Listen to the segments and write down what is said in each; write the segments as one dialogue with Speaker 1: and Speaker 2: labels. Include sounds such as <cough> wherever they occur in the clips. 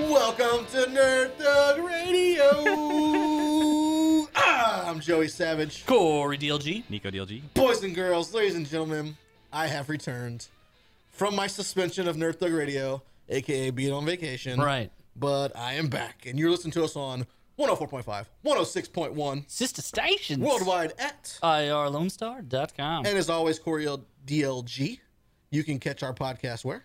Speaker 1: Welcome to Nerd Thug Radio. Ah, I'm Joey Savage.
Speaker 2: Corey DLG.
Speaker 3: Nico DLG.
Speaker 1: Boys and girls, ladies and gentlemen, I have returned from my suspension of Nerd Thug Radio, aka being on vacation.
Speaker 2: Right.
Speaker 1: But I am back, and you're listening to us on 104.5, 106.1,
Speaker 2: Sister Stations.
Speaker 1: worldwide at.
Speaker 2: IRLoneStar.com.
Speaker 1: And as always, Corey DLG. You can catch our podcast where?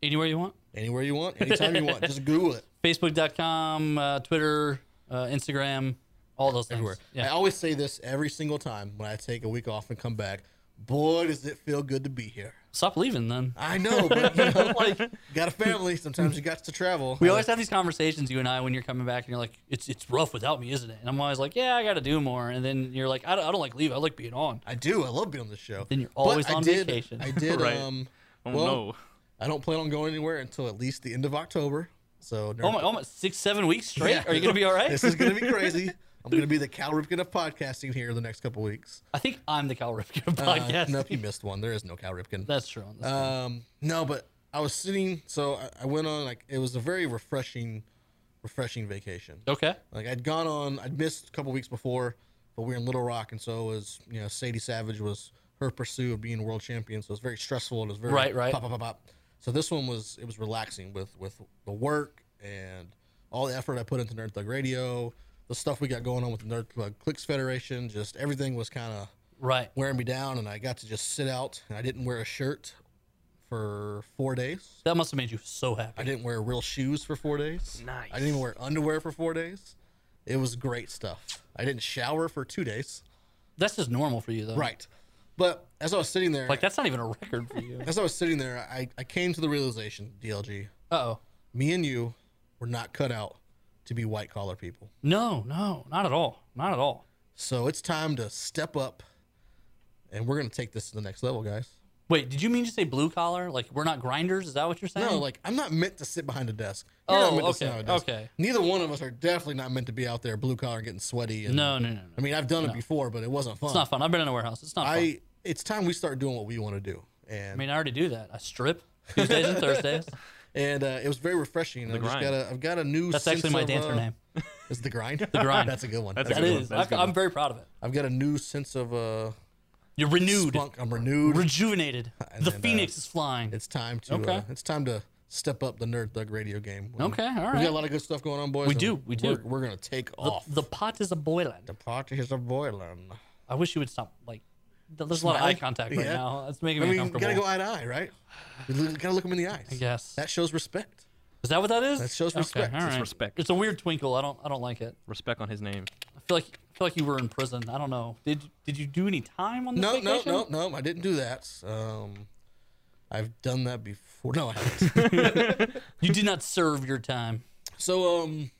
Speaker 2: Anywhere you want.
Speaker 1: Anywhere you want, anytime you want. Just Google it.
Speaker 2: Facebook.com, uh, Twitter, uh, Instagram, all those things.
Speaker 1: everywhere. I
Speaker 2: Yeah.
Speaker 1: always say this every single time when I take a week off and come back. Boy, does it feel good to be here.
Speaker 2: Stop leaving then.
Speaker 1: I know, but you
Speaker 2: <laughs>
Speaker 1: know, like, got a family. Sometimes you got to travel.
Speaker 2: We always have these conversations, you and I, when you're coming back and you're like, it's it's rough without me, isn't it? And I'm always like, yeah, I got to do more. And then you're like, I don't, I don't like leave. I like being on.
Speaker 1: I do. I love being on the show.
Speaker 2: Then you're
Speaker 1: But
Speaker 2: always
Speaker 1: I
Speaker 2: on
Speaker 1: did,
Speaker 2: vacation.
Speaker 1: I
Speaker 2: <laughs>
Speaker 1: did.
Speaker 3: Right.
Speaker 1: Um,
Speaker 3: Oh
Speaker 1: well,
Speaker 3: no.
Speaker 1: I don't plan on going anywhere until at least the end of October. So,
Speaker 2: Oh my, oh my, six, seven weeks straight?
Speaker 1: Yeah.
Speaker 2: Are you going to be all right?
Speaker 1: this is
Speaker 2: <laughs>
Speaker 1: gonna be crazy. I'm gonna be the Cal Ripken of podcasting here the next couple weeks.
Speaker 2: I think I'm the Cal Ripken of
Speaker 1: Uh,
Speaker 2: podcast.
Speaker 1: Nope, you missed one. There is no Cal Ripken.
Speaker 2: That's true. That's true.
Speaker 1: Um, no, but I was sitting. So I, I went on. Like it was a very refreshing, refreshing vacation.
Speaker 2: okay.
Speaker 1: Like I'd gone on. I'd missed a couple weeks before, but we were in Little Rock, and so it was you know Sadie Savage was her pursuit of being world champion. So it was very stressful. And it was very
Speaker 2: Right, right.
Speaker 1: Pop, pop, pop, pop. So this one was it was relaxing with with the work and all the effort I put into Nerd Thug Radio, the stuff we got going on with the Nerd Thug Clicks Federation. Just everything was kind of
Speaker 2: Right.
Speaker 1: wearing me down and I got to just sit out and I didn't wear a shirt for four days.
Speaker 2: That must have made you so
Speaker 1: I
Speaker 2: happy.
Speaker 1: didn't wear real shoes for four days.
Speaker 3: Nice.
Speaker 1: I didn't even wear underwear for four days. It was great stuff. I didn't shower for two days.
Speaker 2: That's just normal for you, though.
Speaker 1: Right. But as I was sitting there,
Speaker 2: Like, that's not even a record for
Speaker 1: <laughs>
Speaker 2: you.
Speaker 1: as I was sitting there, I, I came to the realization, DLG,
Speaker 2: Uh oh.
Speaker 1: me and you were not cut out to be white collar people.
Speaker 2: No, no, not at all. Not at all.
Speaker 1: So it's time to step up and we're going to take this to the next level, guys.
Speaker 2: Wait, did you mean to say blue collar? Like we're not grinders? Is that what you're saying?
Speaker 1: No, like I'm not meant to sit behind a desk. You're not
Speaker 2: Mm-hmm. Oh,
Speaker 1: meant to sit
Speaker 2: okay,
Speaker 1: behind a desk.
Speaker 2: okay.
Speaker 1: Neither one of us are definitely not meant to be out there blue collar and getting sweaty. And,
Speaker 2: no, no, no, no.
Speaker 1: I mean I've done it before, but it wasn't fun.
Speaker 2: It's not fun. I've been in a warehouse. It's not fun.
Speaker 1: I it's time we start doing what we want to do, and
Speaker 2: I mean, I already do that. I strip
Speaker 1: <laughs>
Speaker 2: Tuesdays and Thursdays.
Speaker 1: and uh, it was very refreshing. and I've just
Speaker 3: grind.
Speaker 1: got a I've got a new.
Speaker 2: That's
Speaker 1: sense
Speaker 2: actually my
Speaker 1: of,
Speaker 2: dancer
Speaker 1: uh,
Speaker 2: name.
Speaker 1: Is the grind? the <laughs>
Speaker 2: grind.
Speaker 1: That's a good one.
Speaker 3: That's
Speaker 1: That's
Speaker 3: a
Speaker 2: That
Speaker 1: a
Speaker 3: good
Speaker 1: good
Speaker 3: one.
Speaker 2: is.
Speaker 3: That's a
Speaker 2: I,
Speaker 3: good
Speaker 2: I'm
Speaker 3: one.
Speaker 2: very proud of it.
Speaker 1: I've got a new sense of uh,
Speaker 2: You're renewed,
Speaker 1: spunk. I'm renewed.
Speaker 2: rejuvenated.
Speaker 1: And
Speaker 2: The
Speaker 1: then, uh,
Speaker 2: phoenix is flying.
Speaker 1: it's time to.
Speaker 2: Okay.
Speaker 1: Uh, it's time to step up the nerd thug radio game.
Speaker 2: Okay, all
Speaker 1: We
Speaker 2: right.
Speaker 1: got a lot of good stuff going on, boys. and
Speaker 2: do, we do.
Speaker 1: We're, we're gonna take
Speaker 2: The,
Speaker 1: off.
Speaker 2: the pot is a boiling.
Speaker 1: the pot is a boiling.
Speaker 2: I wish you would stop. Like, th- there's a lot of
Speaker 1: Smile.
Speaker 2: eye contact right
Speaker 1: Yeah.
Speaker 2: now. That's making
Speaker 1: I
Speaker 2: me
Speaker 1: mean, you
Speaker 2: uncomfortable.
Speaker 1: gotta go eye to eye, right? You look- gotta look them in the eyes.
Speaker 2: I guess.
Speaker 1: That shows respect.
Speaker 2: Is that what that is?
Speaker 1: That shows respect.
Speaker 2: all
Speaker 1: It's
Speaker 2: right.
Speaker 3: respect.
Speaker 2: It's a weird twinkle. I don't. I don't like it.
Speaker 3: Respect on his name.
Speaker 2: I feel like. I feel like you were in prison. I don't know. Did Did you do any time on this
Speaker 1: No, no,
Speaker 2: vacation?
Speaker 1: no, no. I didn't do that. Um, I've done that before. No, I haven't. <laughs>
Speaker 2: You did not serve your time.
Speaker 1: so, um,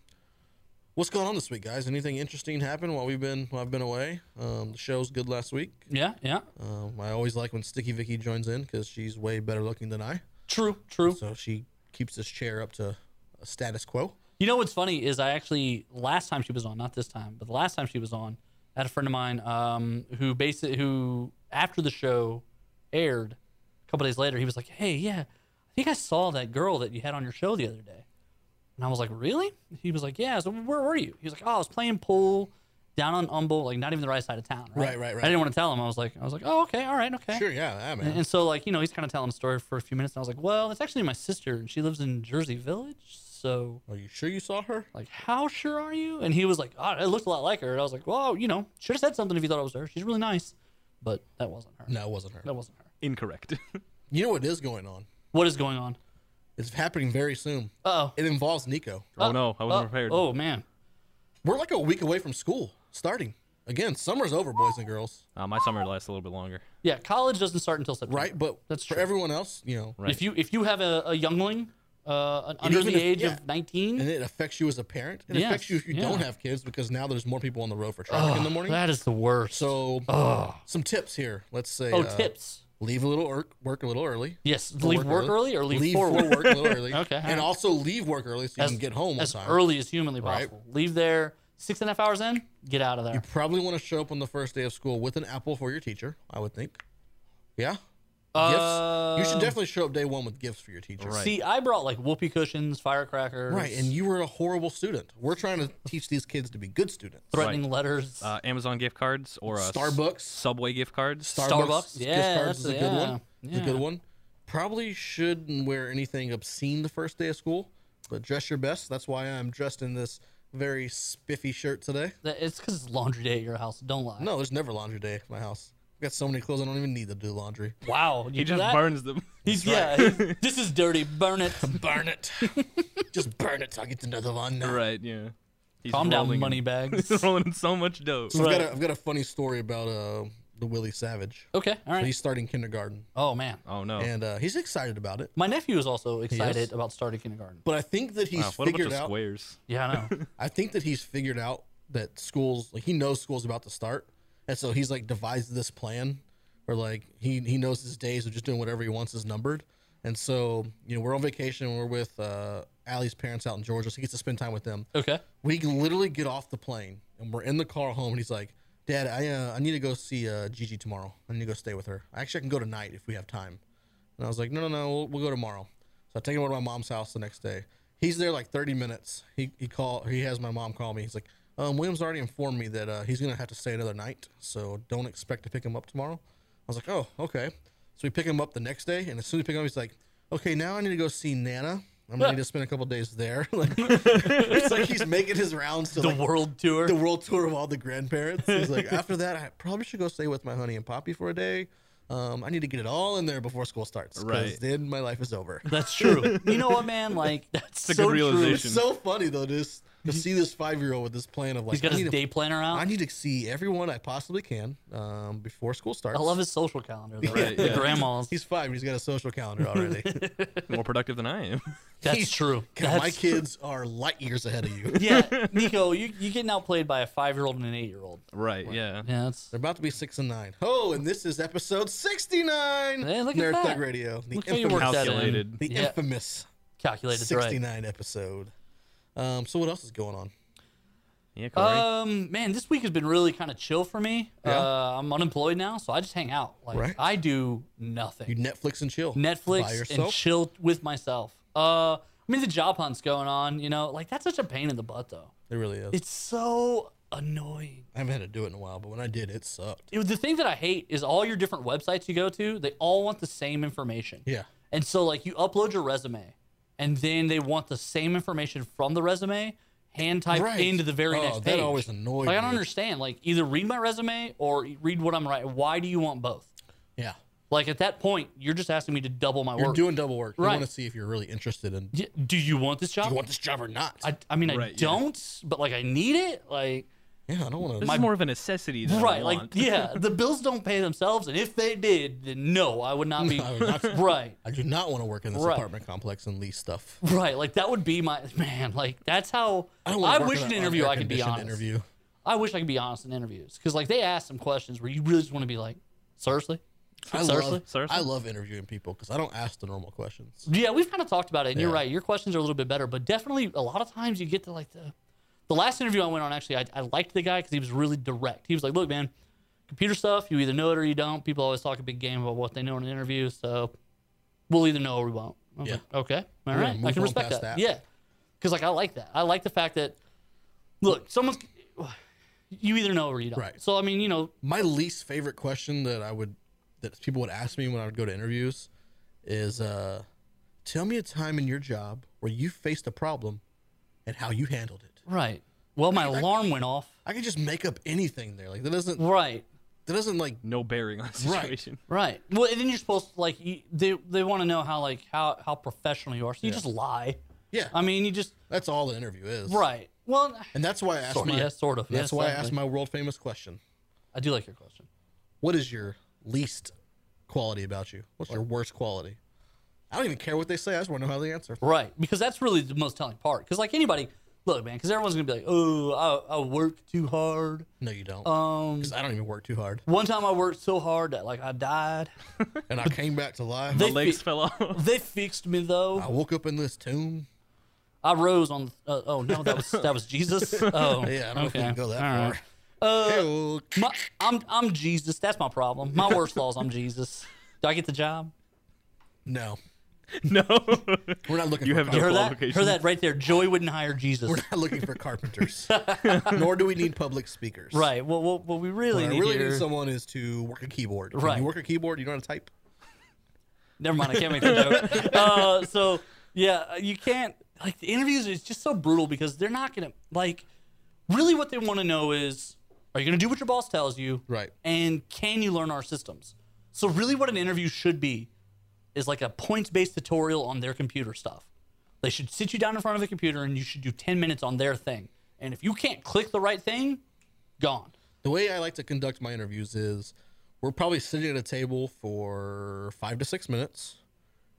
Speaker 1: what's going on this week, guys? Anything interesting happened while we've been while I've been away? Um, the show's good last week.
Speaker 2: Yeah, yeah.
Speaker 1: Um, I always like when Sticky Vicky joins in because she's way better looking than I.
Speaker 2: True, true.
Speaker 1: So she keeps this chair up to a status quo.
Speaker 2: You know what's funny is I actually last time she was on, not this time, but the last time she was on, I had a friend of mine um, who basi- who after the show aired, a couple days later, he was like, "Hey, yeah, I think I saw that girl that you had on your show the other day," and I was like, "Really?" He was like, "Yeah." So where were you? He was like, "Oh, I was playing pool down on Humble, like not even the right side of town."
Speaker 1: Right, right, right.
Speaker 2: I didn't want to tell him. I was like, I was like, "Oh, okay, all right, okay."
Speaker 1: Sure, yeah, yeah, man.
Speaker 2: And so, like, you know, he's kind of telling the story for a few minutes. And I was like, well, it's actually my sister, and she lives in Jersey Village. So,
Speaker 1: Are you sure you saw her?
Speaker 2: like, how sure are you? And he was like, oh, it looked a lot like her. And I was like, well, you know, should have said something if you thought it was her. She's really nice. But that wasn't her.
Speaker 1: No, it wasn't her.
Speaker 2: That wasn't her.
Speaker 3: Incorrect.
Speaker 1: You know what is going on?
Speaker 2: What is going on?
Speaker 1: It's happening very soon.
Speaker 2: Uh-oh.
Speaker 1: It involves Nico.
Speaker 3: <laughs> oh no, I wasn't
Speaker 2: Uh,
Speaker 3: prepared.
Speaker 2: Oh, man.
Speaker 1: We're like a week away from school starting. Again, summer's over, boys and girls,
Speaker 3: Uh, my summer lasts a little bit longer.
Speaker 2: Yeah, college doesn't start until September.
Speaker 1: right? But
Speaker 2: That's
Speaker 1: for
Speaker 2: true.
Speaker 1: everyone else, you know,
Speaker 3: Right.
Speaker 2: If you if you have a, a youngling uh, an- under
Speaker 1: even
Speaker 2: the
Speaker 1: if-
Speaker 2: age
Speaker 1: yeah.
Speaker 2: of 19,
Speaker 1: and it affects you as a parent. It
Speaker 2: Yes,
Speaker 1: affects you if you
Speaker 2: yeah.
Speaker 1: don't have kids because now there's more people on the road for traffic in the morning.
Speaker 2: that is the worst.
Speaker 1: so, some tips here. Let's say,
Speaker 2: oh,
Speaker 1: uh,
Speaker 2: tips.
Speaker 1: leave a little work, work a little early.
Speaker 2: Yes, leave work early or leave, for
Speaker 1: for
Speaker 2: work.
Speaker 1: work
Speaker 2: <laughs>
Speaker 1: a little early.
Speaker 2: Okay,
Speaker 1: and
Speaker 2: alright.
Speaker 1: also leave work early so you can get home on
Speaker 2: as
Speaker 1: time.
Speaker 2: early as humanly
Speaker 1: Right.
Speaker 2: possible. Leave there six and a half hours in, get out of there.
Speaker 1: Probably want to show up on the first day of school with an apple for your teacher. I would think. Yeah,
Speaker 2: Uh,
Speaker 1: you should definitely show up day one with gifts for your teachers.
Speaker 3: Um, Right.
Speaker 2: see. I brought like whoopee cushions, firecrackers,
Speaker 1: Right, and you were a horrible student. We're trying to teach these kids to be good students.
Speaker 2: threatening
Speaker 3: Right.
Speaker 2: letters.
Speaker 3: Uh, Amazon gift cards or uh,
Speaker 1: Starbucks,
Speaker 3: Subway gift cards.
Speaker 2: Starbucks, yeah,
Speaker 1: gift cards is
Speaker 2: that's
Speaker 1: a
Speaker 2: a-
Speaker 1: good
Speaker 2: yeah,
Speaker 1: one. It's a
Speaker 2: yeah.
Speaker 1: good one. Probably shouldn't wear anything obscene the first day of school, but dress your best. That's why I'm dressed in this very spiffy shirt today.
Speaker 2: That- it's because it's laundry day at your house. Don't lie.
Speaker 1: No, there's never laundry day at my house. I've got so many clothes I don't even need to do laundry.
Speaker 2: Wow. You
Speaker 3: He
Speaker 2: do
Speaker 3: just
Speaker 2: that?
Speaker 3: burns them. <laughs>
Speaker 2: He's, yeah. he's- this is dirty. Burn it.
Speaker 1: <laughs> Burn it. Just burn it. So I get another one. now.
Speaker 3: right. Yeah. He's
Speaker 2: Calm down,
Speaker 3: rolling in-
Speaker 2: money
Speaker 3: He's
Speaker 2: bags.
Speaker 3: <laughs> rolling in so much dough.
Speaker 1: So I've, got
Speaker 2: Right.
Speaker 1: a, I've got a funny story about uh, the Willie Savage.
Speaker 2: okay. All
Speaker 1: So
Speaker 2: right.
Speaker 1: he's starting kindergarten,
Speaker 2: Oh man.
Speaker 3: Oh no.
Speaker 1: and uh, he's excited about it.
Speaker 2: My nephew is also excited
Speaker 1: is?
Speaker 2: about starting kindergarten.
Speaker 1: But I think that he's
Speaker 3: Wow, what a bunch
Speaker 1: figured
Speaker 3: of
Speaker 1: out. <laughs>
Speaker 3: squares.
Speaker 2: Yeah, I
Speaker 3: <laughs>
Speaker 2: know.
Speaker 1: I think that he's figured out that schools, like he knows school's about to start, and so he's like devised this plan, or like he he knows his days of just doing whatever he wants is numbered, and so you know we're on vacation, and we're with uh, Allie's parents out in Georgia, so he gets to spend time with them.
Speaker 2: okay.
Speaker 1: We can literally get off the plane and we're in the car home, and he's like, "Dad, I uh, I need to go see uh, Gigi tomorrow. I need to go stay with her. Actually, I can go tonight if we have time." And I was like, "No, no, no, we'll, we'll go tomorrow." So I take him over to my mom's house the next day. He's there like 30 minutes. He he call he has my mom call me. He's like, um, "Williams already informed me that uh, he's gonna have to stay another night, so don't expect to pick him up tomorrow." I was like, "Oh, okay." So we pick him up the next day, and as soon as we pick him up, he's like, "Okay, now I need to go see Nana." I'm gonna need to spend a couple days there. <laughs> like, it's like he's making his rounds to
Speaker 2: The
Speaker 1: like,
Speaker 2: world tour.
Speaker 1: the world tour of all the grandparents. He's like, after that, I probably should go stay with my honey and poppy for a day. Um, I need to get it all in there before school starts. 'cause
Speaker 3: Right.
Speaker 1: Then my life is over.
Speaker 2: That's true. You know what, man? Like that's
Speaker 3: a
Speaker 2: so
Speaker 3: good realization.
Speaker 2: True.
Speaker 1: It's so funny though, just to see this five year old with this plan of like,
Speaker 2: He's got
Speaker 1: I,
Speaker 2: his
Speaker 1: need to,
Speaker 2: day planner out.
Speaker 1: I need to see everyone I possibly can um, before school starts.
Speaker 2: I love his social calendar. Though.
Speaker 3: Right,
Speaker 2: The
Speaker 3: yeah.
Speaker 2: grandma's.
Speaker 1: He's five. He's got a social calendar
Speaker 2: <laughs>
Speaker 1: already.
Speaker 3: More productive than I am. <laughs>
Speaker 2: that's
Speaker 1: he's-
Speaker 2: true.
Speaker 1: God, my
Speaker 2: That's-
Speaker 1: kids are light years ahead of
Speaker 2: <laughs>
Speaker 1: you.
Speaker 2: Yeah, Nico, you you getting outplayed by a five year old and an eight year old.
Speaker 3: Right. Yeah.
Speaker 2: Yeah, that's
Speaker 1: They're about to be six and nine. Oh, and this is episode 69.
Speaker 2: Hey, look at
Speaker 1: Nerd
Speaker 2: that.
Speaker 1: Thug Radio. The
Speaker 2: Look how you worked that in.
Speaker 3: Calculated.
Speaker 1: The
Speaker 2: Yeah.
Speaker 1: infamous
Speaker 2: calculated the right.
Speaker 1: 69 episode. Um, so what else is going on?
Speaker 3: Yeah. Corey.
Speaker 2: Um, man, this week has been really kind of chill for me.
Speaker 1: Yeah.
Speaker 2: Uh, I'm unemployed now, so I just hang out. Like
Speaker 1: Right.
Speaker 2: I do
Speaker 1: You
Speaker 2: nothing.
Speaker 1: Netflix and chill. by
Speaker 2: Netflix and
Speaker 1: yourself.
Speaker 2: chill with myself. Uh, I mean the job hunt's going on. You know, like that's such a pain in the butt though.
Speaker 1: it really is.
Speaker 2: It's so annoying.
Speaker 1: I haven't had to do it in a while, but when I did, it sucked.
Speaker 2: It was- the thing that I hate is all your different websites you go to, they all want the same information.
Speaker 1: Yeah.
Speaker 2: And so like you upload your resume and then they want the same information from the resume hand typed
Speaker 1: Right.
Speaker 2: into the very
Speaker 1: Oh,
Speaker 2: next
Speaker 1: that
Speaker 2: page.
Speaker 1: always annoyed
Speaker 2: Like I don't
Speaker 1: me.
Speaker 2: understand. Like either read my resume or read what I'm writing. Why do you want both?
Speaker 1: Yeah.
Speaker 2: Like at that point, you're just asking me to double my
Speaker 1: You're
Speaker 2: work.
Speaker 1: doing double work. You
Speaker 2: Right.
Speaker 1: want to see if you're really interested in do
Speaker 2: Y- do you want this job?
Speaker 1: you want this job or not?
Speaker 2: I, I mean, I
Speaker 3: Right, yeah.
Speaker 2: don't, but like I need it. Like
Speaker 1: yeah, I don't want
Speaker 3: this
Speaker 1: to.
Speaker 3: is more of a necessity than a
Speaker 2: right, like
Speaker 3: want.
Speaker 2: yeah, the bills don't pay themselves, and if they did, then no, I would not be
Speaker 1: I would not-
Speaker 2: <laughs> right.
Speaker 1: I do not want to work in this
Speaker 2: Right.
Speaker 1: apartment complex and lease stuff.
Speaker 2: Right, like that would be my man. Like that's how I,
Speaker 1: don't wanna work
Speaker 2: wish
Speaker 1: in
Speaker 2: an interview I could be
Speaker 1: air-conditioned
Speaker 2: honest.
Speaker 1: Interview.
Speaker 2: I wish I could be honest in interviews because like they ask some questions where you really just want to be like, seriously.
Speaker 1: I
Speaker 2: Seriously?
Speaker 1: love,
Speaker 3: Seriously?
Speaker 1: I love interviewing people because I don't ask the normal questions.
Speaker 2: Yeah, we've kind of talked about it, and you're
Speaker 1: Yeah.
Speaker 2: right. Your questions are a little bit better, but definitely a lot of times you get to like the the last interview I went on. Actually, I, I liked the guy because he was really direct. He was like, "Look, man, computer stuff, you either know it or you don't. People always talk a big game about what they know in an interview, so we'll either know or we won't." I was
Speaker 1: Yeah.
Speaker 2: like, okay, all
Speaker 1: We're
Speaker 2: right,
Speaker 1: gonna move
Speaker 2: I can
Speaker 1: on
Speaker 2: respect that.
Speaker 1: past that.
Speaker 2: Yeah, because like I like that. I like the fact that look, someone's you either know or you don't.
Speaker 1: Right.
Speaker 2: So I mean, you know,
Speaker 1: my least favorite question that I would that people would ask me when I would go to interviews is uh tell me a time in your job where you faced a problem and how you handled it.
Speaker 2: right. Well, my alarm went off.
Speaker 1: I could just make up anything there. Like that doesn't
Speaker 2: Right.
Speaker 1: that doesn't like
Speaker 3: <laughs> no bearing on the
Speaker 1: Right.
Speaker 3: situation.
Speaker 2: Right. Well, and then you're supposed to like you, they they want to know how like how how professional you are. So you just lie.
Speaker 1: yeah.
Speaker 2: I mean, you just
Speaker 1: that's all the interview is.
Speaker 2: right. Well,
Speaker 1: And that's why I asked
Speaker 2: sort of,
Speaker 1: my
Speaker 2: yeah, sort of.
Speaker 1: that's
Speaker 2: yeah,
Speaker 1: why I
Speaker 2: slightly.
Speaker 1: asked my world famous question.
Speaker 2: I do like your question.
Speaker 1: What is your least quality about you? What's your worst quality? I don't even care what they say. I just want to know how they answer.
Speaker 2: Right, because that's really the most telling part. Because like anybody, look, man, because everyone's gonna be like, oh, I, I work too hard.
Speaker 1: No, you don't.
Speaker 2: Um,
Speaker 1: 'Cause I don't even work too hard.
Speaker 2: one time I worked so hard that like I died.
Speaker 1: And I came back to life.
Speaker 2: They
Speaker 3: Legs
Speaker 2: fi-
Speaker 3: fell off. <laughs>
Speaker 2: They fixed me though.
Speaker 1: I woke up in this tomb.
Speaker 2: I rose on. Uh, oh no, that was that
Speaker 1: <laughs>
Speaker 2: was Jesus. Oh
Speaker 1: Yeah, I don't know if we
Speaker 2: okay.
Speaker 1: can go that
Speaker 2: All
Speaker 1: far.
Speaker 2: right. Uh,
Speaker 1: Hey, well,
Speaker 2: My, I'm I'm Jesus. That's my problem. My worst law is I'm Jesus. Do I get the job?
Speaker 1: No, <laughs>
Speaker 3: No.
Speaker 1: we're not looking.
Speaker 3: You
Speaker 1: for
Speaker 3: have
Speaker 1: a carpenter.
Speaker 2: You heard that?
Speaker 3: qualifications.
Speaker 2: Heard that right there. Joy wouldn't hire
Speaker 1: <laughs>
Speaker 2: Jesus.
Speaker 1: We're not looking for
Speaker 3: <laughs>
Speaker 1: carpenters, nor do we need public speakers.
Speaker 2: Right. Well, what, what we really
Speaker 1: What I
Speaker 2: need
Speaker 1: really
Speaker 2: here.
Speaker 1: need someone is to work a keyboard. Can
Speaker 2: Right.
Speaker 1: You work a keyboard. You know how to type.
Speaker 2: Never mind. I can't make that joke. Uh, so yeah, you can't. Like the interviews is just so brutal because they're not gonna like. Really, what they want to know is, are you gonna do what your boss tells you?
Speaker 1: Right.
Speaker 2: And can you learn our systems? So really, what an interview should be is like a points-based tutorial on their computer stuff. They should sit you down in front of a computer and you should do 10 minutes on their thing. And if you can't click the right thing, gone.
Speaker 1: The way I like to conduct my interviews is we're probably sitting at a table for five to six minutes,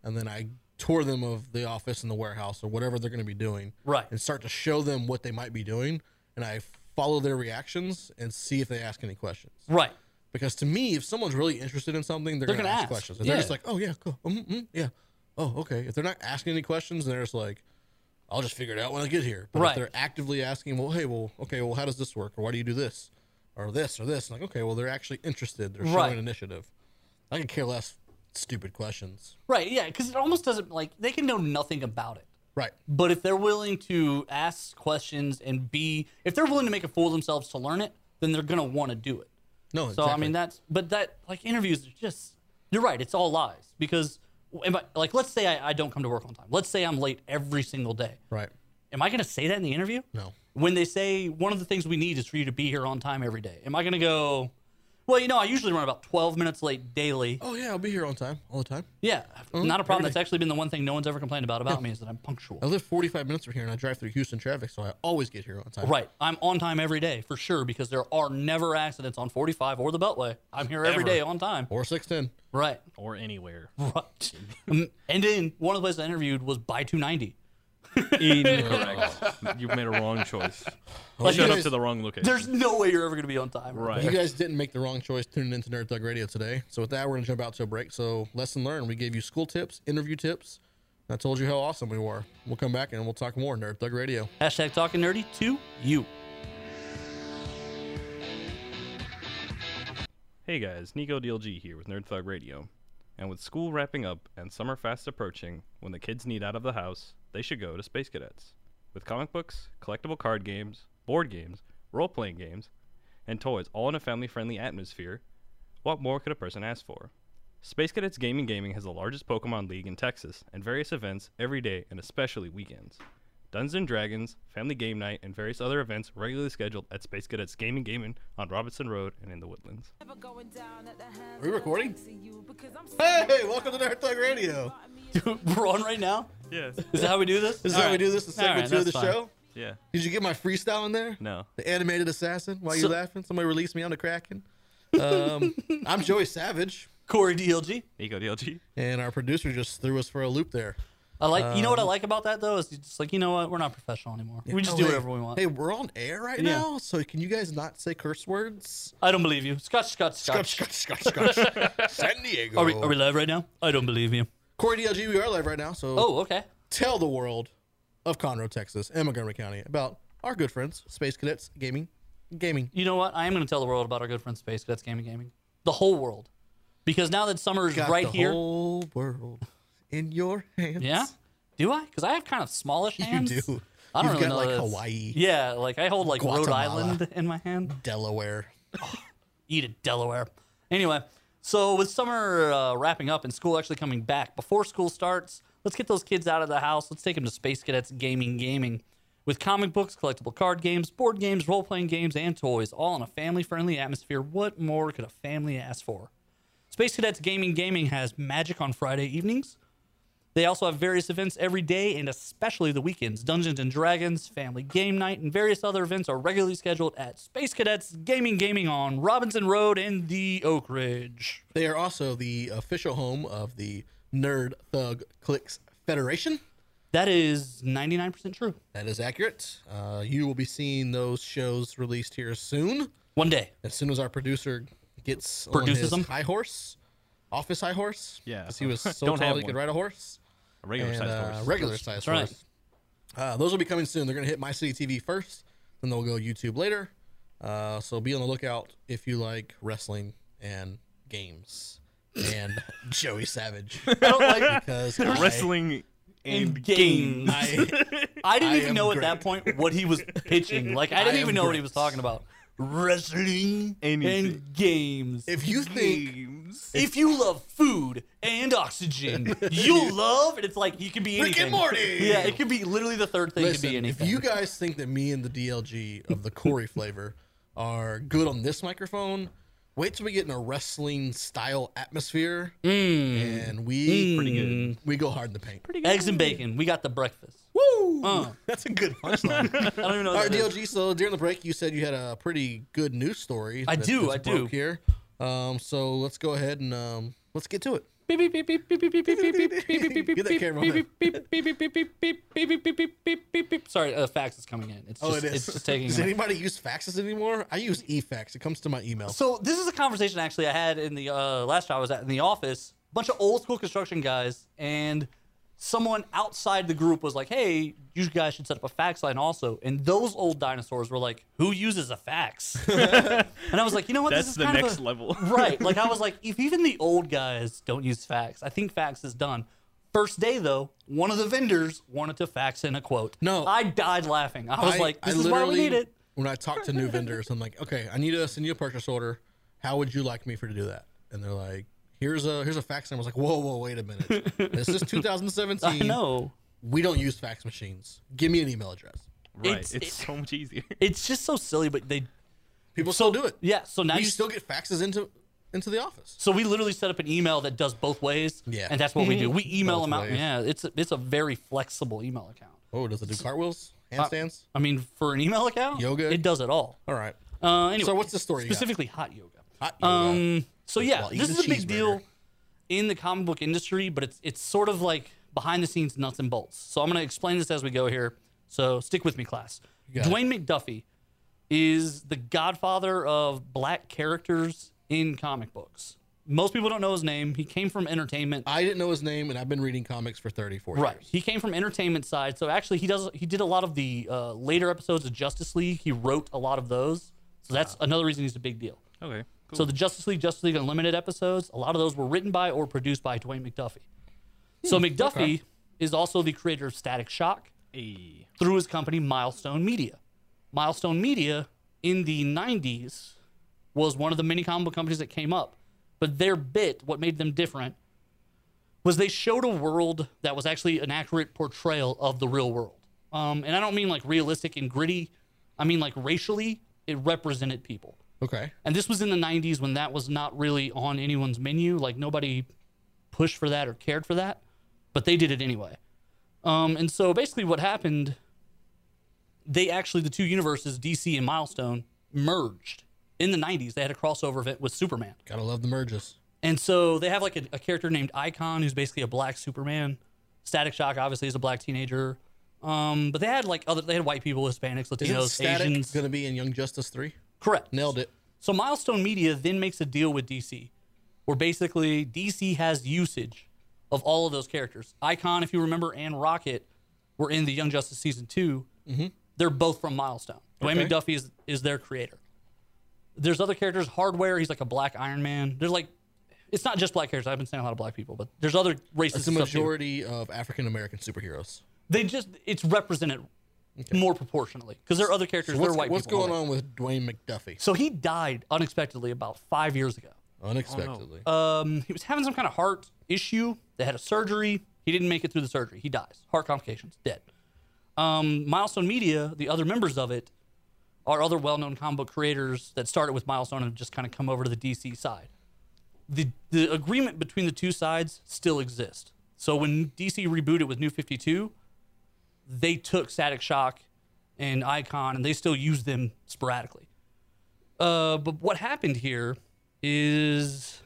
Speaker 1: and then I tour them of the office and the warehouse or whatever they're going to be doing,
Speaker 2: Right.
Speaker 1: and start to show them what they might be doing, and I follow their reactions and see if they ask any questions.
Speaker 2: Right.
Speaker 1: Because to me, if someone's really interested in something, they're, going to
Speaker 2: gonna
Speaker 1: ask,
Speaker 2: ask.
Speaker 1: questions. If they're just
Speaker 2: Yeah.
Speaker 1: like, "Oh yeah, cool, mm mm, yeah, oh okay," if they're not asking any questions, they're just like, "I'll just figure it out when I get here." But
Speaker 2: Right.
Speaker 1: if they're actively asking, "Well, hey, well, okay, well, how does this work? Or why do you do this? Or this or this?" like, okay, well, they're actually interested. They're showing
Speaker 2: Right.
Speaker 1: initiative. I could care less stupid questions.
Speaker 2: Right. Yeah. Because it almost doesn't like they can know nothing about it.
Speaker 1: Right.
Speaker 2: But if they're willing to ask questions and be, if they're willing to make a fool of themselves to learn it, then they're gonna want to do it.
Speaker 1: No.
Speaker 2: So I mean that's, but that like interviews are just, you're right. It's all lies because, am I, like let's say I, I don't come to work on time. Let's say I'm late every single day.
Speaker 1: right.
Speaker 2: Am I gonna say that in the interview?
Speaker 1: No.
Speaker 2: When they say one of the things we need is for you to be here on time every day, am I gonna go? Well, you know, I usually run about 12 minutes late daily.
Speaker 1: Oh yeah, I'll be here on time all the time.
Speaker 2: Yeah, not a problem.
Speaker 1: every
Speaker 2: That's actually been the one thing no one's ever complained about about me is that I'm
Speaker 1: I
Speaker 2: punctual.
Speaker 1: live 45 minutes from here, and I drive through Houston traffic, so I always get here on time.
Speaker 2: Right, I'm on time every day for sure because there are never accidents on 45 or the Beltway. I'm here every
Speaker 3: Ever.
Speaker 2: day on time.
Speaker 1: Or six ten.
Speaker 2: Right, <laughs>
Speaker 3: or anywhere.
Speaker 2: right. Um, and then one of the places I interviewed was by 290.
Speaker 3: Incorrect. You've made a wrong choice.
Speaker 1: Like,
Speaker 3: Showed
Speaker 1: you
Speaker 3: up
Speaker 1: guys-
Speaker 3: to the wrong location.
Speaker 2: There's no way you're ever gonna be on time.
Speaker 1: You
Speaker 3: right.
Speaker 1: guys didn't make the wrong choice tuning into Nerd Thug Radio today. So with that, we're gonna jump out to a break. So lesson learned: we gave you school tips, interview tips. And I told you how awesome we were. We'll come back and we'll talk more Nerd Thug Radio.
Speaker 2: Hashtag talking nerdy to you. <laughs>
Speaker 3: Hey guys, Nico DLG here with Nerd Thug Radio. And with school wrapping up and summer fast approaching, when the kids need out of the house, they should go to Space Cadets. With comic books, collectible card games, board games, role playing games, and toys all in a family friendly atmosphere, what more could a person ask for? Space Cadets Gaming Gaming has the largest Pokemon League in Texas and various events every day and especially weekends. Dungeons and Dragons, Family Game Night, and various other events regularly scheduled at Space Cadets Gaming Gaming on Robinson Road and in the Woodlands.
Speaker 1: Are we recording? Hey, welcome to Nerd Thug Radio.
Speaker 2: We're on right now.
Speaker 3: <laughs> Yes.
Speaker 2: Is that how we do this?
Speaker 1: This is how we do this in segment
Speaker 2: Alright,
Speaker 1: two of the
Speaker 2: that's fine.
Speaker 1: show.
Speaker 3: Yeah.
Speaker 1: Did you get my freestyle in there?
Speaker 3: No.
Speaker 1: The animated assassin. Why you
Speaker 2: So-
Speaker 1: laughing? Somebody release me on the Kraken.
Speaker 2: <laughs>
Speaker 1: Um, I'm Joey Savage,
Speaker 2: Corey DLG.
Speaker 3: Nico DLG.
Speaker 1: and our producer just threw us for a loop there.
Speaker 2: I like. you know what I like about that though is it's just like you know what we're not professional anymore. We
Speaker 1: Um,
Speaker 2: just
Speaker 1: Oh,
Speaker 2: do
Speaker 1: hey,
Speaker 2: whatever we want.
Speaker 1: Hey, we're on air right
Speaker 2: Yeah.
Speaker 1: now, so can you guys not say curse words?
Speaker 2: I don't believe you. Scotch, Scotch, Scotch.
Speaker 1: Scotch, Scotch, Scotch, Scotch. San Diego.
Speaker 2: Are we, are we live right now? I don't believe you.
Speaker 1: Corey DLG, we are live right now. So
Speaker 2: Oh, okay.
Speaker 1: tell the world of Conroe, Texas, and Montgomery County about our good friends, Space Cadets Gaming. Gaming.
Speaker 2: You know what? I am going to tell the world about our good friend Space Cadets Gaming Gaming. The whole world. Because now that summer is
Speaker 1: Got
Speaker 2: right
Speaker 1: the
Speaker 2: here.
Speaker 1: whole world in your hands.
Speaker 2: yeah. Do I? Because I have kind of smallish hands.
Speaker 1: <laughs> You do.
Speaker 2: I don't
Speaker 1: You've
Speaker 2: really
Speaker 1: got
Speaker 2: know
Speaker 1: like
Speaker 2: that it's-
Speaker 1: Hawaii,
Speaker 2: Yeah, like I hold like Rhode
Speaker 1: Guatemala.
Speaker 2: Island in my hand.
Speaker 1: Delaware.
Speaker 2: Eat it, Delaware. Anyway, so with summer uh, wrapping up and school actually coming back, before school starts, let's get those kids out of the house. Let's take them to Space Cadets Gaming Gaming with comic books, collectible card games, board games, role playing games, and toys, all in a family friendly atmosphere. What more could a family ask for? Space Cadets Gaming Gaming has magic on Friday evenings. They also have various events every day and especially the weekends. Dungeons and Dragons, Family Game Night, and various other events are regularly scheduled at Space Cadets Gaming Gaming on Robinson Road in the Oak Ridge.
Speaker 1: They are also the official home of the Nerd Thug Clicks Federation.
Speaker 2: That is 99% true.
Speaker 1: That is accurate. Uh, you will be seeing those shows released here soon.
Speaker 2: One day.
Speaker 1: as soon as our producer gets
Speaker 2: Produces
Speaker 1: on
Speaker 2: him?
Speaker 1: his high horse, office high horse.
Speaker 3: Yeah.
Speaker 1: 'cause he was so
Speaker 3: Don't
Speaker 1: tall
Speaker 3: have
Speaker 1: he could
Speaker 3: one.
Speaker 1: ride a horse.
Speaker 3: A regular
Speaker 1: and,
Speaker 3: sized
Speaker 1: uh,
Speaker 3: horse.
Speaker 1: Regular size
Speaker 2: right.
Speaker 1: horse. Uh, those will be coming soon. They're gonna hit My City TV first, then they'll go YouTube later. Uh, so be on the lookout if you like wrestling and games.
Speaker 2: <laughs>
Speaker 1: and Joey Savage
Speaker 2: I don't like. <laughs>
Speaker 1: because I,
Speaker 3: Wrestling
Speaker 2: In
Speaker 3: and
Speaker 2: games.
Speaker 3: games.
Speaker 1: I-
Speaker 2: <laughs> I didn't
Speaker 1: I
Speaker 2: even
Speaker 1: am
Speaker 2: know at
Speaker 1: great.
Speaker 2: that point what he was pitching. Like I
Speaker 1: I
Speaker 2: didn't
Speaker 1: am
Speaker 2: even know what he
Speaker 1: great.
Speaker 2: was talking about. Wrestling
Speaker 3: Anything.
Speaker 2: and games.
Speaker 1: if you think
Speaker 3: games.
Speaker 2: If you love food
Speaker 1: <laughs>
Speaker 2: and oxygen, you love, and it's like you could be
Speaker 1: Rick and
Speaker 2: anything.
Speaker 1: Morty!
Speaker 2: <laughs> Yeah, it could be literally the third thing could be
Speaker 1: listen, if
Speaker 2: anything.
Speaker 1: you guys think that me and the DLG of the Corey flavor are good on this microphone, wait till we get in a wrestling style atmosphere
Speaker 2: Mm.
Speaker 1: and we
Speaker 3: Pretty good.
Speaker 1: we go hard in the paint. Pretty
Speaker 2: Eggs and bacon. We got the breakfast.
Speaker 1: Woo!
Speaker 2: Uh.
Speaker 1: <laughs> That's a good punchline.
Speaker 2: I don't even know.
Speaker 1: All
Speaker 2: what
Speaker 1: right,
Speaker 2: that is.
Speaker 1: DLG. So during the break, you said you had a pretty good news story.
Speaker 2: I
Speaker 1: that
Speaker 2: do,
Speaker 1: just
Speaker 2: I do.
Speaker 1: broke Here, um, so let's go ahead and um, let's get to it.
Speaker 2: Beep, beep, beep, beep, beep, beep, beep, beep, beep, beep, beep, beep, beep,
Speaker 1: Get that
Speaker 2: beep,
Speaker 1: camera on
Speaker 2: beep, beep, beep, beep, beep, beep, beep, beep, beep, beep, beep, beep, beep, beep. Sorry, uh, fax is coming in. It's
Speaker 1: Oh,
Speaker 2: just,
Speaker 1: it is.
Speaker 2: it's
Speaker 1: <laughs>
Speaker 2: just taking.
Speaker 1: Does
Speaker 2: a minute.
Speaker 1: anybody use faxes anymore? I use e-fax. It comes to my email.
Speaker 2: So this is a conversation actually I had in the uh, last job I was at in the office. bunch of old school construction guys, and someone outside the group was like, "Hey, you guys should set up a fax line also." And those old dinosaurs were like, "Who uses a fax?" <laughs> and I was like, "You know what?
Speaker 3: That's
Speaker 2: this is
Speaker 3: the
Speaker 2: kind of
Speaker 3: next
Speaker 2: a-
Speaker 3: level.
Speaker 2: <laughs> right? Like
Speaker 3: <laughs>
Speaker 2: I was like, if even the old guys don't use fax, I think fax is done." First day though, one of the vendors wanted to fax in a quote.
Speaker 1: No.
Speaker 2: I died laughing. I was like, "This is why we
Speaker 1: literally-
Speaker 2: need it." <laughs>
Speaker 1: When I talk to new vendors, I'm like, okay, I need to send you a purchase order. How would you like me for to do that? And they're like, here's a here's a fax. And I was like, whoa, whoa, wait a minute. This
Speaker 2: <laughs>
Speaker 1: is 2017.
Speaker 2: I know.
Speaker 1: We don't use fax machines. Give me an email address.
Speaker 3: Right.
Speaker 2: It's-
Speaker 3: It's,
Speaker 2: it-
Speaker 3: so much easier. <laughs>
Speaker 2: It's just so silly, but they
Speaker 1: People still do it.
Speaker 2: Yeah, so now
Speaker 1: You
Speaker 2: you
Speaker 1: still get faxes into into the office.
Speaker 2: so we literally set up an email that does both ways.
Speaker 1: Yeah.
Speaker 2: and that's what we do. We
Speaker 1: <laughs>
Speaker 2: email
Speaker 1: Both
Speaker 2: them out.
Speaker 1: ways.
Speaker 2: Yeah, it's a, it's a very flexible email account.
Speaker 1: Oh, does it do cartwheels,
Speaker 2: Uh,
Speaker 1: handstands?
Speaker 2: I mean, for an email account,
Speaker 1: Yoga?
Speaker 2: it does it all.
Speaker 1: All right. oh,
Speaker 2: Uh, anyway,
Speaker 1: So what's the story you got?
Speaker 2: Specifically, hot yoga.
Speaker 1: Hot yoga.
Speaker 2: Um, so yeah,
Speaker 1: While
Speaker 2: this
Speaker 1: eating
Speaker 2: is a
Speaker 1: a
Speaker 2: big deal
Speaker 1: cheeseburger.
Speaker 2: in the comic book industry, but it's it's sort of like behind the scenes nuts and bolts. So I'm gonna explain this as we go here. So stick with me, class.
Speaker 1: got it.
Speaker 2: Dwayne McDuffie is the godfather of black characters in comic books. Most people don't know his name. He came from entertainment.
Speaker 1: I didn't know his name, and I've been reading comics for 34
Speaker 2: Right.
Speaker 1: years.
Speaker 2: He came from entertainment side, so actually he does he did a lot of the uh, later episodes of Justice League. He wrote a lot of those, so that's
Speaker 1: Ah.
Speaker 2: another reason he's a big deal.
Speaker 3: Okay. Cool.
Speaker 2: So the Justice League, Justice League Unlimited episodes, a lot of those were written by or produced by Dwayne McDuffie. So McDuffie is also the creator of Static Shock
Speaker 3: Hey.
Speaker 2: through his company Milestone Media. Milestone Media in the 90s was one of the many comic book companies that came up. But their bit, what made them different, was they showed a world that was actually an accurate portrayal of the real world. Um, and I don't mean like realistic and gritty, I mean like racially, it represented people.
Speaker 1: Okay.
Speaker 2: And this was in the 90s when that was not really on anyone's menu. Like nobody pushed for that or cared for that, but they did it anyway. Um, and so basically, what happened, they actually, the two universes, DC and Milestone, merged in the 90s. They had a crossover event with Superman.
Speaker 1: Gotta love the merges.
Speaker 2: And so they have like a, a character named Icon, who's basically a black Superman. Static Shock, obviously, is a black teenager. Um, but they had like other, they had white people, Hispanics,
Speaker 1: Isn't
Speaker 2: Latinos,
Speaker 1: Static
Speaker 2: Asians.
Speaker 1: gonna be in Young Justice 3?
Speaker 2: Correct.
Speaker 1: Nailed it.
Speaker 2: So Milestone Media then makes a deal with DC, where basically DC has usage of all of those characters. Icon, if you remember, and Rocket were in the Young Justice season 2 Mm-hmm. They're both from Milestone. Dwayne
Speaker 1: Okay.
Speaker 2: McDuffie is, is their creator. There's other characters. Hardware, he's like a black Iron Man. There's like, it's not just black characters. I've been saying a lot of black people, but there's other races.
Speaker 1: It's the majority of African American superheroes.
Speaker 2: They just it's represented more proportionally because there are other characters.
Speaker 1: What's,
Speaker 2: they're white.
Speaker 1: what's
Speaker 2: people
Speaker 1: going on with Dwayne McDuffie?
Speaker 2: So he died unexpectedly about five years ago.
Speaker 1: Unexpectedly.
Speaker 2: um, he was having some kind of heart issue. They had a surgery. He didn't make it through the surgery. He dies. Heart complications. Dead. Um, Milestone Media, the other members of it, are other well-known comic book creators that started with Milestone and have just kind of come over to the DC side. The the agreement between the two sides still exists. So when DC rebooted with New Fifty Two, they took Static Shock and Icon, and they still use them sporadically. Uh, but what happened here is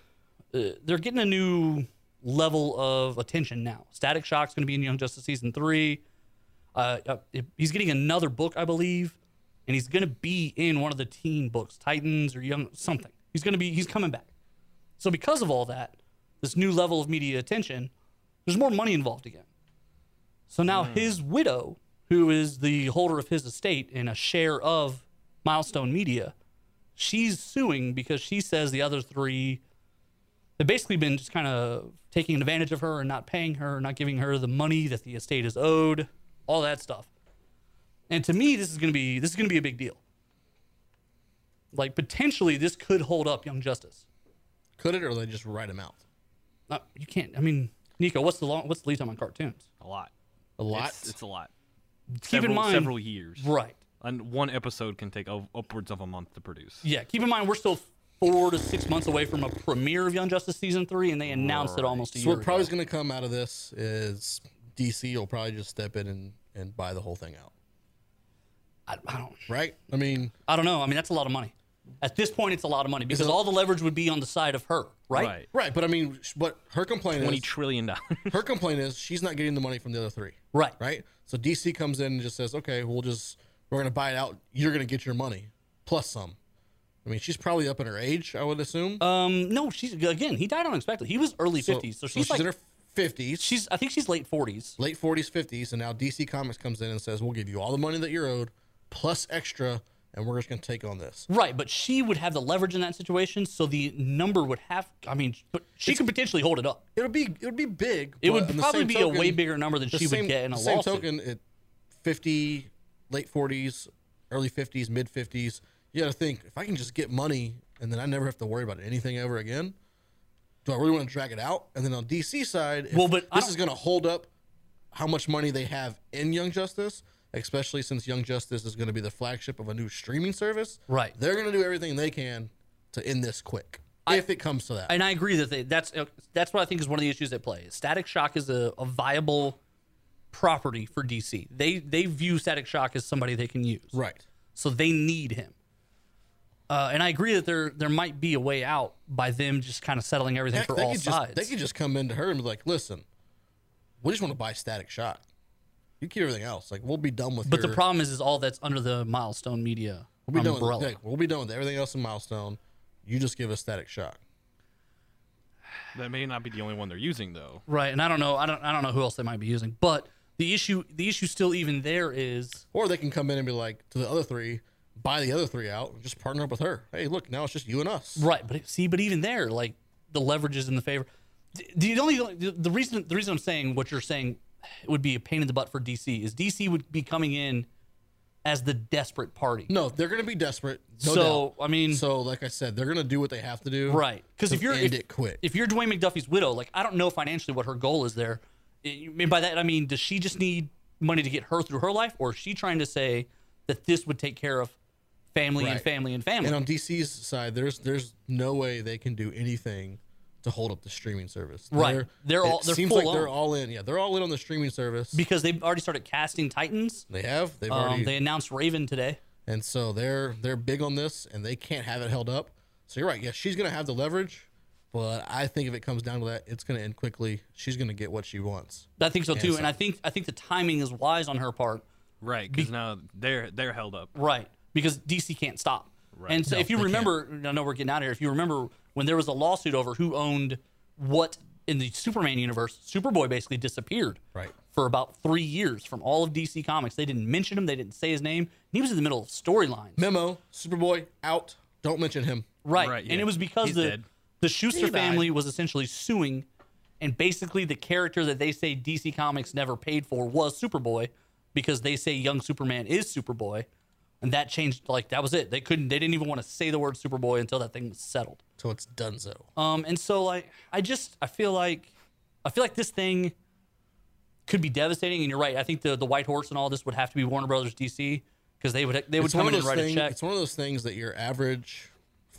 Speaker 2: uh, they're getting a new level of attention now. Static Shock's going to be in Young Justice season three. Uh, uh, if- he's getting another book, I believe, and he's going to be in one of the teen books, Titans or Young something. He's going to be. He's coming back. So because of all that, this new level of media attention, there's more money involved again. So now his widow, who is the holder of his estate and a share of Milestone Media, she's suing because she says the other three they've basically been just kind of taking advantage of her and not paying her, not giving her the money that the estate is owed, all that stuff. And to me, this is gonna be this is gonna be a big deal. Like potentially, this could hold up Young Justice.
Speaker 1: Could it, or they just write him out?
Speaker 2: Uh, you can't. I mean, Nico, what's the long, what's the lead time on cartoons?
Speaker 3: A lot.
Speaker 1: A lot.
Speaker 3: It's, it's a lot.
Speaker 2: Keep
Speaker 3: several,
Speaker 2: in mind,
Speaker 3: several years.
Speaker 2: right?
Speaker 3: And one episode can take o- upwards of a month to produce.
Speaker 2: Yeah. Keep in mind, we're still four to six months away from a premiere of Young Justice season three, and they announced it almost a
Speaker 1: so
Speaker 2: year.
Speaker 1: what probably is
Speaker 2: ago.
Speaker 1: going to come out of this is DC will probably just step in and, and buy the whole thing out,
Speaker 2: I, I don't.
Speaker 1: right? I mean,
Speaker 2: I don't know. I mean, that's a lot of money. At this point, it's a lot of money because
Speaker 1: a-
Speaker 2: all the leverage would be on the side of her, right?
Speaker 3: Right.
Speaker 1: right? But I mean, sh- what her complaint
Speaker 3: Twenty
Speaker 1: is,
Speaker 3: trillion dollars. <laughs>
Speaker 1: her complaint is she's not getting the money from the other three,
Speaker 2: Right.
Speaker 1: right? So DC comes in and just says, okay, we'll just we're going to buy it out. You're going to get your money plus some. I mean, she's probably up in her age, I would assume.
Speaker 2: Um. No, she's again. He died unexpectedly. He was early fifties, so, she's like
Speaker 1: in her fifties.
Speaker 2: she's. I think she's late forties.
Speaker 1: late 40s, 50s, and now DC Comics comes in and says, "We'll give you all the money that you're owed, plus extra, and we're just going to take on this."
Speaker 2: Right, but she would have the leverage in that situation, so the number would have. I mean, but she could potentially hold it up.
Speaker 1: It'll be it would be big.
Speaker 2: It
Speaker 1: but
Speaker 2: would
Speaker 1: on the
Speaker 2: probably
Speaker 1: same
Speaker 2: be
Speaker 1: token-
Speaker 2: a way bigger number than
Speaker 1: the
Speaker 2: she
Speaker 1: same,
Speaker 2: would get in a
Speaker 1: the same
Speaker 2: lawsuit.
Speaker 1: token. It 50, late 40s, early 50s, mid 50s. You got to think if I can just get money and then I never have to worry about anything ever again. Do I really want to drag it out? And then on DC side, if
Speaker 2: Well, but I
Speaker 1: this
Speaker 2: don't-
Speaker 1: is going to hold up how much money they have in Young Justice, especially since Young Justice is going to be the flagship of a new streaming service.
Speaker 2: Right.
Speaker 1: They're going to do everything they can to end this quick if it comes to that.
Speaker 2: and I agree that they, that's uh, that's what I think is one of the issues at play. Static Shock is a, a viable property for DC. They they view Static Shock as somebody they can use,
Speaker 1: right.
Speaker 2: so they need him. Uh, and I agree that there there might be a way out by them just kind of settling everything
Speaker 1: Heck,
Speaker 2: for
Speaker 1: they
Speaker 2: all
Speaker 1: could
Speaker 2: sides.
Speaker 1: Just, they could just come into her and be like, "Listen, we just want to buy Static Shock. You keep everything else. Like we'll be done with.
Speaker 2: but
Speaker 1: your,
Speaker 2: the problem is, is all that's under the Milestone Media
Speaker 1: we'll be
Speaker 2: umbrella.
Speaker 1: done with, like, we'll be done with everything else in Milestone. You just give us Static Shock.
Speaker 3: that may not be the only one they're using though.
Speaker 2: Right, and I don't know, I don't, I don't know who else they might be using, but the issue, the issue still even there is
Speaker 1: Or they can come in and be like to the other three, buy the other three out, and just partner up with her. Hey, look, now it's just you and us.
Speaker 2: right, but it- see, but even there, like the leverage is in the favor. The- The only the the reason the reason I'm saying what you're saying would be a pain in the butt for DC is DC would be coming in as the desperate party.
Speaker 1: No, they're gonna be desperate. No
Speaker 2: so I mean,
Speaker 1: doubt. so like I said, they're gonna do what they have to do.
Speaker 2: right? Because
Speaker 1: to
Speaker 2: if you're
Speaker 1: end
Speaker 2: if,
Speaker 1: it quick.
Speaker 2: if you're Dwayne McDuffie's widow, like I don't know financially what her goal is there. I mean, by that I mean, does she just need money to get her through her life, or is she trying to say that this would take care of family and
Speaker 1: Right.
Speaker 2: family and family?
Speaker 1: And on DC's side, there's there's no way they can do anything to hold up the streaming service.
Speaker 2: Right. They're all-
Speaker 1: it
Speaker 2: they're
Speaker 1: seems
Speaker 2: full
Speaker 1: like they're
Speaker 2: on.
Speaker 1: all in. Yeah, they're all in on the streaming service.
Speaker 2: because they've already started casting Titans.
Speaker 1: they have. They've
Speaker 2: Um,
Speaker 1: already.
Speaker 2: they announced Raven today.
Speaker 1: and so they're they're big on this, and they can't have it held up. So you're right. Yeah, she's gonna have the leverage, but I think if it comes down to that, it's gonna end quickly. She's gonna get what she wants.
Speaker 2: I think so too, and I think I think the timing is wise on her part,
Speaker 3: Right. Because now they're they're held up.
Speaker 2: right? Because DC can't stop. Right. And so if you remember, I know we're getting out of here. If you remember when there was a lawsuit over who owned what in the Superman universe, Superboy basically disappeared
Speaker 1: Right.
Speaker 2: for about three years from all of DC Comics. They didn't mention him. They didn't say his name. And he was in the middle of storylines.
Speaker 1: Memo: Superboy out. Don't mention him.
Speaker 2: Right.
Speaker 3: Right,
Speaker 2: And
Speaker 3: yeah.
Speaker 2: it was because
Speaker 3: He's
Speaker 2: the
Speaker 3: dead.
Speaker 2: the Schuster
Speaker 1: died.
Speaker 2: family was essentially suing, and basically the character that they say DC Comics never paid for was Superboy, because they say young Superman is Superboy, and that changed. Like that was it. They couldn't. They didn't even want to say the word Superboy until that thing was settled.
Speaker 1: So it's Dunzo.
Speaker 2: Um, and so like I just I feel like I feel like this thing could be devastating. And you're right. I think the the White Horse and all this would have to be Warner Brothers DC because they would they would
Speaker 1: it's one of
Speaker 2: come in and
Speaker 1: those
Speaker 2: write a
Speaker 1: things.
Speaker 2: check.
Speaker 1: It's one of those things that your average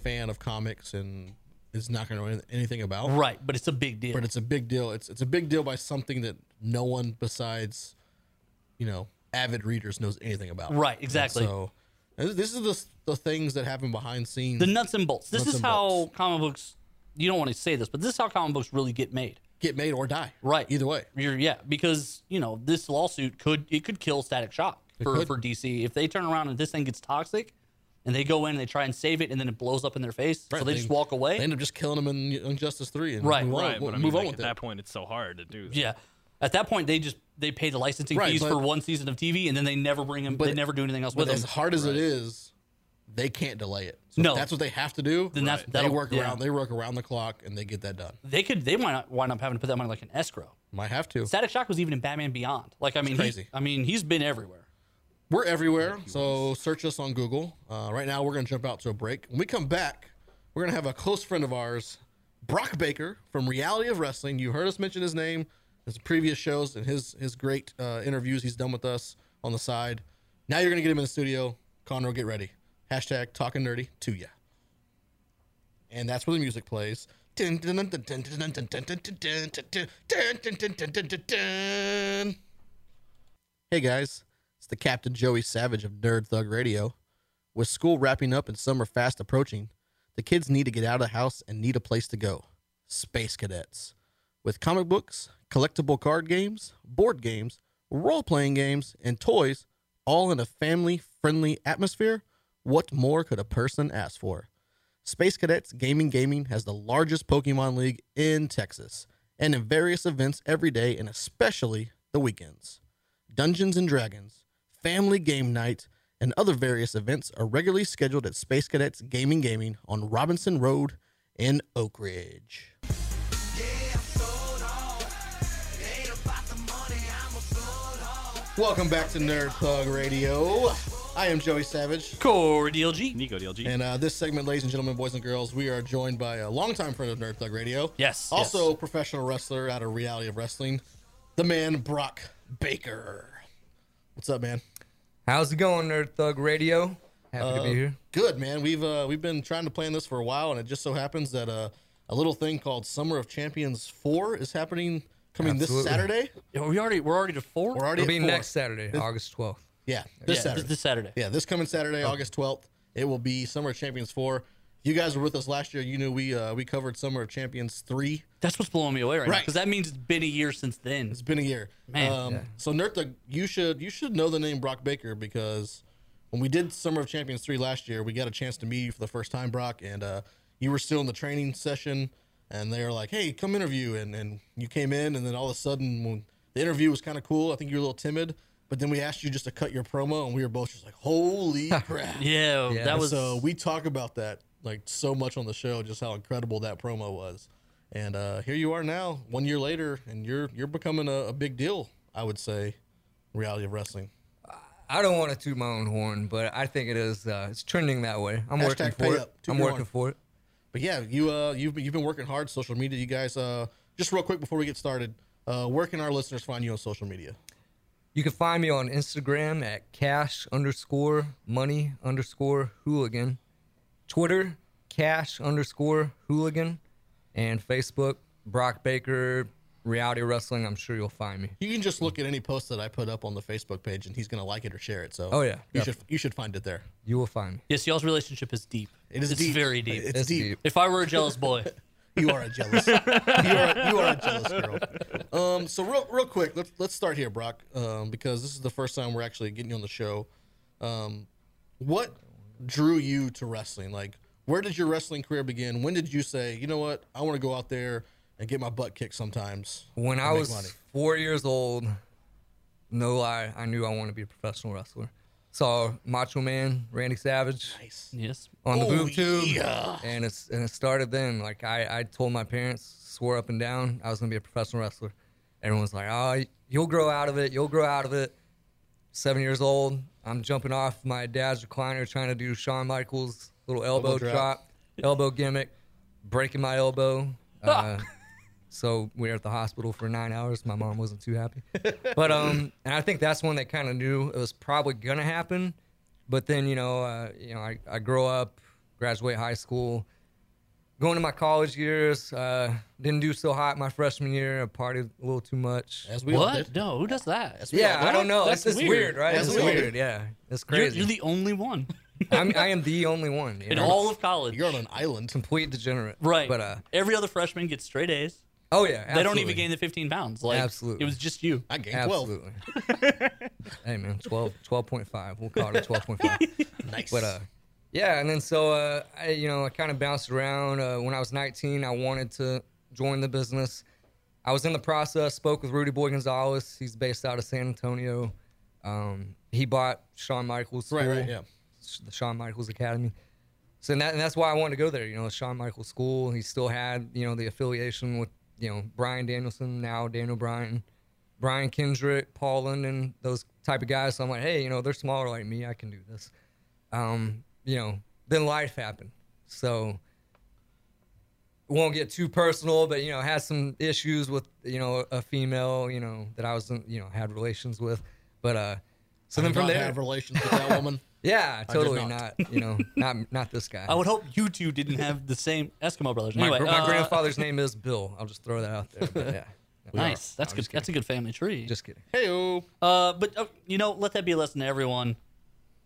Speaker 1: fan of comics and is not going to know anything about.
Speaker 2: Right, but it's a big deal.
Speaker 1: But it's a big deal. It's it's a big deal by something that no one besides, you know, avid readers knows anything about.
Speaker 2: Right, exactly.
Speaker 1: So, and this is the the things that happen behind scenes
Speaker 2: the nuts and bolts. This
Speaker 1: Nuts
Speaker 2: is
Speaker 1: and
Speaker 2: how
Speaker 1: bolts.
Speaker 2: comic books. You don't want to say this, but this is how comic books really get made.
Speaker 1: get made or die.
Speaker 2: Right.
Speaker 1: Either way.
Speaker 2: You're, yeah, because you know this lawsuit could it could kill Static Shock for,
Speaker 1: could.
Speaker 2: for DC if they turn around and this thing gets toxic, and they go in and they try and save it and then it blows up in their face, so they, just walk away.
Speaker 1: They end up just killing them in Injustice Three and
Speaker 2: Right,
Speaker 1: move on,
Speaker 3: Right. But I mean,
Speaker 1: move on
Speaker 3: like,
Speaker 1: with
Speaker 3: at
Speaker 1: it.
Speaker 3: that point, it's so hard to do. That.
Speaker 2: yeah, at that point they just they pay the licensing
Speaker 1: Right,
Speaker 2: fees
Speaker 1: but-
Speaker 2: for one season of TV and then they never bring them. They never do anything else with
Speaker 1: But
Speaker 2: them.
Speaker 1: as hard as it is, they can't delay it. So
Speaker 2: No.
Speaker 1: if that's what they have to do.
Speaker 2: Then that's-
Speaker 1: they
Speaker 2: that'll-
Speaker 1: work
Speaker 2: yeah.
Speaker 1: around. They work around the clock and they get that done.
Speaker 2: They could. They might not wind up having to put that money like an escrow.
Speaker 1: Might have to.
Speaker 2: Static Shock was even in Batman Beyond. Like I mean, he-
Speaker 1: crazy.
Speaker 2: I mean, he's been everywhere.
Speaker 1: We're everywhere, so search us on Google. Uh, right now, we're going to jump out to a break. When we come back, we're going to have a close friend of ours, Brock Baker from Reality of Wrestling. You heard us mention his name in some previous shows and his his great uh, interviews he's done with us on the side. Now you're going to get him in the studio. Conroe, get ready. Hashtag talking nerdy to ya. And that's where the music plays. Hey guys, it's the Captain Joey Savage of Nerd Thug Radio. With school wrapping up and summer fast approaching, the kids need to get out of the house and need a place to go. Space Cadets. With comic books, collectible card games, board games, role playing games, and toys, all in a family friendly atmosphere, what more could a person ask for? Space Cadets Gaming Gaming has the largest Pokemon League in Texas and in various events every day and especially the weekends. Dungeons and Dragons, Family Game Night, and other various events are regularly scheduled at Space Cadets Gaming Gaming on Robinson Road in Oak Ridge. Welcome back to Nerd Thug Radio. I am Joey Savage.
Speaker 2: Cordial G.
Speaker 3: Nico DLG.
Speaker 1: And uh, this segment, ladies and gentlemen, boys and girls, we are joined by a longtime friend of Nerd Thug Radio.
Speaker 2: Yes,
Speaker 1: Also, professional wrestler out of Reality of Wrestling, the man Brock Baker. What's up, man?
Speaker 4: How's it going, Nerd Thug Radio? Happy to
Speaker 1: Uh,
Speaker 4: be here.
Speaker 1: Good, man. We've uh, we've been trying to plan this for a while, and it just so happens that uh, a little thing called Summer of Champions Four is happening coming
Speaker 4: Absolutely.
Speaker 1: this Saturday.
Speaker 2: Are we already? We're already to four.
Speaker 1: We're already
Speaker 4: It'll be
Speaker 1: at four.
Speaker 4: next Saturday, August 12th.
Speaker 1: Yeah, this
Speaker 2: yeah,
Speaker 1: Saturday.
Speaker 2: This, this Saturday.
Speaker 1: Yeah, this coming Saturday,
Speaker 4: Oh.
Speaker 1: August twelfth, it will be Summer of Champions Four. You guys were with us last year. You knew we uh, we covered Summer of Champions Three.
Speaker 2: That's what's blowing me away right, now
Speaker 1: Right.
Speaker 2: because that means it's been a year since then.
Speaker 1: It's been a year.
Speaker 2: Man.
Speaker 1: um, so Nertha, you should you should know the name Brock Baker because when we did Summer of Champions three last year, we got a chance to meet you for the first time, Brock, and uh, you were still in the training session, and they were like, "Hey, come interview," and and you came in, and then all of a sudden, when the interview was kind of cool, I think you were a little timid, but then we asked you just to cut your promo, and we were both just like, "Holy crap!"
Speaker 2: Yeah,
Speaker 4: Yeah.
Speaker 2: that was.
Speaker 1: so we talk about that like so much on the show, just how incredible that promo was. And uh, here you are now, one year later, and you're you're becoming a, a big deal, I would say, in reality of wrestling.
Speaker 4: I don't want to toot my own horn, but I think it is. Uh, it's trending that way. I'm working
Speaker 1: Hashtag
Speaker 4: for
Speaker 1: pay
Speaker 4: it.
Speaker 1: up. Toot
Speaker 4: I'm
Speaker 1: your
Speaker 4: working
Speaker 1: horn.
Speaker 4: for it.
Speaker 1: But yeah, you uh you've been, you've been working hard social media. You guys uh just real quick before we get started, uh where can our listeners find you on social media?
Speaker 4: You can find me on Instagram at cash underscore money underscore hooligan, Twitter cash underscore hooligan, and Facebook Brock Baker Reality Wrestling. I'm sure you'll find me.
Speaker 1: You can just look at any post that I put up on the Facebook page, and he's gonna like it or share it. So
Speaker 4: Oh, yeah.
Speaker 1: you should you should find it there.
Speaker 4: You will find me.
Speaker 2: yes, y'all's relationship is deep.
Speaker 1: It is
Speaker 2: It's
Speaker 1: deep.
Speaker 2: very deep.
Speaker 1: It's,
Speaker 4: It's
Speaker 1: deep.
Speaker 4: deep.
Speaker 2: if I were a
Speaker 1: <laughs>
Speaker 2: jealous boy,
Speaker 1: You are a jealous.
Speaker 4: <laughs>
Speaker 1: you, are, you are a jealous girl. Um, so real, real quick, let's let's start here, Brock, um, because this is the first time we're actually getting you on the show. Um, what drew you to wrestling? Like, where did your wrestling career begin? When did you say, you know what, I want to go out there and get my butt kicked sometimes?
Speaker 4: When I
Speaker 1: make
Speaker 4: was
Speaker 1: money.
Speaker 4: four years old, no lie, I knew I wanted to be a professional wrestler. Saw Macho Man, Randy Savage
Speaker 1: Nice.
Speaker 2: yes.
Speaker 4: on the
Speaker 1: Oh,
Speaker 4: boob tube,
Speaker 1: yeah.
Speaker 4: and it's and it started then. Like I, I told my parents, swore up and down, I was gonna be a professional wrestler. Everyone's like, oh, you'll grow out of it, you'll grow out of it. Seven years old, I'm jumping off my dad's recliner trying to do Shawn Michaels little elbow,
Speaker 1: drop.
Speaker 4: drop, elbow gimmick, breaking
Speaker 1: <laughs>
Speaker 4: my elbow. Uh, so we were at the hospital for nine hours. My mom wasn't too
Speaker 1: <laughs>
Speaker 4: happy, but um, and I think that's when they kind of knew it was probably gonna happen. But then you know, uh, you know, I, I grow up, graduate high school, going to my college years. Uh, didn't do so hot my freshman year. I partied a little too much.
Speaker 1: As we all
Speaker 2: What?
Speaker 1: did.
Speaker 2: No, who does that?
Speaker 1: As we all
Speaker 4: yeah, I
Speaker 1: did.
Speaker 4: don't know.
Speaker 2: That's
Speaker 4: That's, just
Speaker 2: weird.
Speaker 4: weird. right?
Speaker 1: That's
Speaker 4: It's
Speaker 1: weird.
Speaker 4: weird. Yeah, it's
Speaker 2: You're,
Speaker 4: crazy.
Speaker 2: you're the only one
Speaker 4: <laughs>
Speaker 1: <laughs>
Speaker 4: I'm, I am the only one you
Speaker 2: in
Speaker 4: know?
Speaker 2: all of college.
Speaker 1: You're on an island.
Speaker 4: complete degenerate.
Speaker 2: right.
Speaker 4: But uh,
Speaker 2: Every other freshman gets straight A's.
Speaker 4: oh yeah,
Speaker 2: They don't even
Speaker 4: absolutely.
Speaker 2: gain the 15 pounds. Like, It
Speaker 4: Absolutely.
Speaker 2: was just you.
Speaker 1: I gained twelve.
Speaker 2: <laughs>
Speaker 4: Absolutely. hey man, 12, 12.5. We'll call it twelve point
Speaker 2: <laughs>
Speaker 4: five.
Speaker 1: Nice.
Speaker 4: But uh, yeah, and then so uh, I, you know, I kind of bounced around. Uh, when I was 19, I wanted to join the business. I was in the process. Spoke with Rudy Boy Gonzalez. He's based out of San Antonio. Um, he bought Shawn Michaels.
Speaker 1: right,
Speaker 4: school.
Speaker 1: right, yeah.
Speaker 4: the Shawn Michaels Academy. So and, that, and that's why I wanted to go there. You know, Shawn Michaels School. He still had you know the affiliation with you know Brian Danielson, now Daniel Bryan, Brian Kendrick, Paul London, those type of guys. So I'm like, hey, you know, they're smaller like me. I can do this. Um, you know, then life happened. So won't get too personal, but you know, had some issues with you know a female you know that I was in- you know had relations with, but uh, so
Speaker 1: I
Speaker 4: then
Speaker 1: did
Speaker 4: from
Speaker 1: not
Speaker 4: there,
Speaker 1: have relations with that woman.
Speaker 4: yeah, totally not.
Speaker 1: not.
Speaker 4: you
Speaker 2: <laughs>
Speaker 4: know, not not this guy.
Speaker 2: I would hope you two didn't have the same Eskimo brothers.
Speaker 4: my,
Speaker 2: Anyway,
Speaker 4: gr- my
Speaker 2: uh,
Speaker 4: grandfather's name is Bill. I'll just throw that out there.
Speaker 2: <laughs>
Speaker 4: But yeah, We are-
Speaker 2: Nice. That's
Speaker 4: I'm
Speaker 2: good.
Speaker 4: Just kidding.
Speaker 2: That's a good family tree.
Speaker 4: Just kidding.
Speaker 1: Hey,
Speaker 2: Uh, but uh, you know, let that be a lesson to everyone.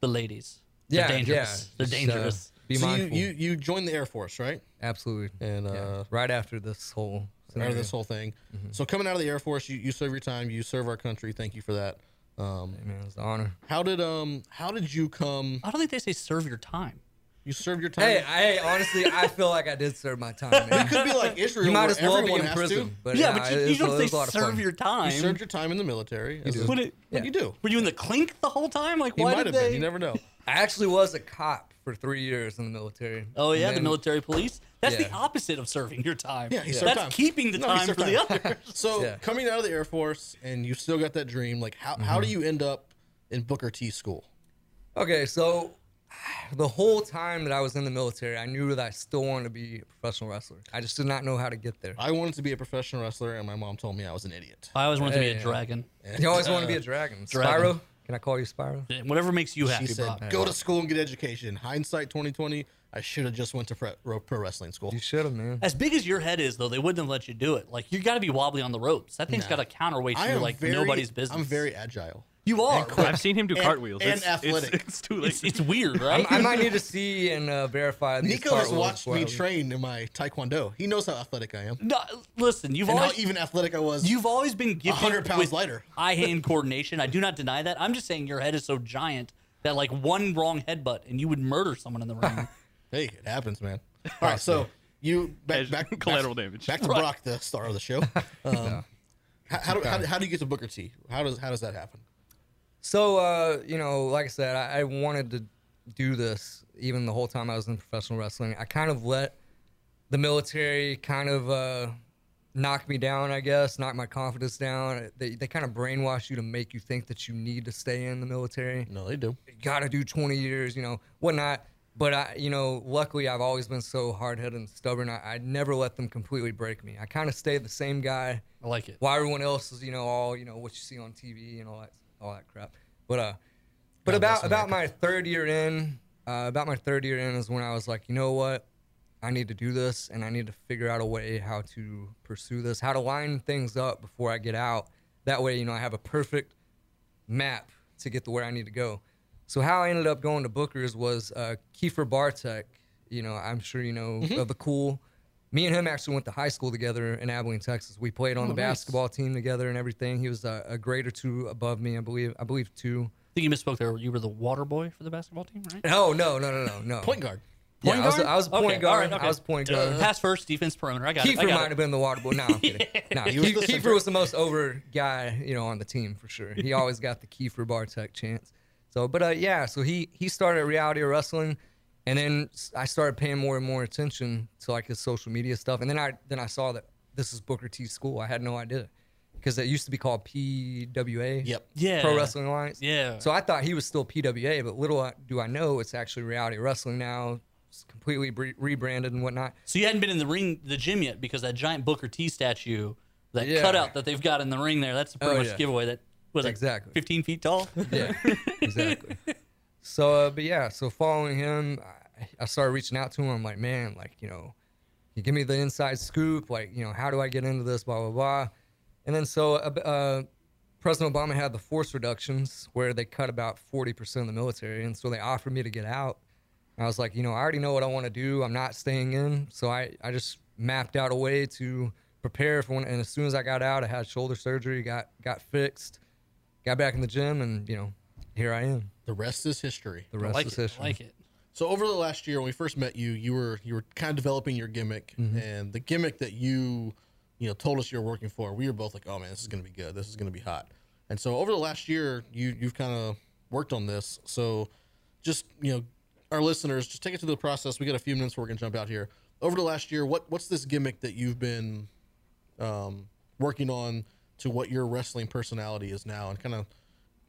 Speaker 2: The ladies,
Speaker 4: Yeah,
Speaker 2: they're dangerous.
Speaker 4: yeah.
Speaker 2: They're
Speaker 4: Just, uh,
Speaker 2: dangerous.
Speaker 4: <laughs> be
Speaker 1: so you,
Speaker 4: mindful.
Speaker 1: you you joined the Air Force, right?
Speaker 4: Absolutely.
Speaker 1: And
Speaker 4: Yeah.
Speaker 1: uh,
Speaker 4: right after this whole.
Speaker 1: out
Speaker 4: scenario.
Speaker 1: of this whole thing. So coming out of the Air Force, you, you serve your time, you serve our country. Thank you for that. Um,
Speaker 4: man, it was an honor.
Speaker 1: how did um how did you come?
Speaker 2: I don't think they say serve your time.
Speaker 1: You served your time.
Speaker 4: Hey, I, hey, honestly, I feel like I did serve my time.
Speaker 1: you
Speaker 4: Man.
Speaker 1: could be like Israel.
Speaker 4: You
Speaker 1: where
Speaker 4: might as well be
Speaker 1: everyone
Speaker 4: in
Speaker 1: has
Speaker 4: prison.
Speaker 1: To.
Speaker 4: But
Speaker 2: yeah,
Speaker 4: yeah,
Speaker 2: but you,
Speaker 4: it
Speaker 2: you
Speaker 4: was- it
Speaker 2: don't say
Speaker 4: was a lot of
Speaker 2: serve
Speaker 4: fun.
Speaker 2: your time.
Speaker 1: You served your time in the military. as a-
Speaker 2: What it-
Speaker 1: Like you do.
Speaker 2: Were you in the clink the whole time? Like
Speaker 1: He
Speaker 2: why
Speaker 1: might
Speaker 2: did
Speaker 1: have
Speaker 2: they?
Speaker 1: been. You never know.
Speaker 4: I actually was a cop for three years in the military.
Speaker 2: Oh
Speaker 4: And
Speaker 2: yeah, the
Speaker 4: then-
Speaker 2: military police. That's the
Speaker 4: Yeah.
Speaker 2: opposite of serving your time.
Speaker 1: Yeah, he served
Speaker 2: That's
Speaker 1: time.
Speaker 2: keeping the
Speaker 1: No, he
Speaker 2: time for
Speaker 1: served <laughs>
Speaker 2: the
Speaker 1: time.
Speaker 2: other.
Speaker 1: So
Speaker 4: Yeah.
Speaker 1: coming out of the Air Force, and you still got that dream. Like how how do you end up in Booker T school?
Speaker 4: Okay, so <sighs> the whole time that I was in the military, I knew that I still wanted to be a professional wrestler. I just did not know how to get there.
Speaker 1: I wanted to be a professional wrestler, and my mom told me I was an idiot.
Speaker 2: I always wanted to be
Speaker 4: Yeah.
Speaker 2: a dragon.
Speaker 4: <laughs> You always want to be a dragon.
Speaker 2: dragon.
Speaker 4: Spyro? Can I call you Spyro?
Speaker 2: Whatever makes you
Speaker 1: She
Speaker 2: happy,
Speaker 1: said,
Speaker 2: Brock.
Speaker 1: "Go to school and get education." Hindsight, twenty twenty. I should have just went to pre- ro- pro wrestling school.
Speaker 4: You should have, man.
Speaker 2: As big as your head is, though, they wouldn't have let you do it. Like you got to be wobbly on the ropes. That thing's got a counterweight to you, like nobody's business.
Speaker 1: I'm very agile.
Speaker 2: You are.
Speaker 3: I've seen him do
Speaker 1: And-
Speaker 3: cartwheels.
Speaker 1: and
Speaker 3: it's, it's-
Speaker 1: athletic.
Speaker 3: It's, too <laughs> late.
Speaker 2: It's, it's weird, right?
Speaker 4: I might need to see and uh, verify. these
Speaker 1: Nico has
Speaker 4: cartwheels
Speaker 1: watched
Speaker 4: before I
Speaker 1: me
Speaker 4: leave.
Speaker 1: train in my taekwondo. He knows how athletic I am
Speaker 2: no, listen, you've
Speaker 1: and how
Speaker 2: always
Speaker 1: even athletic I was.
Speaker 2: you've always been gifted
Speaker 1: 100 pounds
Speaker 2: with
Speaker 1: lighter.
Speaker 2: eye hand coordination. I do not deny that. I'm just saying your head is so giant that like one wrong headbutt and you would murder someone in the ring.
Speaker 1: hey, it happens, man. All right, so you back,
Speaker 3: As-
Speaker 1: back
Speaker 3: collateral
Speaker 1: back-
Speaker 3: damage.
Speaker 1: Back to Brock, the star of the <laughs> show. Um, how, how, do, how, how do you get to Booker T? How does how does that happen?
Speaker 4: So, uh, you know, like I said, I, I wanted to do this even the whole time I was in professional wrestling. I kind of let the military kind of uh, knock me down, I guess, knock my confidence down. They, they kind of brainwash you to make you think that you need to stay in the military.
Speaker 1: No, they do.
Speaker 4: You gotta do 20 years, you know, whatnot. But I, you know, luckily I've always been so hard headed and stubborn. I, I never let them completely break me. I kind of stayed the same guy
Speaker 2: I like it.
Speaker 4: why everyone else is you know all you know what you see on TV and all that all that crap. But uh, but about about my third year in, uh, about my third year in is when I was like, you know what, I need to do this and I need to figure out a way how to pursue this, how to line things up before I get out. That way, you know, I have a perfect map to get to where I need to go. So how I ended up going to Booker's was uh, Kiefer Bartek. You know, I'm sure you know
Speaker 2: Mm-hmm.
Speaker 4: of the cool. Me and him actually went to high school together in Abilene, Texas. We played
Speaker 2: Oh,
Speaker 4: on the basketball team together and everything. He was a, a grade or two above me, I believe. I believe two.
Speaker 2: I think you misspoke there. You were the water boy for the basketball team, right?
Speaker 4: No, Oh, no, no, no, no, no.
Speaker 1: Point guard.
Speaker 4: Yeah, I was, I was a point
Speaker 2: Okay, all
Speaker 4: guard.
Speaker 2: right, okay. Uh,
Speaker 4: I was a point guard.
Speaker 2: Pass first, defense perimeter. I got it. I
Speaker 4: Kiefer
Speaker 2: got
Speaker 4: might
Speaker 2: it.
Speaker 4: have been the water boy. No, I'm <laughs> kidding. No,
Speaker 1: He was
Speaker 4: Kiefer,
Speaker 1: the
Speaker 4: Kiefer
Speaker 1: center.
Speaker 4: was the most over guy, you know, on the team for sure. He always got the Kiefer Bartek chance. So, but uh, yeah, so he he started reality wrestling, and then s- I started paying more and more attention to like his social media stuff, and then I then I saw that this is Booker T school. I had no idea because it used to be called PWA.
Speaker 1: Yep.
Speaker 2: Yeah.
Speaker 4: Pro Wrestling Alliance.
Speaker 2: Yeah.
Speaker 4: So I thought he was still PWA, but little I- do I know it's actually reality wrestling now. It's completely bre- rebranded and whatnot.
Speaker 2: So you hadn't been in the ring, the gym yet, because that giant Booker T statue, that
Speaker 4: Yeah.
Speaker 2: cutout that they've got in the ring there—that's pretty
Speaker 4: Oh,
Speaker 2: much
Speaker 4: yeah.
Speaker 2: giveaway. That was
Speaker 4: Exactly.
Speaker 2: exactly 15 feet tall.
Speaker 4: Yeah, exactly. So, uh, but yeah, so following him, I, I started reaching out to him. I'm like, man, like, you know, you give me the inside scoop. Like, you know, how do I get into this? Blah, blah, blah. And then so uh, uh, President Obama had the force reductions where they cut about 40% of the military. And so they offered me to get out. And I was like, you know, I already know what I want to do. I'm not staying in. So I, I just mapped out a way to prepare for when. And as soon as I got out, I had shoulder surgery, got, got fixed got back in the gym and you know here i am
Speaker 1: The rest is history.
Speaker 4: the rest
Speaker 2: like
Speaker 4: is
Speaker 2: it.
Speaker 4: history
Speaker 2: Like it.
Speaker 1: So over the last year, when we first met you, you were you were kind of developing your gimmick,
Speaker 2: Mm-hmm.
Speaker 1: and the gimmick that you you know told us you were working for, we were both like, oh man, this is gonna be good, this is gonna be hot. And so over the last year, you you've kind of worked on this. So just you know, our listeners, just take it through the process. We got a few minutes before we're gonna jump out here. Over the last year, what what's this gimmick that you've been um, working on to what your wrestling personality is now, and kind of,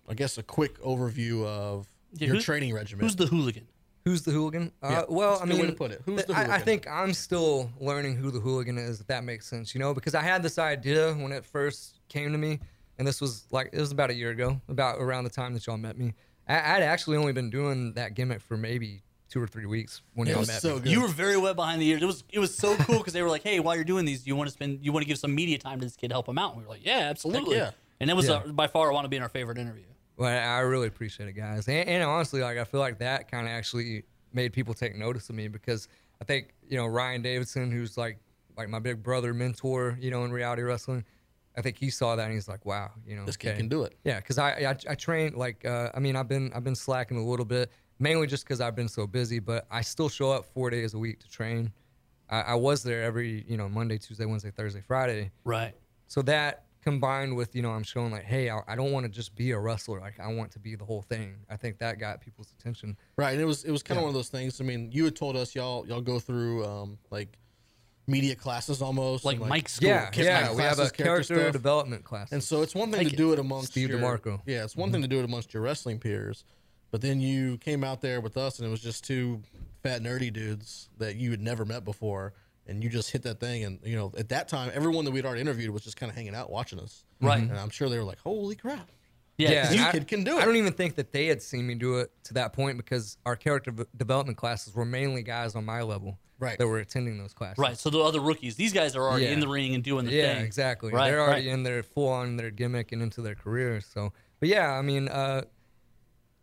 Speaker 1: I guess, a quick overview of
Speaker 2: Yeah,
Speaker 1: your
Speaker 2: who's-
Speaker 1: training regimen.
Speaker 2: Who's the hooligan?
Speaker 4: Who's the hooligan? Uh,
Speaker 1: Yeah,
Speaker 4: well,
Speaker 1: that's
Speaker 4: I
Speaker 1: a good
Speaker 4: mean,
Speaker 1: way to put it. Who's the
Speaker 4: I- I,
Speaker 1: hooligan?
Speaker 4: think I'm still learning who the hooligan is, if that makes sense, you know, because I had this idea when it first came to me, and this was like, it was about a year ago, about around the time that y'all met me. I, I'd actually only been doing that gimmick for maybe two or three weeks when
Speaker 1: It
Speaker 4: y'all
Speaker 1: was
Speaker 4: met
Speaker 1: so
Speaker 4: me.
Speaker 1: good.
Speaker 2: You were very well behind the ears. It was it was so cool because they were like, "Hey, while you're doing these, you want to spend, you want to give some media time to this kid, help him out." And we were like, "Yeah, absolutely."
Speaker 1: yeah.
Speaker 2: And that was
Speaker 4: Yeah.
Speaker 2: uh by far, I want to be in our favorite interview.
Speaker 4: Well, I really appreciate it, guys. And, and honestly, like I feel like that kind of actually made people take notice of me because I think you know Ryan Davidson, who's like like my big brother mentor, you know, in reality wrestling. I think he saw that and he's like, wow, you know,
Speaker 1: this kid can do it.
Speaker 4: Yeah, because I, I I train like uh, I mean I've been I've been slacking a little bit mainly just because I've been so busy, but I still show up four days a week to train. I, I was there every you know Monday, Tuesday, Wednesday, Thursday, Friday.
Speaker 2: Right.
Speaker 4: So that combined with you know I'm showing like, hey, I, I don't want to just be a wrestler. Like I want to be the whole thing. I think that got people's attention.
Speaker 1: Right, and it was it was kind of one of those things. I mean, you had told us y'all y'all go through um, like media classes almost,
Speaker 2: Like
Speaker 1: and,
Speaker 2: Mike's school.
Speaker 4: Yeah,
Speaker 1: character
Speaker 4: yeah. We have a
Speaker 1: classes, character
Speaker 4: character
Speaker 1: stuff.
Speaker 4: development class.
Speaker 1: And so it's one thing
Speaker 2: Take
Speaker 1: to
Speaker 2: it.
Speaker 1: do it amongst
Speaker 4: Steve
Speaker 1: your,
Speaker 4: DeMarco.
Speaker 1: Yeah, it's one
Speaker 2: Mm-hmm.
Speaker 1: thing to do it amongst your wrestling peers, but then you came out there with us, and it was just two fat nerdy dudes that you had never met before, and you just hit that thing. And you know, at that time, everyone that we'd already interviewed was just kind of hanging out watching us,
Speaker 2: Right.
Speaker 1: And I'm sure they were like, "Holy crap!"
Speaker 2: Yeah.
Speaker 4: Yeah,
Speaker 2: 'cause
Speaker 4: and
Speaker 1: you
Speaker 4: I-
Speaker 1: kid can do
Speaker 4: I
Speaker 1: it.
Speaker 4: don't even think that they had seen me do it to that point because our character v- development classes were mainly guys on my level
Speaker 1: Right.
Speaker 4: that were attending those classes.
Speaker 2: Right. So the other rookies, these guys are already
Speaker 4: Yeah.
Speaker 2: in the ring and doing the
Speaker 4: Yeah,
Speaker 2: thing.
Speaker 4: exactly.
Speaker 2: Right,
Speaker 4: They're already
Speaker 2: right.
Speaker 4: in their full on their gimmick and into their career. So, but yeah, I mean, uh,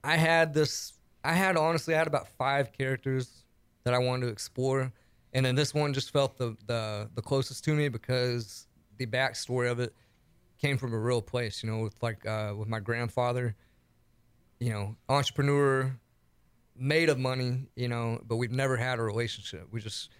Speaker 4: I had this. I had honestly, I had about five characters that I wanted to explore, and then this one just felt the the the closest to me because the backstory of it came from a real place. You know, with like uh, with my grandfather, you know, entrepreneur, made of money. You know, but we've never had a relationship. We just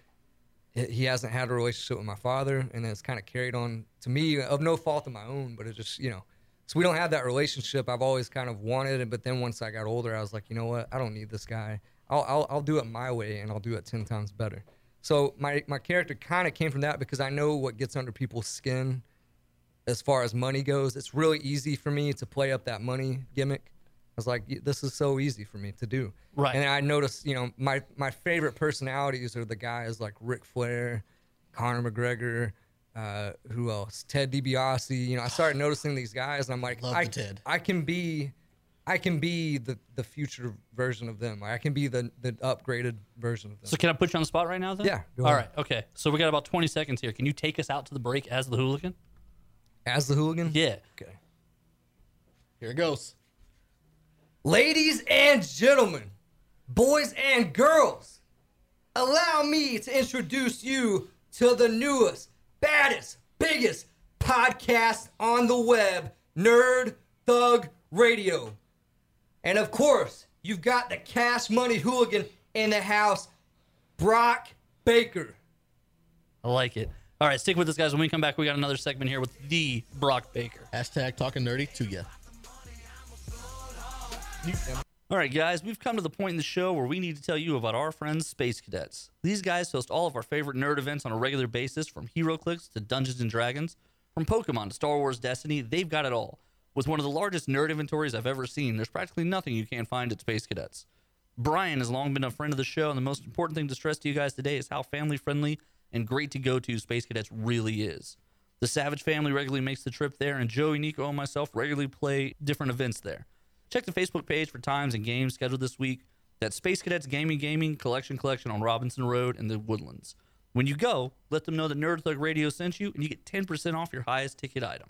Speaker 4: he- he hasn't had a relationship with my father, and it's kind of carried on to me of no fault of my own, but it just you know, so we don't have that relationship. I've always kind of wanted it, but then once I got older, I was like, you know what, I don't need this guy. I'll I'll, I'll do it my way, and I'll do it ten times better. So my my character kind of came from that because I know what gets under people's skin as far as money goes, it's really easy for me to play up that money gimmick. I was like, "Y- this is so easy for me to do.
Speaker 2: Right.
Speaker 4: And I noticed, you know, my my favorite personalities are the guys like Ric Flair, Conor McGregor, uh, who else? Ted DiBiase. You know, I started noticing these guys, and I'm like,
Speaker 1: Love
Speaker 4: I,
Speaker 1: the Ted.
Speaker 4: I can be, I can be the the future version of them. Like, I can be the the upgraded version of them.
Speaker 2: So can I put you on the spot right now? Then.
Speaker 4: Yeah, go
Speaker 2: All right.
Speaker 4: ahead.
Speaker 2: Okay. So we got about 20 seconds here. Can you take us out to the break as the hooligan?
Speaker 4: As the hooligan.
Speaker 2: Yeah.
Speaker 4: Okay.
Speaker 1: Here it goes.
Speaker 4: Ladies and gentlemen, boys and girls, allow me to introduce you to the newest, baddest, biggest podcast on the web, Nerd Thug Radio. And of course, you've got the cash money hooligan in the house, Brock Baker.
Speaker 2: I like it. All right. Stick with us, guys. When we come back, we got another segment here with the Brock Baker.
Speaker 1: Hashtag talking nerdy to ya.
Speaker 2: All right, guys, we've come to the point in the show where we need to tell you about our friends, Space Cadets. These guys host all of our favorite nerd events on a regular basis, from HeroClix to Dungeons and Dragons, from Pokemon to Star Wars Destiny. They've got it all. With one of the largest nerd inventories I've ever seen, there's practically nothing you can't find at Space Cadets. Brian has long been a friend of the show, and the most important thing to stress to you guys today is how family friendly and great to go to Space Cadets really is. The Savage family regularly makes the trip there, and Joey, Nico, and myself regularly play different events there. Check the Facebook page for times and games scheduled this week. That's Space Cadets Gaming Gaming Collection Collection on Robinson Road in the Woodlands. When you go, let them know that Nerd Thug Radio sent you, and you get 10% off your highest ticket item.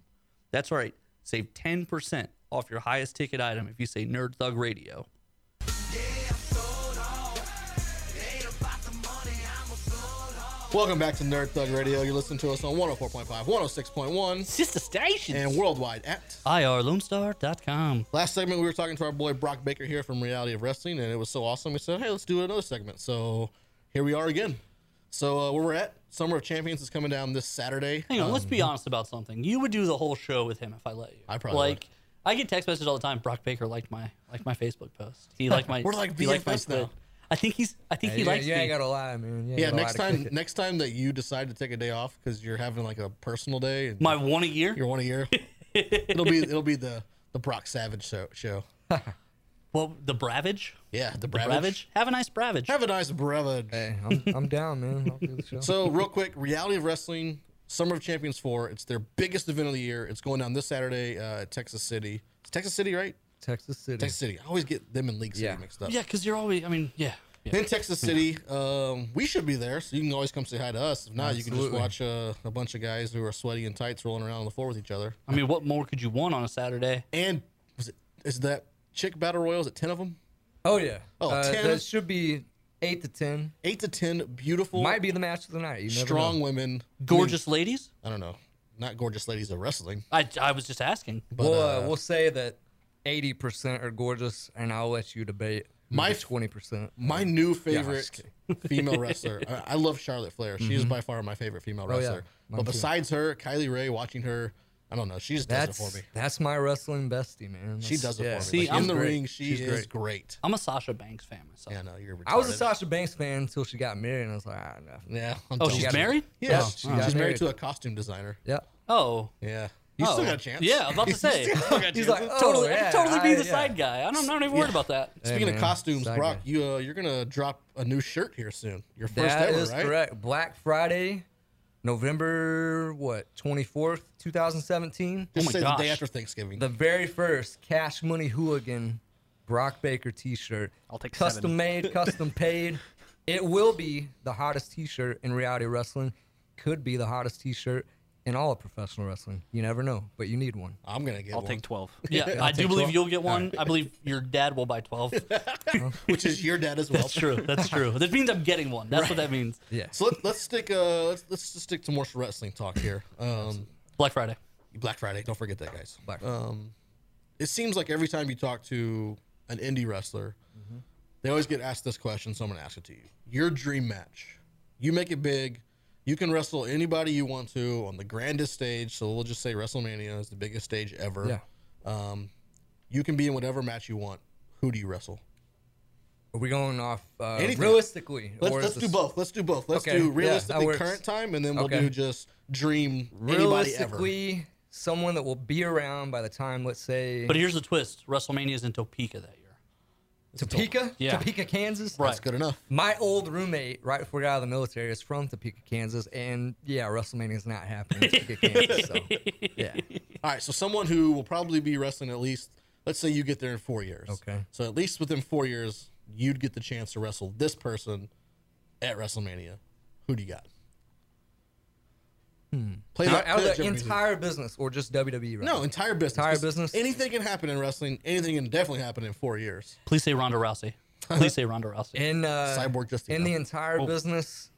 Speaker 2: That's right, save 10% off your highest ticket item if you say Nerd Thug Radio.
Speaker 1: Welcome back to Nerd Thug Radio. You're listening to us on 104.5, 106.1,
Speaker 2: Sister Station!
Speaker 1: and worldwide at
Speaker 2: IRLoneStar.com.
Speaker 1: Last segment, we were talking to our boy Brock Baker here from Reality of Wrestling, and it was so awesome. We said, "Hey, let's do another segment." So here we are again. So uh, where we're at, Summer of Champions is coming down this Saturday.
Speaker 2: Hang on, let's be honest about something. You would do the whole show with him if I let you.
Speaker 1: I probably
Speaker 2: like. I get text messages all the time. Brock Baker liked my liked my Facebook post. He liked my.
Speaker 1: We're like
Speaker 2: he liked my
Speaker 1: BFFs now.
Speaker 2: thread. I think he's. I think he
Speaker 4: yeah,
Speaker 2: likes
Speaker 4: you
Speaker 2: me.
Speaker 4: ain't gotta lie, man. You ain't
Speaker 1: Yeah,
Speaker 4: gotta lie
Speaker 1: next
Speaker 4: to
Speaker 1: time,
Speaker 4: click it.
Speaker 1: next time that you decide to take a day off because you're having like a personal day, and
Speaker 2: My one a year.
Speaker 1: you're one a year, it'll be it'll be the the Brock Savage show. show.
Speaker 2: Well, the Bravage.
Speaker 1: Yeah, the
Speaker 2: Bravage.
Speaker 1: Bravage.
Speaker 2: Have a nice Bravage.
Speaker 1: Have a nice Bravage.
Speaker 4: Hey, I'm, I'm
Speaker 1: <laughs>
Speaker 4: down, man. I'll do the show.
Speaker 1: So real quick, Reality of Wrestling Summer of Champions Four. It's their biggest event of the year. It's going down this Saturday uh, at Texas City. It's Texas City, right?
Speaker 4: Texas City.
Speaker 1: Texas City. I always get them in League City
Speaker 4: Yeah.
Speaker 1: mixed up.
Speaker 2: Yeah, because you're always. I mean, yeah. yeah.
Speaker 1: In Texas City, um, we should be there, so you can always come say hi to us. If not, you can just watch uh, a bunch of guys who are sweaty and tights rolling around on the floor with each other.
Speaker 2: I mean, what more could you want on a Saturday?
Speaker 1: And was it, is that chick battle royals at ten of them?
Speaker 4: Oh yeah.
Speaker 1: Oh,
Speaker 4: uh,
Speaker 1: 10?
Speaker 4: That should be eight to ten.
Speaker 1: Eight to ten beautiful,
Speaker 4: Might be the match of the night. You never
Speaker 1: strong
Speaker 4: Know.
Speaker 1: women,
Speaker 2: Gorgeous ladies.
Speaker 1: I don't know, not gorgeous ladies of wrestling,
Speaker 2: I, I was just asking.
Speaker 1: but
Speaker 4: we'll,
Speaker 1: uh,
Speaker 4: uh, we'll say that eighty percent are gorgeous, and I'll let you debate
Speaker 1: My-
Speaker 4: my twenty percent.
Speaker 1: my new favorite
Speaker 4: just <laughs>
Speaker 1: female wrestler. I, I love Charlotte Flair. She is by far my favorite female
Speaker 4: Mm-hmm. Oh, yeah.
Speaker 1: wrestler.
Speaker 4: Mine
Speaker 1: But
Speaker 4: too.
Speaker 1: besides her, Kylie Rae, watching her, I don't know, she just does it
Speaker 4: That's
Speaker 1: for me.
Speaker 4: that's my wrestling bestie, man.
Speaker 1: She
Speaker 4: That's-
Speaker 1: does it
Speaker 4: yeah.
Speaker 1: for me.
Speaker 2: See,
Speaker 1: Like,
Speaker 2: I'm
Speaker 1: in the
Speaker 4: great.
Speaker 1: ring, she
Speaker 4: She's
Speaker 1: is great.
Speaker 4: great.
Speaker 2: I'm a Sasha Banks fan myself.
Speaker 1: Yeah, no, you're. Retarded.
Speaker 4: I was uh, a Sasha Banks fan until she got married, and I was like, ah, enough.
Speaker 1: Yeah. I'm
Speaker 2: Oh,
Speaker 1: telling
Speaker 2: she's
Speaker 1: you.
Speaker 2: married.
Speaker 1: Yeah,
Speaker 4: Oh,
Speaker 1: she's
Speaker 4: wow.
Speaker 1: married,
Speaker 4: married.
Speaker 1: to a costume designer.
Speaker 4: Yeah.
Speaker 2: Oh.
Speaker 1: Yeah, you still
Speaker 2: Oh.
Speaker 1: got a chance.
Speaker 2: Yeah, I'm about to say.
Speaker 4: <laughs> He's like, oh,
Speaker 2: totally, I
Speaker 4: yeah,
Speaker 2: could totally be
Speaker 4: I-
Speaker 2: the
Speaker 4: yeah.
Speaker 2: side guy. I don't, I'm not even worried about that.
Speaker 1: Speaking
Speaker 4: man.
Speaker 1: of costumes,
Speaker 4: Side
Speaker 1: Brock,
Speaker 4: guy.
Speaker 1: you uh, you're gonna drop a new shirt here soon. Your first
Speaker 4: That
Speaker 1: ever,
Speaker 4: is
Speaker 1: right?
Speaker 4: correct. Black Friday, November what twenty fourth, two thousand seventeen.
Speaker 1: Just
Speaker 2: my
Speaker 1: say the day
Speaker 2: gosh.
Speaker 1: after Thanksgiving.
Speaker 4: Oh The very first Cash Money Hooligan Brock Baker T-shirt.
Speaker 3: I'll take
Speaker 4: custom
Speaker 3: seven.
Speaker 4: made, custom paid. It will be the hottest T-shirt in reality wrestling. Could be the hottest T-shirt in all of professional wrestling. You never know, but you need one.
Speaker 1: I'm gonna get
Speaker 3: <laughs> I'll
Speaker 1: one,
Speaker 3: take 12.
Speaker 4: <laughs>
Speaker 2: Yeah, I do
Speaker 4: take
Speaker 2: believe
Speaker 4: 12.
Speaker 2: you'll get one. I believe your dad will buy
Speaker 4: <laughs>
Speaker 2: 12.
Speaker 1: which is your dad as well.
Speaker 2: That's true. That's true. <laughs> That means I'm getting one. That's what that means.
Speaker 4: Yeah.
Speaker 1: So let, let's stick. Uh, let's let's just stick to more wrestling talk here. Um,
Speaker 2: Black Friday.
Speaker 1: Black Friday. Don't forget that, guys.
Speaker 4: Black Friday.
Speaker 1: Um, it seems like every time you talk to an indie wrestler, they always get asked this question. So I'm gonna ask it to you. Your dream match. You make it big. You can wrestle anybody you want to on the grandest stage. So we'll just say WrestleMania is the biggest stage ever.
Speaker 4: Yeah.
Speaker 1: Um, you can be in whatever match you want. Who do you wrestle?
Speaker 4: Are we going off uh,
Speaker 1: Anything.
Speaker 4: realistically?
Speaker 1: Let's,
Speaker 4: or is
Speaker 1: let's
Speaker 4: this-
Speaker 1: do both. Let's do both. Let's
Speaker 4: Okay, yeah,
Speaker 1: do
Speaker 4: that
Speaker 1: realistically
Speaker 4: works.
Speaker 1: current time, and then we'll
Speaker 4: Okay.
Speaker 1: do just dream anybody ever.
Speaker 4: Realistically, someone that will be around by the time, let's say,
Speaker 2: But here's the twist WrestleMania is in Topeka that year.
Speaker 4: Topeka,
Speaker 2: Yeah.
Speaker 4: Topeka, Kansas.
Speaker 2: Right.
Speaker 1: That's good enough.
Speaker 4: My old roommate, right before we got out of the military, is from Topeka, Kansas, and yeah, WrestleMania is not happening in Topeka, Kansas. So yeah,
Speaker 1: All right, so someone who will probably be wrestling at least, let's say you get there in four years.
Speaker 4: Okay.
Speaker 1: So at least within four years, you'd get the chance to wrestle this person at WrestleMania. Who do you got? Hmm. Play
Speaker 4: out,
Speaker 1: that, play that
Speaker 4: out of the
Speaker 1: Jeopardy music.
Speaker 4: entire business or just WWE? Right?
Speaker 1: no entire business.
Speaker 4: Entire
Speaker 1: 'cause
Speaker 4: business?
Speaker 1: Anything can happen in wrestling. Anything can definitely happen in four years.
Speaker 2: Please say Ronda Rousey. Please say Ronda
Speaker 4: <laughs>
Speaker 2: Rousey.
Speaker 4: in uh,
Speaker 1: Cyborg just
Speaker 4: in the
Speaker 1: emailed.
Speaker 4: entire business.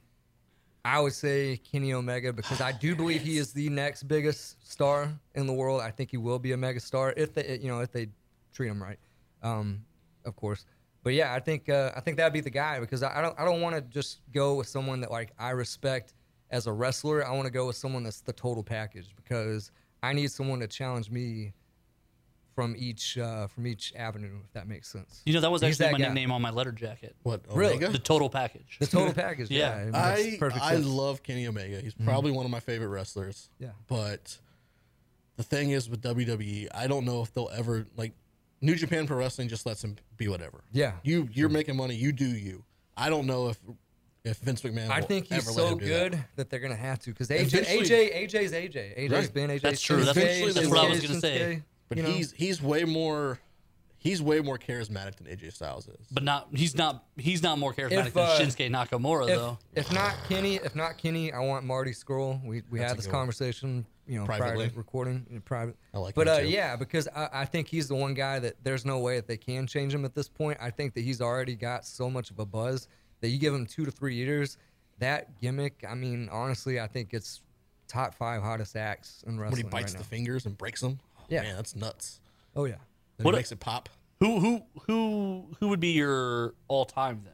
Speaker 4: I would say Kenny Omega because I do believe he is the next biggest star in the world. I think he will be a mega star if they, you know, if they treat him right, um, of course. But yeah, I think uh, I think that'd be the guy because I, I don't I don't want to just go with someone that like I respect as a wrestler. I want to go with someone that's the total package because I need someone to challenge me from each uh, from each avenue, if that makes sense.
Speaker 2: You know, that was
Speaker 4: He's
Speaker 2: actually
Speaker 4: that
Speaker 2: my
Speaker 4: guy.
Speaker 2: nickname on my letter jacket.
Speaker 1: What
Speaker 4: Really?
Speaker 1: Omega?
Speaker 2: The total package.
Speaker 4: <laughs> The total package.
Speaker 2: Yeah.
Speaker 4: yeah, it
Speaker 1: I
Speaker 4: makes perfect
Speaker 1: I
Speaker 4: sense. Mm-hmm.
Speaker 1: love Kenny Omega. He's probably one of my favorite wrestlers.
Speaker 4: Yeah.
Speaker 1: But the thing is with WWE, I don't know if they'll ever like New Japan Pro Wrestling just lets him be whatever.
Speaker 4: Yeah.
Speaker 1: You you're making money, you do you. I don't know if if Vince McMahon
Speaker 4: I
Speaker 1: will
Speaker 4: think he's
Speaker 1: ever let
Speaker 4: so
Speaker 1: him do that.
Speaker 4: good that. they're gonna have to because AJ,
Speaker 1: Eventually-
Speaker 4: AJ, AJ's AJ, AJ's
Speaker 1: Right.
Speaker 4: been AJ.
Speaker 2: That's true.
Speaker 4: Shinsuke,
Speaker 2: That's
Speaker 1: what- that's
Speaker 4: Shinsuke,
Speaker 1: what I was
Speaker 2: gonna say.
Speaker 4: Shinsuke,
Speaker 1: But
Speaker 4: you know?
Speaker 1: he's he's way more he's way more charismatic than AJ Styles is.
Speaker 2: But not he's not he's not more charismatic
Speaker 4: If, uh,
Speaker 2: than Shinsuke Nakamura
Speaker 4: if,
Speaker 2: though.
Speaker 4: if not Kenny, if not Kenny, I want Marty Scroll. We we
Speaker 1: That's a
Speaker 4: had this
Speaker 1: good one.
Speaker 4: conversation, you know, prior
Speaker 1: Privately.
Speaker 4: to recording in private.
Speaker 1: I like
Speaker 4: but
Speaker 1: him
Speaker 4: uh,
Speaker 1: too.
Speaker 4: yeah, because I, I think he's the one guy that there's no way that they can change him at this point. I think that he's already got so much of a buzz that you give him two to three years. That gimmick, I mean, honestly, I think it's top five hottest acts in
Speaker 1: When he
Speaker 4: wrestling.
Speaker 1: bites
Speaker 4: right
Speaker 1: the
Speaker 4: now.
Speaker 1: fingers and breaks them, oh,
Speaker 4: Yeah.
Speaker 1: man, that's nuts.
Speaker 4: Oh yeah.
Speaker 1: That
Speaker 2: What
Speaker 1: he
Speaker 2: a-
Speaker 1: makes it pop.
Speaker 2: Who who who who would be your all time then?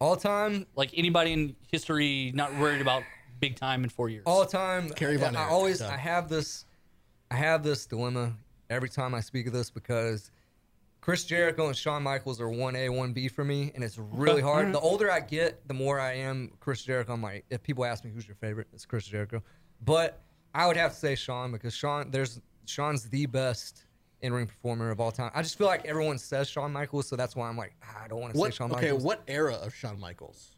Speaker 4: All time,
Speaker 2: Like anybody in history not worried about big time in four years.
Speaker 4: all time.
Speaker 1: Kerry Von
Speaker 4: I
Speaker 1: Erich,
Speaker 4: always
Speaker 1: done.
Speaker 4: I have this I have this dilemma every time I speak of this because Chris Jericho and Shawn Michaels are one A, one B for me, and
Speaker 2: <laughs>
Speaker 4: it's really hard. The
Speaker 2: Mm-hmm.
Speaker 4: older I get, the more I am Chris Jericho. I'm like, if people ask me who's your favorite, it's Chris Jericho. But I would have to say Shawn because Shawn, there's Shawn's the best in ring performer of all time. I just feel like everyone says Shawn Michaels, so that's why I'm like, ah, I don't want to say
Speaker 1: What,
Speaker 4: Shawn
Speaker 1: okay,
Speaker 4: Michaels.
Speaker 1: what era of Shawn Michaels?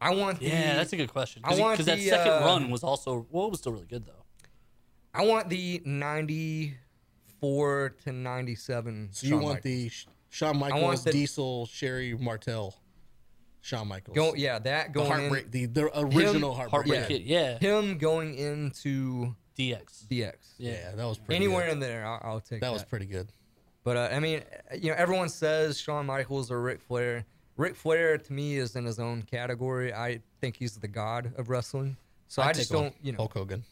Speaker 4: I want
Speaker 2: Yeah,
Speaker 4: the,
Speaker 2: that's a good question.
Speaker 4: I want
Speaker 2: Because that
Speaker 4: the,
Speaker 2: second
Speaker 4: uh,
Speaker 2: run was also well, it was still really good though.
Speaker 4: I want the '94 to '97.
Speaker 1: So you want the Sh- Shawn Michaels,
Speaker 4: the-
Speaker 1: Diesel, Sherry Martel, Shawn Michaels.
Speaker 4: go? Yeah, that
Speaker 1: the
Speaker 4: going
Speaker 1: heartbreak, the, the original heartbreak.
Speaker 2: Heartbreak
Speaker 1: yeah.
Speaker 2: Kid, yeah,
Speaker 4: in, him going into
Speaker 2: DX.
Speaker 4: DX.
Speaker 2: Yeah.
Speaker 1: Yeah, that was pretty.
Speaker 4: Anywhere
Speaker 1: good.
Speaker 4: in there, I'll, I'll take that.
Speaker 1: that was pretty good.
Speaker 4: But uh, I mean, you know, everyone says Shawn Michaels or Ric Flair. Ric Flair to me is in his own category. I think he's the god of wrestling. So I
Speaker 1: I'd
Speaker 4: just
Speaker 1: take on
Speaker 4: don't, you know.
Speaker 1: Hulk Hogan.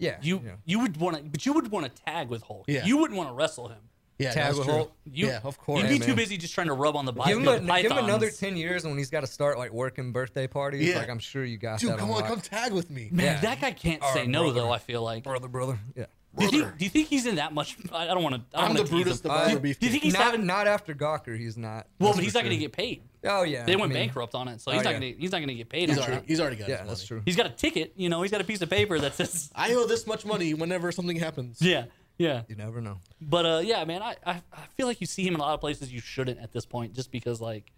Speaker 4: Yeah,
Speaker 2: You
Speaker 4: know.
Speaker 2: you would want to, but you would want to tag with Hulk.
Speaker 1: Yeah.
Speaker 2: You wouldn't want to wrestle him.
Speaker 1: Yeah,
Speaker 4: Tag
Speaker 1: that's
Speaker 4: with
Speaker 1: true.
Speaker 4: Hulk.
Speaker 2: You,
Speaker 1: yeah, of course.
Speaker 2: You'd be too
Speaker 4: man.
Speaker 2: busy just trying to rub on the body.
Speaker 4: Give him, a, give him another
Speaker 2: ten.
Speaker 4: ten years, and when he's got to start like working birthday parties,
Speaker 1: Yeah.
Speaker 4: like I'm sure you got
Speaker 1: Dude,
Speaker 4: that.
Speaker 1: come on,
Speaker 4: unlocked.
Speaker 1: come tag with me.
Speaker 2: Man,
Speaker 4: Yeah.
Speaker 2: that guy can't
Speaker 4: All
Speaker 2: say
Speaker 4: right,
Speaker 2: no
Speaker 4: brother.
Speaker 2: though. I feel like. Do
Speaker 4: brother, brother. Yeah.
Speaker 2: you, think, do you think he's in that much? I I don't want to.
Speaker 1: I'm the Brutus the
Speaker 4: Uh,
Speaker 1: Barber
Speaker 4: do-
Speaker 1: Beefcake.
Speaker 2: Do you think he's
Speaker 4: not,
Speaker 2: having?
Speaker 4: not after Gawker, he's not.
Speaker 2: well,
Speaker 4: that's
Speaker 2: but he's
Speaker 4: for
Speaker 2: not going to
Speaker 4: sure.
Speaker 2: get paid.
Speaker 4: Oh yeah,
Speaker 2: They
Speaker 4: I
Speaker 2: went
Speaker 4: mean,
Speaker 2: bankrupt on it, so he's
Speaker 4: oh,
Speaker 2: not
Speaker 4: yeah.
Speaker 2: going to. He's not going to get paid.
Speaker 1: He's
Speaker 2: on
Speaker 1: already,
Speaker 2: that.
Speaker 1: he's already got
Speaker 4: Yeah,
Speaker 1: his
Speaker 4: that's
Speaker 1: money.
Speaker 4: true.
Speaker 2: He's got a ticket. You know, he's got a piece of paper that says. <laughs>
Speaker 1: I owe this much money whenever something happens.
Speaker 2: Yeah, yeah.
Speaker 4: You never know.
Speaker 2: But uh, yeah, man, I, I I feel like you see him in a lot of places you shouldn't at this point, just because like,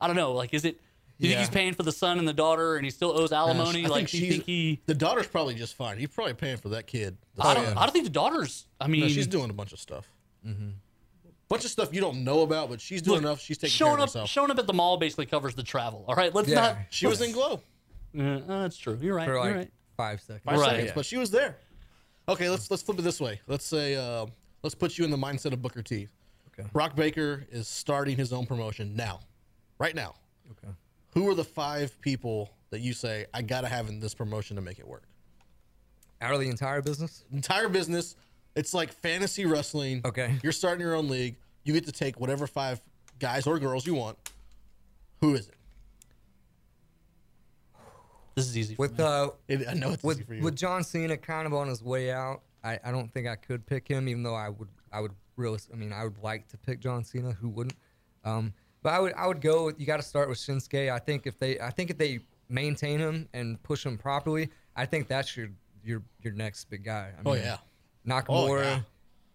Speaker 2: I don't know, like is it? Do you
Speaker 4: Yeah.
Speaker 2: think he's paying for the son and the daughter, and he still owes alimony?
Speaker 1: I think
Speaker 2: like, do you
Speaker 1: she's-
Speaker 2: think he?
Speaker 1: The daughter's probably just fine. He's probably paying for that kid. The
Speaker 2: I don't.
Speaker 1: son.
Speaker 2: I don't think the daughter's. I mean,
Speaker 1: Oh, No, she's doing a bunch of stuff. Bunch of stuff you don't know about, but she's doing
Speaker 2: Look,
Speaker 1: enough. She's taking care
Speaker 2: showing
Speaker 1: of
Speaker 2: up.
Speaker 1: herself.
Speaker 2: Showing up at the mall basically covers the travel. All right, let's
Speaker 4: Yeah.
Speaker 2: not.
Speaker 1: she was in Glow
Speaker 2: Uh, uh, that's true. You're right.
Speaker 4: For like
Speaker 2: you're right.
Speaker 4: five seconds.
Speaker 1: five
Speaker 2: Right.
Speaker 1: seconds,
Speaker 2: Yeah.
Speaker 1: but she was there. Okay, let's let's flip it this way. Let's say uh, let's put you in the mindset of Booker T.
Speaker 4: Okay.
Speaker 1: Brock Baker is starting his own promotion now, right now.
Speaker 4: Okay.
Speaker 1: Who are the five people that you say I gotta have in this promotion to make it work?
Speaker 4: Out of the entire business.
Speaker 1: entire business. It's like fantasy wrestling.
Speaker 4: Okay.
Speaker 1: You're starting your own league. You get to take whatever five guys or girls you want. Who is it?
Speaker 2: This is easy. For
Speaker 4: With
Speaker 2: me.
Speaker 4: uh,
Speaker 1: It- I know it's easy
Speaker 4: with
Speaker 1: for you.
Speaker 4: with John Cena kind of on his way out, I, I don't think I could pick him, even though I would I would realist, I mean I would like to pick John Cena. Who wouldn't? Um, but I would I would go. You got to start with Shinsuke. I think if they I think if they maintain him and push him properly, I think that's your your your next big guy. I
Speaker 1: Oh,
Speaker 4: mean,
Speaker 1: yeah.
Speaker 4: Nakamura,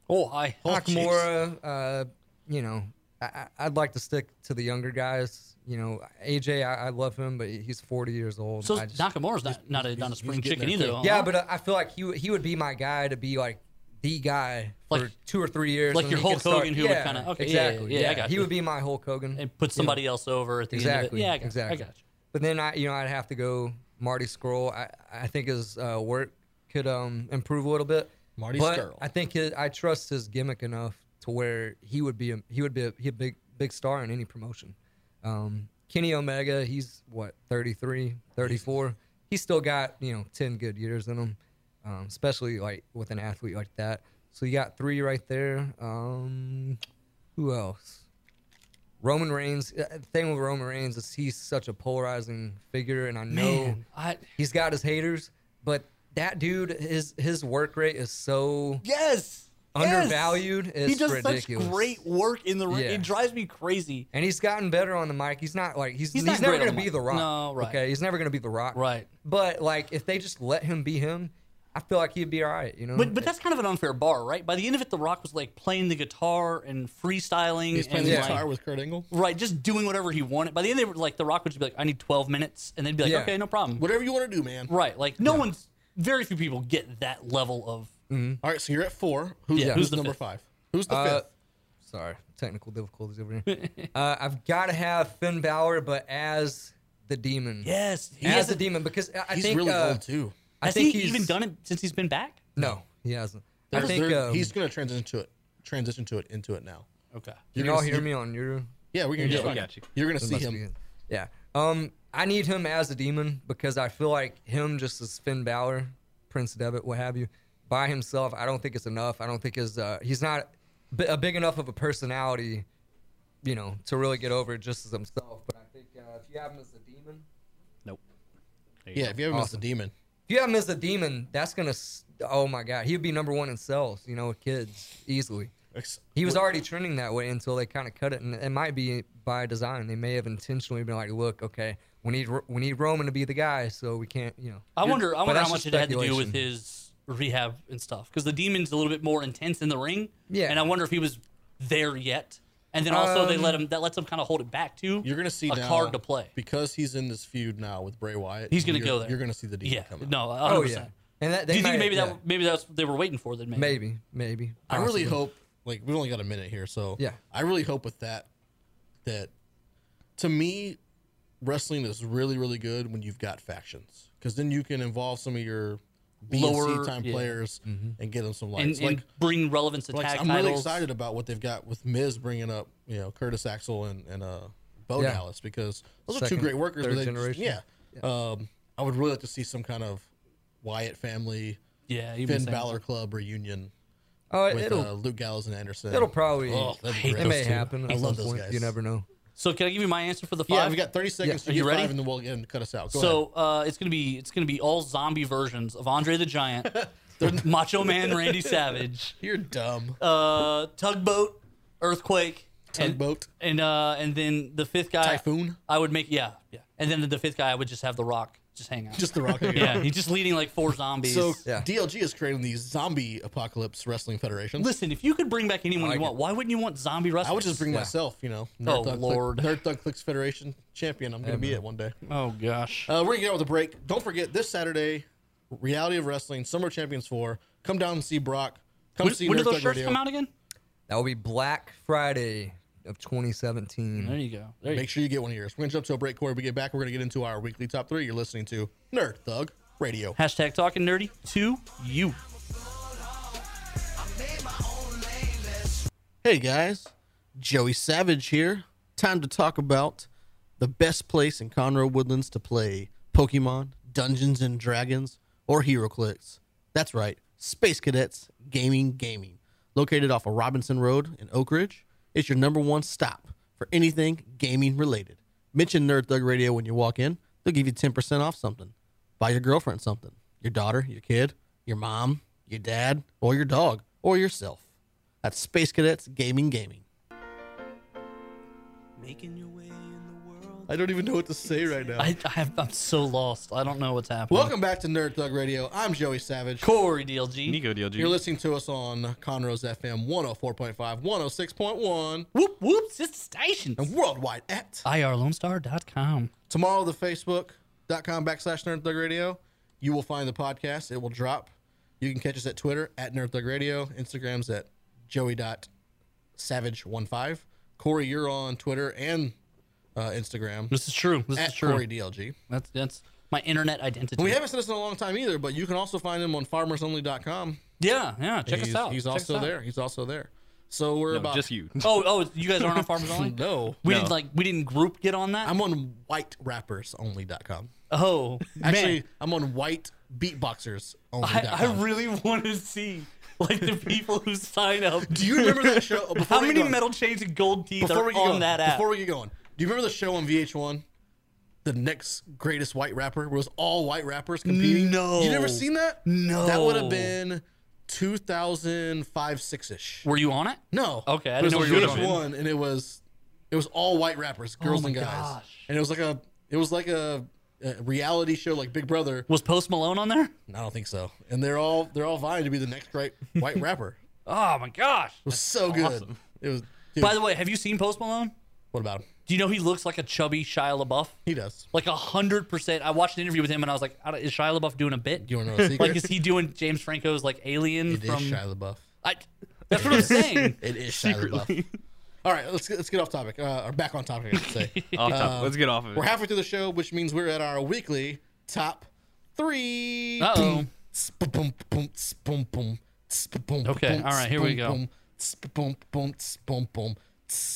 Speaker 2: oh, I.
Speaker 1: Oh,
Speaker 4: Nakamura. Uh, you know, I, I- I'd like to stick to the younger guys. You know, AJ, I, I love him, but he's 40 years old.
Speaker 2: So
Speaker 4: I just-
Speaker 2: Nakamura's not not a, not a
Speaker 1: he's
Speaker 2: spring
Speaker 1: getting
Speaker 2: chicken
Speaker 1: there,
Speaker 2: either.
Speaker 1: too.
Speaker 2: huh?
Speaker 4: Yeah, but uh, I feel like he would- he would be my guy to be like the guy for
Speaker 2: Like-
Speaker 4: two or three years.
Speaker 2: like
Speaker 4: and
Speaker 2: your
Speaker 4: he could
Speaker 2: Hulk
Speaker 4: start-
Speaker 2: Hogan who would kinda- okay, yeah, yeah,
Speaker 4: exactly.
Speaker 2: yeah, I got
Speaker 4: he
Speaker 2: you.
Speaker 4: would be my Hulk Hogan.
Speaker 2: and put somebody else over at the
Speaker 4: exactly.
Speaker 2: end of it. Yeah, I got,
Speaker 4: exactly.
Speaker 2: I got you.
Speaker 4: But then I, you know, I'd have to go Marty Scroll. I, I think his uh, work could um, improve a little bit.
Speaker 1: Marty
Speaker 4: but
Speaker 1: Scurll.
Speaker 4: I think his, I trust his gimmick enough to where he would be a, he would be a, he a big big star in any promotion. Um, Kenny Omega, he's what 33, 34. He's still got you know ten good years in him, um, especially like with an athlete like that. So you got three right there. Um, who else? Roman Reigns. uh, The thing with Roman Reigns is he's such a polarizing figure, and I know
Speaker 2: Man, I.
Speaker 4: he's got his haters, but that dude, his his work rate is so
Speaker 2: Yes.
Speaker 4: undervalued. It's
Speaker 2: he does
Speaker 4: ridiculous.
Speaker 2: such great work in the ring.
Speaker 4: Yeah. Mm-hmm.
Speaker 2: It drives me crazy.
Speaker 4: and he's gotten better on the mic. He's not like he's
Speaker 2: He's
Speaker 4: he's,
Speaker 2: not
Speaker 4: never
Speaker 2: great on
Speaker 4: gonna
Speaker 2: the
Speaker 4: be
Speaker 2: mic.
Speaker 4: the Rock.
Speaker 2: No, right.
Speaker 4: Okay, he's never gonna be the Rock.
Speaker 2: Right.
Speaker 4: But like if they just let him be him, I feel like he'd be all right. You know.
Speaker 2: But but that's kind of an unfair bar, right? By the end of it, The Rock was like playing the guitar and freestyling
Speaker 1: He's playing
Speaker 2: and
Speaker 1: the
Speaker 2: like,
Speaker 1: guitar with Kurt Angle.
Speaker 2: right, just doing whatever he wanted. By the end, they were like The Rock would just be like, "I need 12 minutes," and they'd be like,
Speaker 4: Yeah.
Speaker 2: "Okay, no problem."
Speaker 1: Whatever you want to do, man.
Speaker 2: Right? Like no one's very few people get that level of
Speaker 4: Mm.
Speaker 1: All right, so you're at four. Who's,
Speaker 2: Yeah.
Speaker 1: who's
Speaker 2: Who's the
Speaker 1: number
Speaker 2: fifth?
Speaker 1: five? Who's the
Speaker 4: Uh,
Speaker 1: fifth?
Speaker 4: sorry, technical difficulties over here. <laughs> uh, I've got to have Finn Balor, but as the demon.
Speaker 2: yes. He
Speaker 4: As the
Speaker 2: hasn't.
Speaker 4: demon, because I- I
Speaker 1: He's
Speaker 4: think
Speaker 1: really
Speaker 4: uh,
Speaker 1: old too.
Speaker 4: I
Speaker 2: has
Speaker 4: think
Speaker 2: he
Speaker 4: he's-
Speaker 2: even done it since he's been back?
Speaker 4: No, he hasn't. I
Speaker 1: There's-
Speaker 4: think
Speaker 1: there-
Speaker 4: um,
Speaker 1: he's gonna transition to it. Transition to it into it now.
Speaker 2: Okay.
Speaker 4: Can
Speaker 1: You're
Speaker 4: y'all
Speaker 1: gonna
Speaker 4: hear
Speaker 1: see-
Speaker 4: me on your?
Speaker 1: Yeah, we're gonna
Speaker 3: Yeah,
Speaker 1: get
Speaker 3: we
Speaker 1: fine.
Speaker 3: got you.
Speaker 1: You're gonna
Speaker 4: It
Speaker 1: see
Speaker 4: must be
Speaker 1: him.
Speaker 4: it. Yeah. Um, I need him as a demon because I feel like him just as Finn Balor, Prince Devitt, what have you, by himself. I don't think it's enough. I don't think his uh, he's not b- a big enough of a personality, you know, to really get over it just as himself. But I think uh, if you have him as a demon,
Speaker 3: Nope. There you
Speaker 1: Yeah,
Speaker 3: go.
Speaker 1: if you haven't missed a
Speaker 4: Awesome.
Speaker 1: demon.
Speaker 4: if you have him as a demon, that's gonna. s- Oh my God, he'd be number one in sales, you know, with kids easily.
Speaker 1: Ex-
Speaker 4: He was already trending that way until they kind of cut it, and it might be by design. They may have intentionally been like, "Look, okay, we need Ro- we need Roman to be the guy, so we can't, you know."
Speaker 2: I wonder. I
Speaker 4: But
Speaker 2: wonder
Speaker 4: that's
Speaker 2: how much
Speaker 4: just
Speaker 2: it had to do with
Speaker 4: speculation.
Speaker 2: his rehab and stuff, because the demon's a little bit more intense in the ring.
Speaker 4: Yeah.
Speaker 2: And I wonder if he was there yet. And then also they
Speaker 4: Um,
Speaker 2: let him. That lets him kind of hold it back too.
Speaker 1: You're gonna see
Speaker 2: a
Speaker 1: now,
Speaker 2: card to play.
Speaker 1: because he's in this feud now with Bray Wyatt.
Speaker 2: He's gonna
Speaker 1: you're-
Speaker 2: go there.
Speaker 1: You're gonna see the demon
Speaker 2: Yeah.
Speaker 1: come out.
Speaker 2: No. 100%.
Speaker 4: Oh yeah, and that, they
Speaker 2: Do you think
Speaker 4: might-
Speaker 2: maybe that
Speaker 4: yeah.
Speaker 2: maybe that's what they were waiting for? Then maybe.
Speaker 4: maybe maybe
Speaker 1: I really
Speaker 4: possibly.
Speaker 1: hope like we've only got a minute here, so
Speaker 4: Yeah.
Speaker 1: I really hope with that that to me wrestling is really really good when you've got factions because then you can involve some of your B and
Speaker 2: Lower-
Speaker 1: C time
Speaker 2: yeah.
Speaker 1: players
Speaker 4: Mm-hmm.
Speaker 1: and get them some
Speaker 2: And,
Speaker 1: likes.
Speaker 2: and
Speaker 1: like,
Speaker 2: bring relevance to
Speaker 1: like
Speaker 2: tag
Speaker 1: I'm
Speaker 2: titles.
Speaker 1: really excited about what they've got with Miz bringing up you know Curtis Axel and and uh, Bo
Speaker 4: Yeah.
Speaker 1: Dallas because those are two
Speaker 4: Second,
Speaker 1: great workers. but
Speaker 4: third
Speaker 1: they just-
Speaker 4: generation.
Speaker 1: yeah. Um, I would really like to see some kind of Wyatt family
Speaker 2: Yeah. you've been
Speaker 1: Finn
Speaker 2: saying that.
Speaker 1: Balor Club reunion
Speaker 4: Oh, it-
Speaker 1: with
Speaker 4: it'll
Speaker 1: uh, Luke Gallows and Anderson.
Speaker 4: it'll probably
Speaker 1: Oh, that'd be
Speaker 4: it
Speaker 1: great.
Speaker 4: may happen. At
Speaker 1: I
Speaker 4: some
Speaker 1: love those
Speaker 4: point.
Speaker 1: guys.
Speaker 4: You never know.
Speaker 2: So can I give you my answer for the five?
Speaker 1: Yeah, we got 30 seconds
Speaker 2: Are
Speaker 1: to
Speaker 2: you
Speaker 1: get
Speaker 2: ready?
Speaker 1: five, and then we'll get and cut us out. Go
Speaker 2: so uh, it's gonna be it's gonna be all zombie versions of Andre
Speaker 1: <laughs>
Speaker 2: the Giant, Macho Man Randy Savage,
Speaker 1: ahead. you're dumb.
Speaker 2: uh, Tugboat, Earthquake, and-
Speaker 1: Tugboat,
Speaker 2: and uh, and then the fifth guy,
Speaker 1: typhoon,
Speaker 2: I would make yeah, yeah, and then the fifth guy, I would just have the Rock just hang out.
Speaker 1: just the rock.
Speaker 2: yeah, he's just leading like four zombies.
Speaker 1: So
Speaker 4: Yeah.
Speaker 1: DLG is creating the Zombie Apocalypse Wrestling Federation.
Speaker 2: listen, if you could bring back anyone
Speaker 4: like
Speaker 2: you want, why wouldn't you want zombie wrestlers?
Speaker 1: I would just bring myself, you know.
Speaker 2: Oh,
Speaker 1: Thug Click-
Speaker 2: Lord.
Speaker 1: Nerd Thug Clicks Federation champion. I'm gonna be it one day.
Speaker 2: Oh gosh.
Speaker 1: Uh, we're gonna get out with a break. Don't forget this Saturday, Reality of Wrestling Summer Champions Four. Come down and see Brock. Come
Speaker 2: When,
Speaker 1: see
Speaker 2: when
Speaker 1: Nerd
Speaker 2: do those
Speaker 1: Thug
Speaker 2: shirts
Speaker 1: Radio.
Speaker 2: come out again?
Speaker 4: That will be Black Friday of 2017.
Speaker 2: There you go. There you
Speaker 1: Make sure you get one of yours. We're gonna jump to a break, Corey. When we get back. We're gonna get into our weekly top three. You're listening to Nerd Thug Radio.
Speaker 2: go. Hashtag talking nerdy to you.
Speaker 1: Hey guys, Joey Savage here. Time to talk about the best place in Conroe Woodlands to play Pokemon, Dungeons and Dragons, or HeroClix. That's right, Space Cadets Gaming Gaming. Located off of Robinson Road in Oak Ridge, it's your number one stop for anything gaming related. Mention Nerd Thug Radio when you walk in, they'll give you 10% off something. Buy your girlfriend something, your daughter, your kid, your mom, your dad, or your dog, or yourself. That's Space Cadets Gaming Gaming.
Speaker 5: Making your way in the world.
Speaker 1: I don't even know what to say right now.
Speaker 2: I, I have, I'm so lost. I don't know what's happening.
Speaker 1: Welcome back to Nerd Thug Radio. I'm Joey Savage.
Speaker 2: Corey DLG.
Speaker 3: Nico DLG.
Speaker 1: You're listening to us on Conroe's FM 104.5, 106.1,
Speaker 2: Whoop whoop. Sister stations.
Speaker 1: and worldwide at
Speaker 2: IRLoneStar.com.
Speaker 1: tomorrow the facebook.com backslash nerd thug radio you will find the podcast it will drop you can catch us at twitter at nerd thug radio instagram's at joey.savage15 corey you're on twitter and uh, instagram
Speaker 2: This is true. This
Speaker 1: at
Speaker 2: is true.
Speaker 1: corey dlg
Speaker 2: That's that's my internet identity.
Speaker 1: we haven't seen us in a long time either but you can also find him on farmersonly.com
Speaker 2: yeah, yeah. Check
Speaker 1: he's,
Speaker 2: us out.
Speaker 1: he's
Speaker 2: Check us
Speaker 1: also
Speaker 2: out.
Speaker 1: there he's also there so we're
Speaker 3: No,
Speaker 1: about
Speaker 3: just <laughs> you.
Speaker 2: Oh, oh, you guys aren't
Speaker 1: <laughs>
Speaker 2: on Farmers Only.
Speaker 1: no
Speaker 2: We
Speaker 3: No.
Speaker 2: didn't like we didn't group get on that.
Speaker 1: i'm on whiterappersonly.com
Speaker 2: oh
Speaker 1: actually
Speaker 2: man,
Speaker 1: i'm on white beatboxers only.
Speaker 2: I, I really want to see
Speaker 1: <laughs>
Speaker 2: like the people who sign up.
Speaker 1: Do you remember that
Speaker 2: <laughs>
Speaker 1: show? Oh, Before
Speaker 2: How
Speaker 1: we
Speaker 2: many
Speaker 1: go-
Speaker 2: metal chains and gold teeth
Speaker 1: before
Speaker 2: are
Speaker 1: we
Speaker 2: on
Speaker 1: get going,
Speaker 2: that app?
Speaker 1: Before we get going, do you remember the show on VH1? The next greatest white rapper where it was all white rappers competing.
Speaker 2: No.
Speaker 1: you never seen that?
Speaker 2: No.
Speaker 1: that would have been 2005, six ish.
Speaker 2: Were you on it?
Speaker 1: No,
Speaker 2: Okay, I
Speaker 1: It was
Speaker 2: didn't know
Speaker 1: on
Speaker 2: where you were
Speaker 1: VH1, and it was it was all white rappers, girls
Speaker 2: Oh my
Speaker 1: and guys,
Speaker 2: gosh.
Speaker 1: and it was like a it was like a, a reality show like Big Brother.
Speaker 2: Was Post Malone on there?
Speaker 1: I don't think so. And they're all they're all vying to be the next great white <laughs> rapper. It
Speaker 2: Oh my gosh!
Speaker 1: was so good.
Speaker 2: awesome.
Speaker 1: It was. Dude,
Speaker 2: By the way, have you seen Post Malone?
Speaker 1: what about him?
Speaker 2: Do you know he looks like a chubby Shia LaBeouf?
Speaker 1: He does.
Speaker 2: Like a hundred percent. I watched an interview with him and I was like, I don't- is Shia LaBeouf doing a bit?
Speaker 1: You want to know a secret?
Speaker 2: Like, is he doing James Franco's like Alien
Speaker 1: It is
Speaker 2: from?
Speaker 1: Shia LaBeouf.
Speaker 2: I, that's what I'm saying.
Speaker 1: It is Shia LaBeouf. All right, let's get, let's get off topic uh, or back on topic. I should
Speaker 2: <laughs>
Speaker 1: say
Speaker 3: Off topic. Let's get off of it.
Speaker 1: we're halfway through the show, which means we're at our weekly top three.
Speaker 2: Uh oh.
Speaker 1: Tss, ba- boom, boom, tss, boom, boom, tss, ba- boom,
Speaker 2: Okay,
Speaker 1: boom,
Speaker 2: all right,
Speaker 1: tss,
Speaker 2: here we
Speaker 1: boom,
Speaker 2: go.
Speaker 1: boom, tss, ba- boom, boom, tss, boom, boom,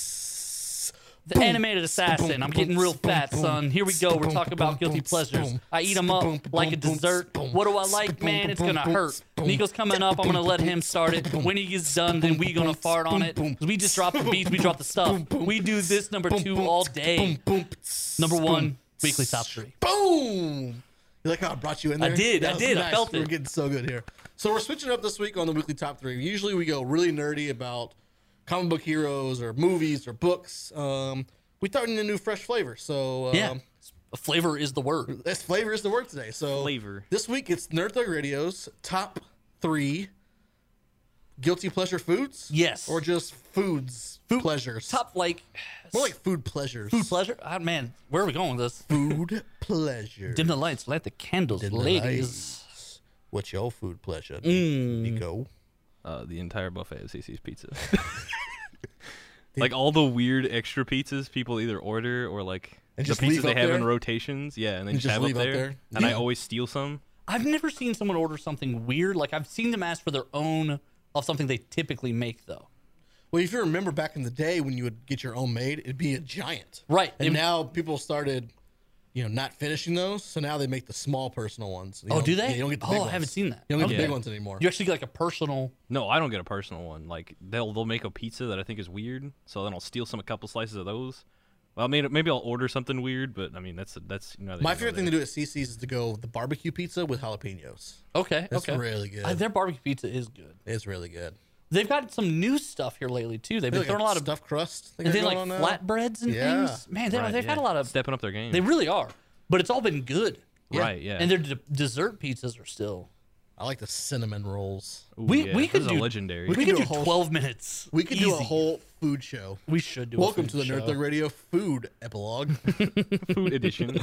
Speaker 1: tss,
Speaker 2: The
Speaker 1: boom,
Speaker 2: animated
Speaker 1: tss, ba- boom,
Speaker 2: assassin. I'm
Speaker 1: boom,
Speaker 2: getting real
Speaker 1: tss, boom,
Speaker 2: fat,
Speaker 1: boom,
Speaker 2: son. Here we
Speaker 1: tss,
Speaker 2: go. We're
Speaker 1: boom,
Speaker 2: talking
Speaker 1: boom,
Speaker 2: about guilty
Speaker 1: boom, tss,
Speaker 2: pleasures.
Speaker 1: boom,
Speaker 2: I eat
Speaker 1: tss,
Speaker 2: 'em up
Speaker 1: boom,
Speaker 2: like a
Speaker 1: boom, tss,
Speaker 2: dessert.
Speaker 1: boom,
Speaker 2: What do I
Speaker 1: tss,
Speaker 2: like,
Speaker 1: boom,
Speaker 2: man? It's
Speaker 1: boom,
Speaker 2: gonna
Speaker 1: boom,
Speaker 2: hurt.
Speaker 1: tss, boom,
Speaker 2: Nico's coming
Speaker 1: tss,
Speaker 2: up. I'm gonna
Speaker 1: boom,
Speaker 2: let
Speaker 1: boom,
Speaker 2: him
Speaker 1: tss,
Speaker 2: start it.
Speaker 1: boom,
Speaker 2: When he gets done, then we gonna
Speaker 1: boom,
Speaker 2: fart on
Speaker 1: boom,
Speaker 2: it.
Speaker 1: boom,
Speaker 2: We just drop the beats. We drop the stuff.
Speaker 1: boom, boom,
Speaker 2: We do this number
Speaker 1: boom,
Speaker 2: two
Speaker 1: boom,
Speaker 2: all
Speaker 1: tss,
Speaker 2: day.
Speaker 1: boom, boom, tss,
Speaker 2: Number
Speaker 1: boom,
Speaker 2: one, weekly top three.
Speaker 1: Boom! You like how I brought you in
Speaker 2: I
Speaker 1: there?
Speaker 2: did, I
Speaker 1: was
Speaker 2: did, I felt
Speaker 1: We're
Speaker 2: it.
Speaker 1: getting so good here. So we're switching up this week on the weekly top three. Usually we go really nerdy about comic book heroes or movies or books. Um, we thought we need a new fresh flavor. So um,
Speaker 2: Yeah. Flavor is the word.
Speaker 1: that's flavor is the word today. So
Speaker 3: Flavor.
Speaker 1: this week it's Nerd Thug Radio's top three guilty pleasure foods.
Speaker 2: Yes.
Speaker 1: or just foods pleasures.
Speaker 2: Top like
Speaker 1: more like food pleasures.
Speaker 2: food pleasure. Ah, man, where are we going with this?
Speaker 1: food pleasure.
Speaker 2: Dim the lights, light the candles,
Speaker 1: Dim the
Speaker 2: ladies.
Speaker 1: What's your food pleasure,
Speaker 2: Mm.
Speaker 1: Nico?
Speaker 3: Uh, the entire buffet of CC's Pizza. <laughs> like all the weird extra pizzas people either order or like
Speaker 1: And
Speaker 3: the
Speaker 1: just leave
Speaker 3: pizzas they
Speaker 1: up
Speaker 3: have in
Speaker 1: there?
Speaker 3: rotations. Yeah, and they just,
Speaker 1: just
Speaker 3: have up
Speaker 1: leave up
Speaker 3: there.
Speaker 1: there?
Speaker 3: And I
Speaker 1: Yeah.
Speaker 3: always steal some.
Speaker 2: I've never seen someone order something weird. Like I've seen them ask for their own of something they typically make though.
Speaker 1: Well, if you remember back in the day when you would get your own made, it'd be a giant.
Speaker 2: Right.
Speaker 1: And
Speaker 2: It-
Speaker 1: now people started, you know, not finishing those, so now they make the small personal ones. You
Speaker 2: Oh,
Speaker 1: don't-
Speaker 2: do they?
Speaker 1: You don't get the
Speaker 2: oh,
Speaker 1: big
Speaker 2: I
Speaker 1: ones.
Speaker 2: haven't seen that.
Speaker 1: You don't get the
Speaker 3: Okay.
Speaker 1: big ones anymore.
Speaker 2: You actually get like a personal.
Speaker 3: No, I don't get a personal one. Like they'll they'll make a pizza that I think is weird, so then I'll steal some a couple slices of those. Well, maybe maybe I'll order something weird, but I mean that's that's neither
Speaker 1: My
Speaker 3: here nor
Speaker 1: favorite thing to
Speaker 3: there.
Speaker 1: do at CC's is to go the barbecue pizza with jalapenos.
Speaker 2: Okay.
Speaker 1: That's
Speaker 2: okay.
Speaker 1: really good.
Speaker 2: Uh, their barbecue pizza is good.
Speaker 1: it's really good.
Speaker 2: They've got some new stuff here lately too. They've been
Speaker 1: Like
Speaker 2: throwing a lot of
Speaker 1: stuffed crust.
Speaker 2: and they like
Speaker 1: going on now.
Speaker 2: flatbreads and
Speaker 1: Yeah.
Speaker 2: things. Man, they,
Speaker 3: Right,
Speaker 2: they've had
Speaker 3: yeah.
Speaker 2: a lot of.
Speaker 3: stepping up their game.
Speaker 2: They really are, but it's all been good.
Speaker 3: Right, yeah.
Speaker 2: And their d- dessert pizzas are still.
Speaker 1: I like the cinnamon rolls.
Speaker 3: Ooh,
Speaker 2: We
Speaker 3: yeah,
Speaker 2: we
Speaker 3: those
Speaker 2: could
Speaker 3: are
Speaker 2: do
Speaker 3: legendary. <laughs>
Speaker 1: We
Speaker 2: We, could
Speaker 1: could
Speaker 2: do,
Speaker 1: do a whole-
Speaker 2: twelve minutes.
Speaker 1: We could do a
Speaker 2: Easy.
Speaker 1: whole food show.
Speaker 2: We should do.
Speaker 1: Welcome
Speaker 2: a
Speaker 1: to the Nerd Thug Radio food
Speaker 2: <laughs>
Speaker 1: epilogue.
Speaker 3: food edition.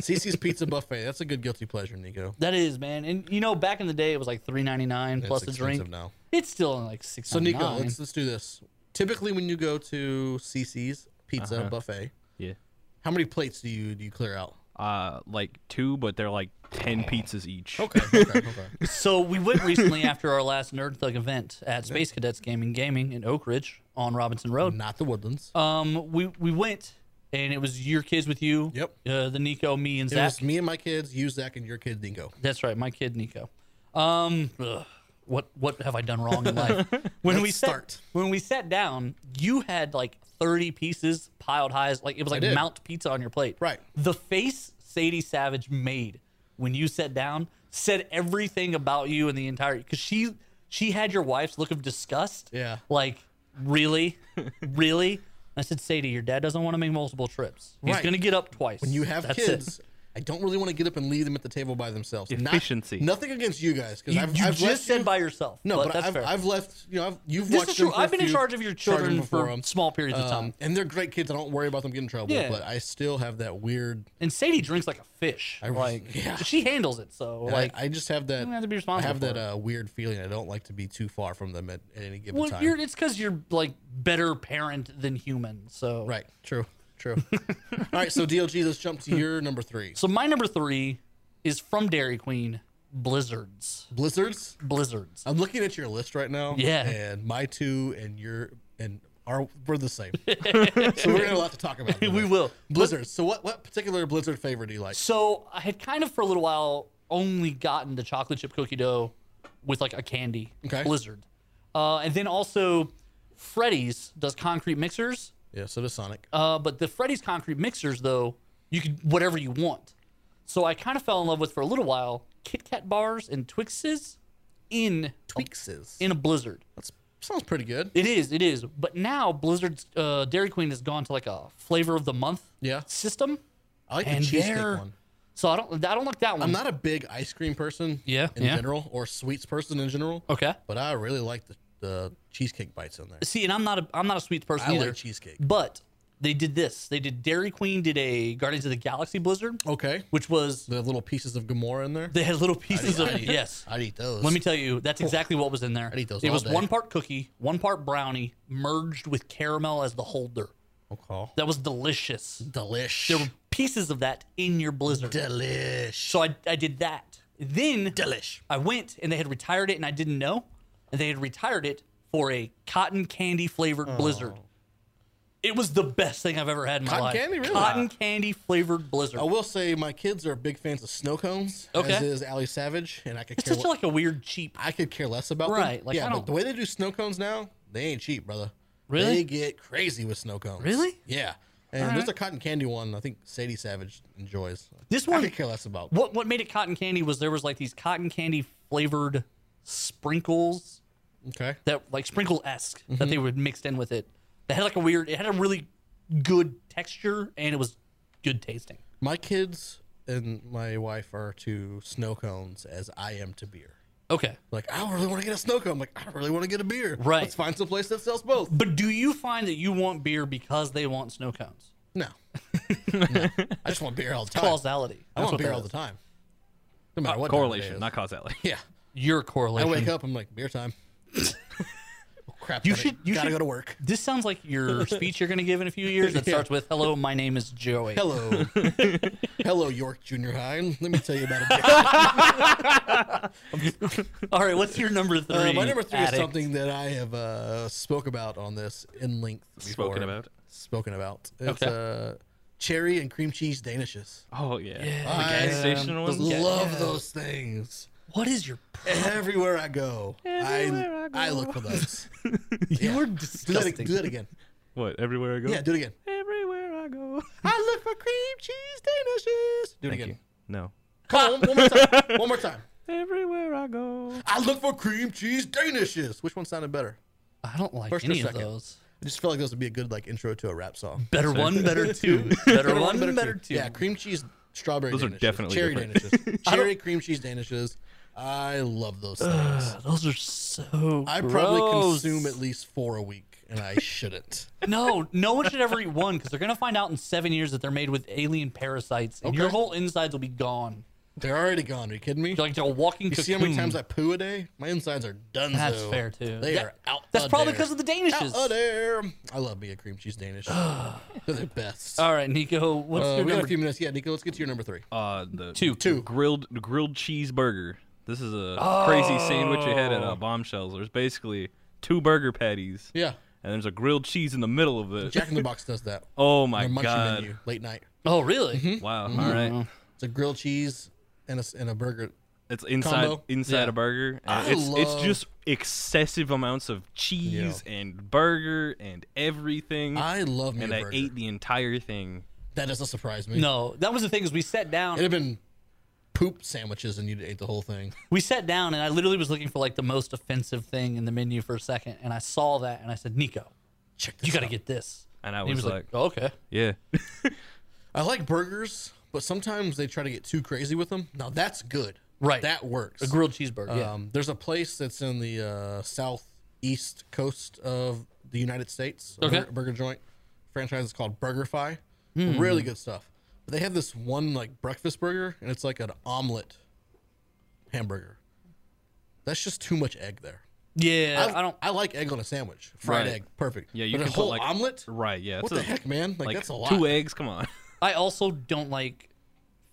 Speaker 1: CC's Pizza Buffet. That's a good guilty pleasure, Nico.
Speaker 2: That is man, and you know back in the day it was like three ninety nine plus a
Speaker 1: It's
Speaker 2: drink.
Speaker 1: expensive now.
Speaker 2: It's still in like six.
Speaker 1: So Nico, let's let's do this. Typically, when you go to CC's Pizza
Speaker 2: Uh-huh.
Speaker 1: Buffet,
Speaker 3: yeah.
Speaker 1: how many plates do you do you clear out?
Speaker 3: Uh, like two, but they're like ten pizzas each.
Speaker 1: okay, okay.
Speaker 2: So we went recently after our last Nerd Thug event at Space Cadets Gaming Gaming in Oak Ridge on Robinson Road.
Speaker 1: Not the Woodlands.
Speaker 2: Um, we we went and it was your kids with you.
Speaker 1: Yep.
Speaker 2: Uh, the Nico, me, and
Speaker 1: it
Speaker 2: Zach.
Speaker 1: was me and my kids, you, Zach, and your kid, Nico.
Speaker 2: That's right, my kid Nico. Um, ugh, what what have I done wrong
Speaker 1: <laughs>
Speaker 2: in life? When we
Speaker 1: Let's
Speaker 2: sat,
Speaker 1: start.
Speaker 2: when we sat down, you had like thirty pieces piled high, as- like it was like
Speaker 1: did.
Speaker 2: mount pizza on your plate.
Speaker 1: Right.
Speaker 2: The face Sadie Savage made when you sat down said everything about you and the entire because she she had your wife's look of disgust.
Speaker 1: Yeah.
Speaker 2: Like really, really. I said, Sadie, your dad doesn't want to make multiple trips. He's
Speaker 1: Right.
Speaker 2: gonna get up twice.
Speaker 1: When you have
Speaker 2: That's it.
Speaker 1: kids, I don't really want to get up and leave them at the table by themselves. Not-
Speaker 3: Efficiency.
Speaker 1: nothing against you guys, because
Speaker 2: You,
Speaker 1: I've,
Speaker 2: you
Speaker 1: I've left
Speaker 2: just said
Speaker 1: you-
Speaker 2: by yourself.
Speaker 1: No, but,
Speaker 2: that's
Speaker 1: I've,
Speaker 2: fair.
Speaker 1: I've left. You know, I've, you've
Speaker 2: This
Speaker 1: watched.
Speaker 2: is true.
Speaker 1: them for a
Speaker 2: I've been in
Speaker 1: few-
Speaker 2: charge of your
Speaker 1: charged them
Speaker 2: children
Speaker 1: before
Speaker 2: for
Speaker 1: them.
Speaker 2: small periods of
Speaker 1: Um,
Speaker 2: time.
Speaker 1: and they're great kids. I don't worry about them getting in trouble.
Speaker 2: Yeah.
Speaker 1: But I still have that weird.
Speaker 2: and Sadie drinks like a fish.
Speaker 1: <laughs>
Speaker 2: like
Speaker 1: yeah.
Speaker 2: she handles it. So like,
Speaker 1: I, I just have that.
Speaker 2: don't have to be
Speaker 1: I
Speaker 2: responsible
Speaker 1: have that
Speaker 2: for it.
Speaker 1: uh, weird feeling. I don't like to be too far from them at, at any given
Speaker 2: well,
Speaker 1: time.
Speaker 2: you're, it's because you're like better parent than human. So
Speaker 1: Right. True.
Speaker 2: <laughs>
Speaker 1: True. All right. So DLG, let's jump to your number three.
Speaker 2: So my number three is from Dairy Queen. Blizzards.
Speaker 1: Blizzards.
Speaker 2: Blizzards.
Speaker 1: I'm looking at your list right now.
Speaker 2: Yeah.
Speaker 1: And my two and your and our we're the
Speaker 2: <laughs>
Speaker 1: same. so we're gonna have a lot to talk about. in a
Speaker 2: we
Speaker 1: minute.
Speaker 2: will.
Speaker 1: Blizzards. So what what particular Blizzard flavor do you like?
Speaker 2: So I had kind of for a little while only gotten the chocolate chip cookie dough with like a candy
Speaker 1: Okay.
Speaker 2: blizzard, uh, and then also Freddy's does concrete mixers.
Speaker 1: Yeah. So does Sonic.
Speaker 2: Uh, but the Freddy's concrete mixers, though, you can whatever you want. So I kind of fell in love with for a little while Kit Kat bars and Twixes in
Speaker 1: Tweakses.
Speaker 2: in a Blizzard.
Speaker 1: That sounds pretty good.
Speaker 2: It is, it is. But now Blizzard's uh, Dairy Queen has gone to like a flavor of the month
Speaker 1: Yeah.
Speaker 2: system.
Speaker 1: I like
Speaker 2: And
Speaker 1: the cheesecake
Speaker 2: there-
Speaker 1: one.
Speaker 2: So I don't I don't like that one.
Speaker 1: I'm not a big ice cream person.
Speaker 2: Yeah,
Speaker 1: In
Speaker 2: yeah. Oh.
Speaker 1: general, or sweets person in general.
Speaker 2: okay.
Speaker 1: But I really like the, the cheesecake bites in there.
Speaker 2: See, and I'm not a I'm not a sweets person
Speaker 1: I
Speaker 2: either.
Speaker 1: like cheesecake.
Speaker 2: But they did this. They did Dairy Queen did a Guardians of the Galaxy Blizzard,
Speaker 1: Okay.
Speaker 2: which was
Speaker 1: The little pieces of Gamora in there.
Speaker 2: they had little pieces of
Speaker 1: I'd eat-
Speaker 2: yes.
Speaker 1: I'd eat those.
Speaker 2: Let me tell you, that's exactly what was in there.
Speaker 1: I'd eat those
Speaker 2: it
Speaker 1: all
Speaker 2: was
Speaker 1: day.
Speaker 2: one part cookie, one part brownie, merged with caramel as the holder.
Speaker 1: Okay.
Speaker 2: That was delicious.
Speaker 1: Delish.
Speaker 2: There were pieces of that in your blizzard.
Speaker 1: Delish.
Speaker 2: so I, I did that. Then
Speaker 1: Delish.
Speaker 2: I went and they had retired it and I didn't know. And they had retired it for a cotton candy flavored
Speaker 1: Oh.
Speaker 2: blizzard. It was the best thing I've ever had in my
Speaker 1: Cotton
Speaker 2: life.
Speaker 1: candy? Really?
Speaker 2: Cotton candy flavored blizzard.
Speaker 1: I will say my kids are big fans of snow cones.
Speaker 2: Okay.
Speaker 1: As is Ali Savage, and I could
Speaker 2: it's
Speaker 1: care.
Speaker 2: such
Speaker 1: What,
Speaker 2: like a weird cheap.
Speaker 1: I could care less about
Speaker 2: Right,
Speaker 1: Them.
Speaker 2: like,
Speaker 1: yeah,
Speaker 2: I
Speaker 1: but
Speaker 2: don't-
Speaker 1: the way they do snow cones now, they ain't cheap, brother.
Speaker 2: Really?
Speaker 1: They get crazy with snow cones.
Speaker 2: Really?
Speaker 1: Yeah. And there's a cotton candy one. I think Sadie Savage enjoys.
Speaker 2: This
Speaker 1: I
Speaker 2: one
Speaker 1: could care less about.
Speaker 2: What what made it cotton candy was there was like these cotton candy flavored sprinkles
Speaker 1: Okay.
Speaker 2: that like sprinkle esque
Speaker 1: Mm-hmm.
Speaker 2: that they were mixed in with it. That had like a weird. It had a really good texture and it was good tasting.
Speaker 1: My kids and my wife are to snow cones as I am to beer.
Speaker 2: Okay,
Speaker 1: Like, I don't really want to get a snow cone. I'm like, I don't really want to get a beer.
Speaker 2: Right.
Speaker 1: Let's find some place that sells both.
Speaker 2: <laughs> but do you find that you want beer because they want snow cones?
Speaker 1: No. no. I just want beer all the time.
Speaker 2: Causality.
Speaker 1: I
Speaker 2: That's
Speaker 1: want
Speaker 2: what
Speaker 1: beer
Speaker 2: that
Speaker 1: all the
Speaker 2: is. Uh,
Speaker 1: time. No matter what. time it
Speaker 3: <laughs> Correlation,
Speaker 1: is.
Speaker 3: not causality.
Speaker 1: Yeah.
Speaker 2: Your
Speaker 1: I
Speaker 2: correlation.
Speaker 1: wake up, I'm like, beer time. <laughs> oh, crap.
Speaker 2: You
Speaker 1: gotta,
Speaker 2: should- you
Speaker 1: gotta
Speaker 2: should-
Speaker 1: go to work.
Speaker 2: This sounds like
Speaker 1: <laughs>
Speaker 2: your speech you're going to give in a few years that starts with "Hello, my name is Joey." <laughs>
Speaker 1: Hello. Hello, York Junior High. Let me tell you
Speaker 2: <laughs>
Speaker 1: about a
Speaker 2: All right, what's your number three?
Speaker 1: beer. Uh, my number three
Speaker 2: addict?
Speaker 1: is something that I have uh, spoke about on this in length. Before.
Speaker 3: Spoken about.
Speaker 1: Spoken about. It's
Speaker 2: Okay.
Speaker 1: uh, cherry and cream cheese Danishes.
Speaker 3: <laughs> Oh yeah, the
Speaker 1: I
Speaker 3: gas station
Speaker 1: am-
Speaker 3: ones.
Speaker 1: love those things.
Speaker 2: What is your?
Speaker 1: Everywhere I go, I, I look for those.
Speaker 2: You
Speaker 1: Do
Speaker 2: are
Speaker 1: that,
Speaker 2: disgusting.
Speaker 1: do that again.
Speaker 3: What? Everywhere I go.
Speaker 1: Yeah, do it again.
Speaker 3: Everywhere I go.
Speaker 1: <laughs> I look for cream cheese Danishes. Do it
Speaker 3: Thank
Speaker 1: again.
Speaker 3: you. No.
Speaker 1: Come on, one more
Speaker 2: <laughs>
Speaker 1: time. One more time.
Speaker 3: Everywhere I go.
Speaker 1: I look for cream cheese Danishes. Which one sounded better?
Speaker 2: I don't like
Speaker 1: First or
Speaker 2: any of
Speaker 1: second?
Speaker 2: those.
Speaker 1: I just feel like this would be a good like intro to a rap song.
Speaker 2: Better one,
Speaker 1: <laughs>
Speaker 2: better two. Better one, better two.
Speaker 1: Yeah, cream cheese strawberry.
Speaker 3: Those are
Speaker 1: danishes,
Speaker 3: definitely
Speaker 1: cherry
Speaker 2: <laughs>
Speaker 3: different.
Speaker 1: danishes. cherry cream cheese danishes. I love those things.
Speaker 2: Those are so.
Speaker 1: I probably
Speaker 2: gross. <laughs>
Speaker 1: consume at least four a week, and I shouldn't.
Speaker 2: No, no one should ever eat one because they're gonna find out in seven years that they're made with alien parasites, and your
Speaker 1: Okay.
Speaker 2: whole insides will be gone.
Speaker 1: They're already gone. Are you kidding me?
Speaker 2: You're like a walking.
Speaker 1: You see how many times I poo a day? My insides are done.
Speaker 2: That's fair, too.
Speaker 1: They
Speaker 2: That-
Speaker 1: are out.
Speaker 2: That's
Speaker 1: a
Speaker 2: probably
Speaker 1: dare.
Speaker 2: because of the Danishes.
Speaker 1: Out a dare. I love me a cream cheese
Speaker 3: <sighs>
Speaker 1: danish. They're the best.
Speaker 2: All right, Nico. What's
Speaker 1: Uh, we
Speaker 2: your
Speaker 1: got a
Speaker 2: number?
Speaker 1: few minutes. Yeah, Nico, let's get to your number three.
Speaker 3: Uh, the
Speaker 2: Two.
Speaker 1: Two.
Speaker 3: grilled grilled cheeseburger. This is a crazy
Speaker 1: Oh.
Speaker 3: sandwich you had at uh, Bombshells. There's basically two burger patties,
Speaker 1: Yeah,
Speaker 3: and there's a grilled cheese in the middle of it.
Speaker 1: Jack in the Box does that.
Speaker 3: oh my
Speaker 1: Their munchie
Speaker 3: god!
Speaker 1: menu, late night.
Speaker 2: Oh, really?
Speaker 1: Mm-hmm.
Speaker 3: Wow. All right.
Speaker 1: It's a grilled cheese and a, s- and a burger.
Speaker 3: It's inside
Speaker 1: Combo.
Speaker 3: inside
Speaker 1: Yeah.
Speaker 3: a burger. and
Speaker 1: I
Speaker 3: it's it's
Speaker 1: love-
Speaker 3: just excessive amounts of cheese and burger and everything.
Speaker 1: I love me
Speaker 3: and
Speaker 1: a
Speaker 3: I
Speaker 1: burger.
Speaker 3: ate the entire thing.
Speaker 1: That doesn't surprise me.
Speaker 2: No, that was the thing is we sat down.
Speaker 1: it'd have been poop sandwiches and you would ate the whole thing. <laughs>
Speaker 2: we sat down, and I literally was looking for like the most offensive thing in the menu for a second, and I saw that, and I said, Nico,
Speaker 1: Check this.
Speaker 2: you gotta
Speaker 1: out.
Speaker 2: get this.
Speaker 3: And I
Speaker 2: And he
Speaker 3: was
Speaker 2: was
Speaker 3: like,
Speaker 2: like, oh, okay.
Speaker 3: Yeah. <laughs>
Speaker 1: I like burgers, but sometimes they try to get too crazy with them. Now that's good.
Speaker 2: Right.
Speaker 1: That works.
Speaker 2: A grilled cheeseburger. yeah.
Speaker 1: Um, there's a place that's in the uh, southeast coast of the United States. a
Speaker 2: Okay.
Speaker 1: bur- burger joint franchise is called BurgerFi.
Speaker 3: Hmm.
Speaker 1: Really good stuff. But they have this one like breakfast burger, and it's like an omelet hamburger. That's just too much egg there.
Speaker 2: Yeah. I, don't.
Speaker 1: I like egg on a sandwich. Fried
Speaker 3: Right.
Speaker 1: egg, perfect.
Speaker 3: Yeah, you
Speaker 1: but
Speaker 3: can
Speaker 1: a
Speaker 3: put,
Speaker 1: whole
Speaker 3: like-
Speaker 1: omelet.
Speaker 3: right. Yeah.
Speaker 1: What the
Speaker 3: it's a-
Speaker 1: heck, man? Like,
Speaker 3: Like
Speaker 1: that's a lot.
Speaker 3: two eggs. Come on. <laughs>
Speaker 2: I also don't like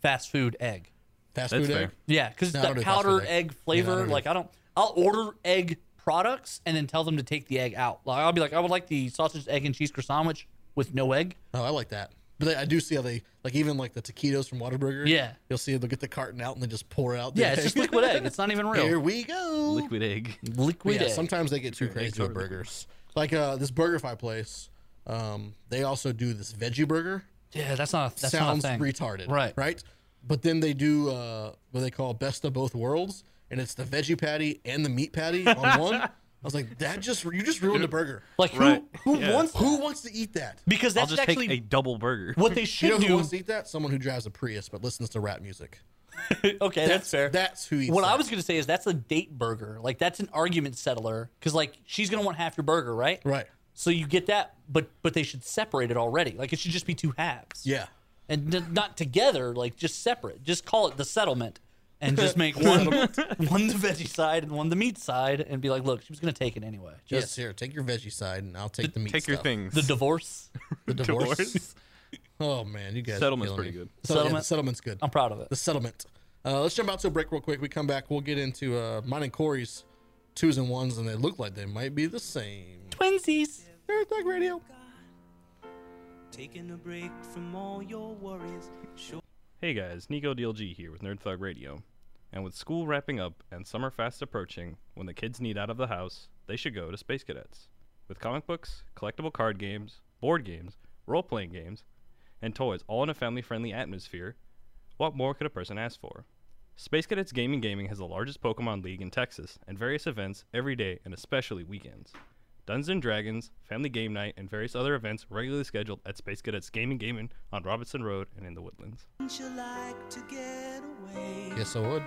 Speaker 2: fast food egg.
Speaker 1: Fast
Speaker 3: That's
Speaker 1: food
Speaker 3: fair.
Speaker 1: egg.
Speaker 2: Yeah, because
Speaker 1: No, I
Speaker 2: that
Speaker 1: don't do fast food
Speaker 2: powdered
Speaker 1: egg.
Speaker 2: egg flavor,
Speaker 1: don't do-
Speaker 2: like I don't. I'll order egg products and then tell them to take the egg out. Like I'll be like, I would like the sausage, egg, and cheese croissant sandwich with no egg.
Speaker 1: Oh, I like that. But they, I do see how they like even like the taquitos from Whataburger.
Speaker 2: Yeah.
Speaker 1: you'll see they'll get the carton out and they just pour out. The <laughs>
Speaker 2: Yeah, it's just
Speaker 1: egg.
Speaker 2: liquid egg. It's not even real.
Speaker 1: Here we go.
Speaker 3: Liquid egg.
Speaker 1: But
Speaker 2: liquid
Speaker 1: yeah,
Speaker 2: egg.
Speaker 1: sometimes they get too
Speaker 3: Sure, eggs
Speaker 1: crazy with
Speaker 3: are liquid.
Speaker 1: burgers. Like uh, this BurgerFi place, um, they also do this veggie burger.
Speaker 2: yeah, that's not. That's
Speaker 1: Sounds
Speaker 2: not a thing.
Speaker 1: retarded,
Speaker 2: Right.
Speaker 1: Right. But then they do uh, what they call best of both worlds, and it's the veggie patty and the meat
Speaker 2: <laughs>
Speaker 1: patty on one. I was like, that just you just ruined the burger.
Speaker 2: Like who
Speaker 3: Right.
Speaker 2: who
Speaker 3: Yeah.
Speaker 2: wants
Speaker 1: Who wants to eat that?
Speaker 2: because
Speaker 3: I'll
Speaker 2: that's
Speaker 3: just
Speaker 2: actually
Speaker 3: take a double burger.
Speaker 2: what they
Speaker 1: You know
Speaker 2: should
Speaker 1: who
Speaker 2: do.
Speaker 1: wants to eat that? Someone who drives a Prius but listens to rap music.
Speaker 2: okay, that's fair.
Speaker 1: That's who eats
Speaker 2: what I
Speaker 1: that.
Speaker 2: was gonna say is that's a date burger. Like that's an argument settler because like she's gonna want half your burger, right?
Speaker 1: Right.
Speaker 2: So you get that, but but they should separate it already. Like it should just be two halves.
Speaker 1: Yeah.
Speaker 2: and n- not together, like just separate. Just call it the settlement, and just <laughs> make one one the veggie side and one the meat side, and be like, look, she was gonna take it anyway. Just
Speaker 1: yes, here, take your veggie side and I'll take the meat.
Speaker 3: Take your
Speaker 1: stuff.
Speaker 3: things.
Speaker 2: the divorce.
Speaker 1: The divorce. <laughs>
Speaker 3: <laughs> Divorce.
Speaker 1: Oh man, you guys. are
Speaker 3: Settlement's
Speaker 1: killing
Speaker 3: pretty
Speaker 1: me.
Speaker 3: good.
Speaker 1: So, yeah, the
Speaker 2: Settlement?
Speaker 1: settlement's good.
Speaker 2: I'm proud of
Speaker 1: the
Speaker 2: it.
Speaker 1: settlement. Uh, let's jump out to a break real quick. We come back. We'll get into uh, mine and Corey's twos and ones, and they look like they might be the same.
Speaker 2: Twinsies.
Speaker 1: Nerd Thug Radio.
Speaker 5: Taking a break from all your worries. Sure.
Speaker 3: Hey guys, Nico DLG here with Nerd Thug Radio. And with school wrapping up and summer fast approaching, when the kids need out of the house, they should go to Space Cadets. With comic books, collectible card games, board games, role playing games, and toys all in a family friendly atmosphere, what more could a person ask for? Space Cadets Gaming Gaming has the largest Pokemon League in Texas and various events every day and especially weekends. Dungeons and Dragons, Family Game Night, and various other events regularly scheduled at Space Cadets Gaming Gaming on Robinson Road and in the Woodlands.
Speaker 5: Wouldn't you like to get away?
Speaker 1: Yes, I would.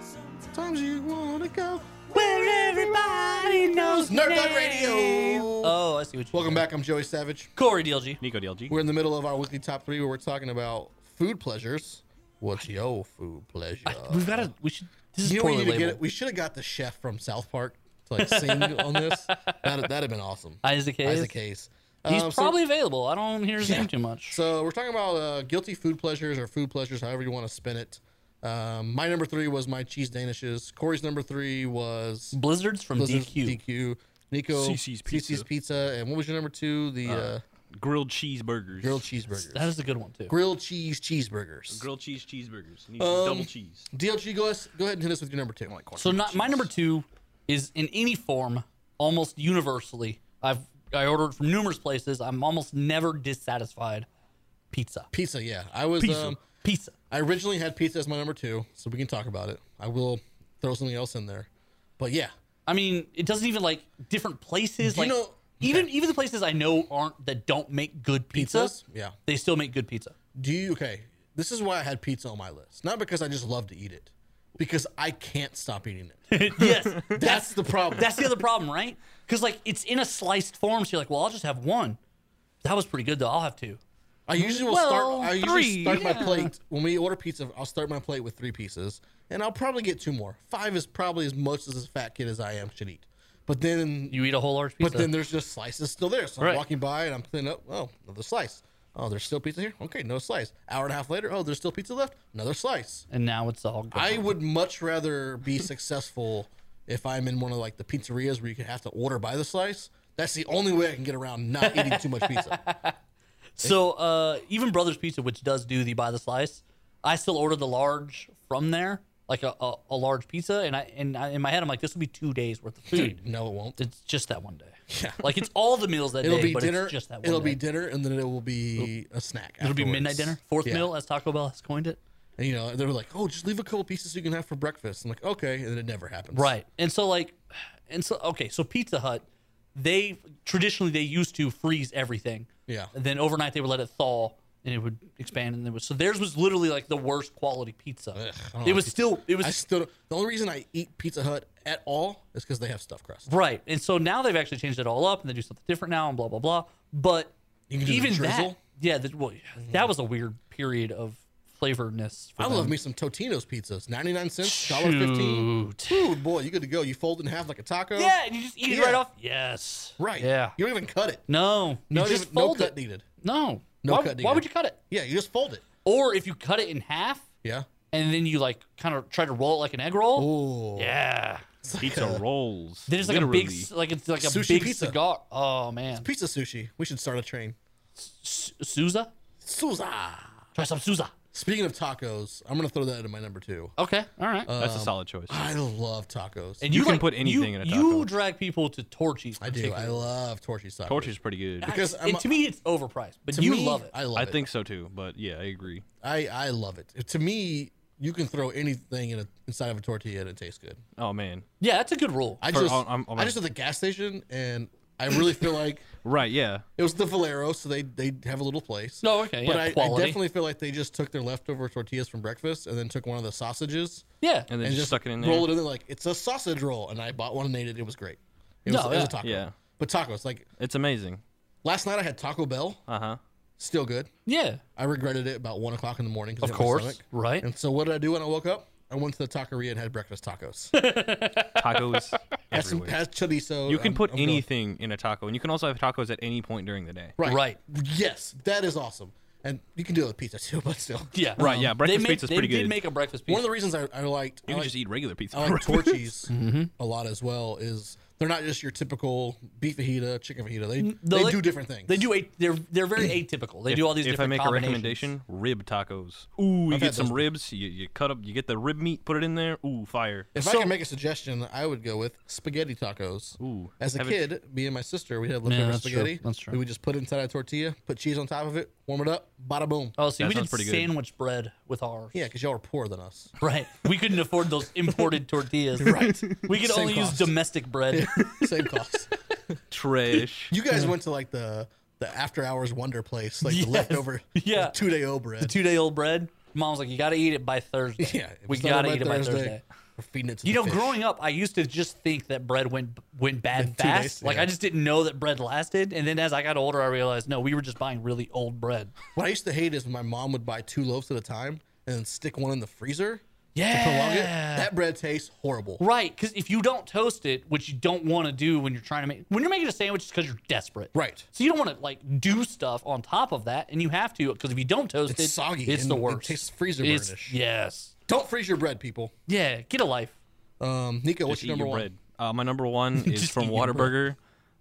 Speaker 1: Sometimes you wanna go where everybody knows. Nerd Dog Radio.
Speaker 2: Oh, I see what you
Speaker 1: Welcome back. I'm Joey Savage.
Speaker 2: Corey DLG.
Speaker 3: Nico DLG.
Speaker 1: We're in the middle of our weekly top three where we're talking about food pleasures. What's your food pleasure?
Speaker 2: We've got to. We should. This is
Speaker 1: You know we
Speaker 2: poorly
Speaker 1: need to get it.
Speaker 2: labeled.
Speaker 1: We should have got the chef from South Park to like <laughs> sing on this. That that'd have been awesome.
Speaker 2: Isaac Hayes.
Speaker 1: Isaac Hayes.
Speaker 2: He's
Speaker 1: Um, so-
Speaker 2: probably available. I don't hear his name too much.
Speaker 1: So we're talking about uh, guilty food pleasures or food pleasures, however you want to spin it. Um, my number three was my cheese danishes. Corey's number three was
Speaker 2: Blizzards from
Speaker 1: Blizzard's
Speaker 2: DQ.
Speaker 1: DQ. Nico
Speaker 3: CC's
Speaker 1: CC's pizza, and what was your number two? The uh,
Speaker 3: Grilled cheeseburgers.
Speaker 1: grilled cheeseburgers,
Speaker 2: That is a good one too.
Speaker 1: grilled cheese cheeseburgers.
Speaker 3: Grilled cheese cheeseburgers.
Speaker 1: double
Speaker 3: double cheese.
Speaker 1: DLG, go, us- go ahead and hit us with your number two.
Speaker 2: So not my number two is in any form almost universally. I've I ordered from numerous places. I'm almost never dissatisfied. Pizza.
Speaker 1: pizza. Yeah, I was.
Speaker 2: Pizza.
Speaker 1: Um,
Speaker 2: pizza.
Speaker 1: I originally had pizza as my number two, so we can talk about it. I will throw something else in there, but yeah,
Speaker 2: I mean, it doesn't even like different places.
Speaker 1: Do you
Speaker 2: like
Speaker 1: know-
Speaker 2: even even the places I know aren't that don't make good pizza.
Speaker 1: pizzas. Yeah.
Speaker 2: They still make good pizza.
Speaker 1: Do you okay? This is why I had pizza on my list. Not because I just love to eat it, because I can't stop eating
Speaker 2: <laughs>
Speaker 1: it.
Speaker 2: yes,
Speaker 1: That's the problem.
Speaker 2: that's the other problem, right? Because like it's in a sliced form, so you're like, well, I'll just have one. That was pretty good though. I'll have two.
Speaker 1: I usually will
Speaker 2: Well,
Speaker 1: start. I usually
Speaker 2: three,
Speaker 1: start my
Speaker 2: yeah.
Speaker 1: plate when we order pizza. I'll start my plate with three pieces, and I'll probably get two more. Five is probably as much as a fat kid as I am should eat. But then,
Speaker 2: You eat a whole large pizza.
Speaker 1: but then there's just slices still there. So I'm
Speaker 2: Right.
Speaker 1: walking by and I'm cleaning up. Oh, another slice. Oh, there's still pizza here. Okay, no slice. Hour and a half later. Oh, there's still pizza left. Another slice.
Speaker 2: and now it's all.
Speaker 1: I would much rather be successful if I'm in one of like the pizzerias where you can have to order by the slice. That's the only way I can get around not eating too much
Speaker 2: <laughs>
Speaker 1: pizza.
Speaker 2: So uh, even Brothers Pizza, which does do the by the slice, I still order the large from there, like a, a, a large pizza, and I and I, in my head I'm like, this will be two days worth of food.
Speaker 1: No, it won't.
Speaker 2: It's just that one day. Yeah. Like it's all the meals that
Speaker 1: It'll
Speaker 2: day,
Speaker 1: be
Speaker 2: but
Speaker 1: dinner.
Speaker 2: it's just that one
Speaker 1: It'll
Speaker 2: day.
Speaker 1: be dinner, and then it will be a snack.
Speaker 2: It'll be midnight
Speaker 1: afterwards.
Speaker 2: dinner, fourth
Speaker 1: Yeah.
Speaker 2: meal, as Taco Bell has coined it.
Speaker 1: And, you know, they were like, "Oh, just leave a couple pieces you can have for breakfast." I'm like, "Okay," and then it never happens.
Speaker 2: Right. And so like and so okay, so Pizza Hut, they traditionally they used to freeze everything.
Speaker 1: Yeah.
Speaker 2: And then overnight they would let it thaw and it would expand and then was so theirs was literally like the worst quality pizza.
Speaker 1: I don't
Speaker 2: it
Speaker 1: like
Speaker 2: was
Speaker 1: pizza.
Speaker 2: still it was
Speaker 1: I still. don't- The only reason I eat Pizza Hut at all is because they have stuffed crust.
Speaker 2: right. And so now they've actually changed it all up and they do something different now and blah blah blah. But
Speaker 1: You can do the
Speaker 2: even that
Speaker 1: drizzle. Mm-hmm.
Speaker 2: yeah, that, well, that was a weird period of flavorness. For
Speaker 1: I
Speaker 2: them.
Speaker 1: love me some Totino's pizzas. Ninety nine cents, dollar fifteen.
Speaker 2: Shoot.
Speaker 1: Ooh, boy, you good to go. You fold it in half like a taco.
Speaker 2: Yeah, and you just eat it
Speaker 1: Yeah.
Speaker 2: right off. Yes.
Speaker 1: Right.
Speaker 2: Yeah.
Speaker 1: You don't even cut it.
Speaker 2: No.
Speaker 1: No,
Speaker 2: you just
Speaker 1: even, no
Speaker 2: fold
Speaker 1: cut
Speaker 2: it.
Speaker 1: needed.
Speaker 2: No.
Speaker 1: No
Speaker 2: why,
Speaker 1: cut
Speaker 2: Why
Speaker 1: needed.
Speaker 2: would you cut it?
Speaker 1: Yeah, you just fold it.
Speaker 2: Or if you cut it in half
Speaker 1: Yeah.
Speaker 2: and then you like kind of try to roll it like an egg roll.
Speaker 1: Oh.
Speaker 2: Yeah.
Speaker 3: Pizza
Speaker 1: <laughs>
Speaker 3: rolls.
Speaker 2: Then it's like
Speaker 3: Literally.
Speaker 2: a big, c- like it's like a
Speaker 1: Sushi
Speaker 2: big
Speaker 1: pizza.
Speaker 2: cigar. Oh man.
Speaker 1: Pizza sushi. We should start a train.
Speaker 2: S- Sousa?
Speaker 1: Souza.
Speaker 2: Try some Sousa.
Speaker 1: Speaking of tacos, I'm gonna throw that into my number two.
Speaker 2: Okay. All right.
Speaker 3: That's
Speaker 1: um,
Speaker 3: a solid choice.
Speaker 1: I love tacos.
Speaker 2: and
Speaker 3: Uh, you can
Speaker 2: like-
Speaker 3: put anything
Speaker 2: you,
Speaker 3: in a
Speaker 2: You
Speaker 3: taco.
Speaker 2: drag people to torchies.
Speaker 1: I do. I love torchy tacos.
Speaker 3: Torch is pretty good.
Speaker 1: because I'm a-
Speaker 2: to me, it's overpriced, but
Speaker 1: To
Speaker 2: you
Speaker 1: me,
Speaker 2: love it.
Speaker 1: I love
Speaker 3: I
Speaker 1: it.
Speaker 3: think so too, but yeah, I agree.
Speaker 1: I I love it. To me, you can throw anything in a, inside of a tortilla and it tastes good.
Speaker 3: Oh man.
Speaker 2: yeah, that's a good rule.
Speaker 1: I
Speaker 3: For-
Speaker 1: just
Speaker 3: I'm- I'm- I'm-
Speaker 1: I just at the gas station and I really feel like
Speaker 3: Right, yeah.
Speaker 1: It was the Valero, so they they have a little place.
Speaker 2: No, okay,
Speaker 1: but
Speaker 2: yeah,
Speaker 1: I, I
Speaker 2: quality.
Speaker 1: definitely feel like they just took their leftover tortillas from breakfast and then took one of the sausages
Speaker 2: yeah.
Speaker 3: And then
Speaker 1: and
Speaker 3: just, stuck it in there.
Speaker 1: rolled it in there like it's a sausage roll. And I bought one and ate it. It was great. It was,
Speaker 2: No,
Speaker 1: it was
Speaker 2: yeah.
Speaker 1: a taco.
Speaker 3: Yeah.
Speaker 1: But tacos, like
Speaker 3: It's amazing.
Speaker 1: last night, I had Taco Bell.
Speaker 3: Uh huh.
Speaker 1: Still good.
Speaker 2: yeah.
Speaker 1: I regretted it about one o'clock in the morning. 'cause
Speaker 2: Of
Speaker 1: it hit my
Speaker 2: course.
Speaker 1: stomach.
Speaker 2: Right.
Speaker 1: And so, what did I do when I woke up? I went to the taqueria and had breakfast
Speaker 3: <laughs>
Speaker 1: tacos.
Speaker 3: Tacos
Speaker 1: had some
Speaker 3: everywhere.
Speaker 1: had chorizo.
Speaker 3: You can
Speaker 1: I'm-
Speaker 3: put
Speaker 1: I'm going-
Speaker 3: anything in a taco, and you can also have tacos at any point during the day.
Speaker 1: Right.
Speaker 2: Right.
Speaker 1: Yes, that is awesome. And you can do it with pizza <laughs> too, but still.
Speaker 2: Yeah.
Speaker 3: Right, yeah,
Speaker 2: They
Speaker 3: breakfast
Speaker 2: made-
Speaker 3: pizza's
Speaker 2: they
Speaker 3: pretty
Speaker 2: did
Speaker 3: good.
Speaker 2: make a breakfast pizza.
Speaker 1: One of the reasons I, I liked I
Speaker 3: You can
Speaker 1: liked
Speaker 2: <laughs>
Speaker 3: just eat regular pizza.
Speaker 1: I like
Speaker 2: Mm-hmm.
Speaker 3: for breakfast.
Speaker 1: Torchies a lot as well. Is They're not just your typical beef fajita, chicken fajita. They
Speaker 2: No,
Speaker 1: they
Speaker 2: they-
Speaker 1: do different things.
Speaker 2: They do eight. They're they're very atypical. They do all these.
Speaker 3: If I
Speaker 2: different
Speaker 3: make a
Speaker 2: combinations.
Speaker 3: recommendation, rib tacos. Ooh, you
Speaker 1: I've had
Speaker 3: get some
Speaker 1: those.
Speaker 3: ribs. You, you cut up. You get the rib meat. Put it in there. Ooh, fire.
Speaker 1: If I
Speaker 2: So-
Speaker 1: can make a suggestion, I would go with spaghetti tacos.
Speaker 3: Ooh,
Speaker 1: As a
Speaker 3: have it-
Speaker 1: kid, me and my sister, we had leftover
Speaker 2: that's true.
Speaker 1: spaghetti.
Speaker 2: That's true.
Speaker 1: We would just put it inside a tortilla, put cheese on top of it, warm it up, bada boom.
Speaker 2: Oh, see,
Speaker 3: That
Speaker 2: we did
Speaker 3: sounds pretty good.
Speaker 2: sandwich bread with ours.
Speaker 1: Yeah, because y'all are poorer than us.
Speaker 2: Right. We couldn't
Speaker 1: <laughs>
Speaker 2: afford those imported tortillas.
Speaker 1: Right.
Speaker 2: We could
Speaker 1: Same
Speaker 2: only
Speaker 1: cost.
Speaker 2: use domestic bread. <laughs>
Speaker 1: Same cost.
Speaker 3: trash.
Speaker 1: You guys went to like the the after hours wonder place, like
Speaker 2: Yes.
Speaker 1: the leftover
Speaker 2: <laughs> Yeah.
Speaker 1: two day old bread.
Speaker 2: Two day old bread. Mom's like, you got to eat it by Thursday.
Speaker 1: yeah, if
Speaker 2: We
Speaker 1: it's not
Speaker 2: got to
Speaker 1: by
Speaker 2: eat it by Thursday.
Speaker 1: We're feeding it to
Speaker 2: You
Speaker 1: the
Speaker 2: know,
Speaker 1: fish.
Speaker 2: growing up, I used to just think that bread went went bad
Speaker 1: two days,
Speaker 2: fast. like
Speaker 1: yeah.
Speaker 2: I just didn't know that bread lasted. And then as I got older, I realized no, we were just buying really old bread.
Speaker 1: What I used to hate is when my mom would buy two loaves at a time and then stick one in the freezer.
Speaker 2: Yeah.
Speaker 1: Prolong it. That bread tastes horrible.
Speaker 2: Right, because if you don't toast it, which you don't want to do when you're trying to make when you're making a sandwich, it's because you're desperate.
Speaker 1: Right.
Speaker 2: So you don't want to like do stuff on top of that, and you have to because if you don't toast
Speaker 1: It's
Speaker 2: it,
Speaker 1: soggy
Speaker 2: It's
Speaker 1: and
Speaker 2: the
Speaker 1: it
Speaker 2: worst.
Speaker 1: tastes freezer
Speaker 2: It's-
Speaker 1: burnish.
Speaker 2: Yes.
Speaker 1: Don't freeze your bread, people.
Speaker 2: Yeah. Get a life.
Speaker 1: Um, Nico, what's
Speaker 3: Just
Speaker 1: your
Speaker 3: eat
Speaker 1: number
Speaker 3: your
Speaker 1: one?
Speaker 3: bread. Uh, my number one is
Speaker 2: Just
Speaker 3: from
Speaker 2: eat your
Speaker 3: Whataburger.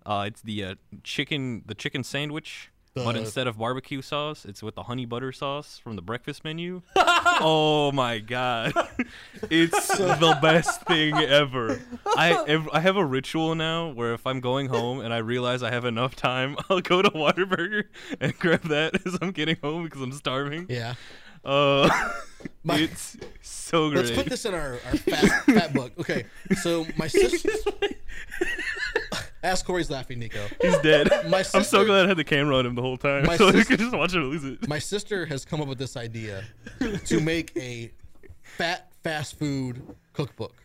Speaker 3: Uh, it's the uh, chicken, the chicken sandwich, but
Speaker 1: The-
Speaker 3: instead of barbecue sauce, it's with the honey butter sauce from the
Speaker 1: <laughs>
Speaker 3: breakfast menu. oh my god, <laughs>
Speaker 1: <laughs>
Speaker 3: it's the best thing ever. I ev- I have a ritual now where if I'm going home and I realize I have enough time, <laughs> I'll go to Whataburger and grab that <laughs> as I'm getting home because I'm starving.
Speaker 1: Yeah.
Speaker 3: Uh,
Speaker 1: <laughs> My-
Speaker 3: it's so great.
Speaker 1: Let's put this in our, our fat, fat book. Okay. So
Speaker 2: <laughs>
Speaker 1: my sister. <laughs> Ask Corey's laughing, Nico.
Speaker 3: He's dead.
Speaker 1: <laughs>
Speaker 3: <laughs>
Speaker 1: My
Speaker 3: I'm so
Speaker 1: sister-
Speaker 3: glad I had the camera on him the whole time,
Speaker 1: My
Speaker 3: <laughs> so I
Speaker 1: sister-
Speaker 3: could just watch him lose it.
Speaker 1: My sister has come up with this idea to make a fat fast food cookbook.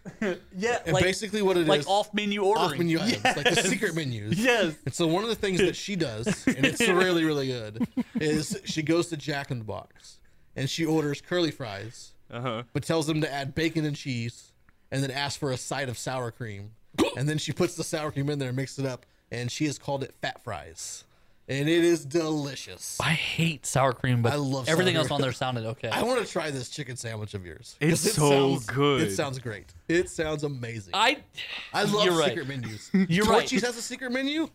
Speaker 2: Yeah.
Speaker 1: And basically, what it is
Speaker 2: like off menu ordering.
Speaker 1: off menu items, like the secret menus.
Speaker 2: Yes.
Speaker 1: And so one of the things that she does, and
Speaker 2: <laughs>
Speaker 1: it's really, really good, is she goes to Jack in the Box and she orders curly fries,
Speaker 3: Uh-huh.
Speaker 1: but tells them to add bacon and cheese, and then asks for a side of sour cream,
Speaker 2: <gasps>
Speaker 1: and then she puts the sour cream in there and mixes it up, and she has called it fat fries, and it is delicious.
Speaker 2: I hate sour cream, but
Speaker 1: I love
Speaker 2: everything
Speaker 1: sour
Speaker 2: else
Speaker 1: cream.
Speaker 2: on there sounded okay.
Speaker 1: I want to try this chicken sandwich of yours.
Speaker 3: It's
Speaker 1: 'Cause it
Speaker 3: so
Speaker 1: sounds-
Speaker 3: good.
Speaker 1: It sounds great. It sounds amazing. I,
Speaker 2: I,
Speaker 1: love
Speaker 2: you're right.
Speaker 1: secret menus.
Speaker 2: <laughs> You're right.
Speaker 1: Torchy's has a secret menu.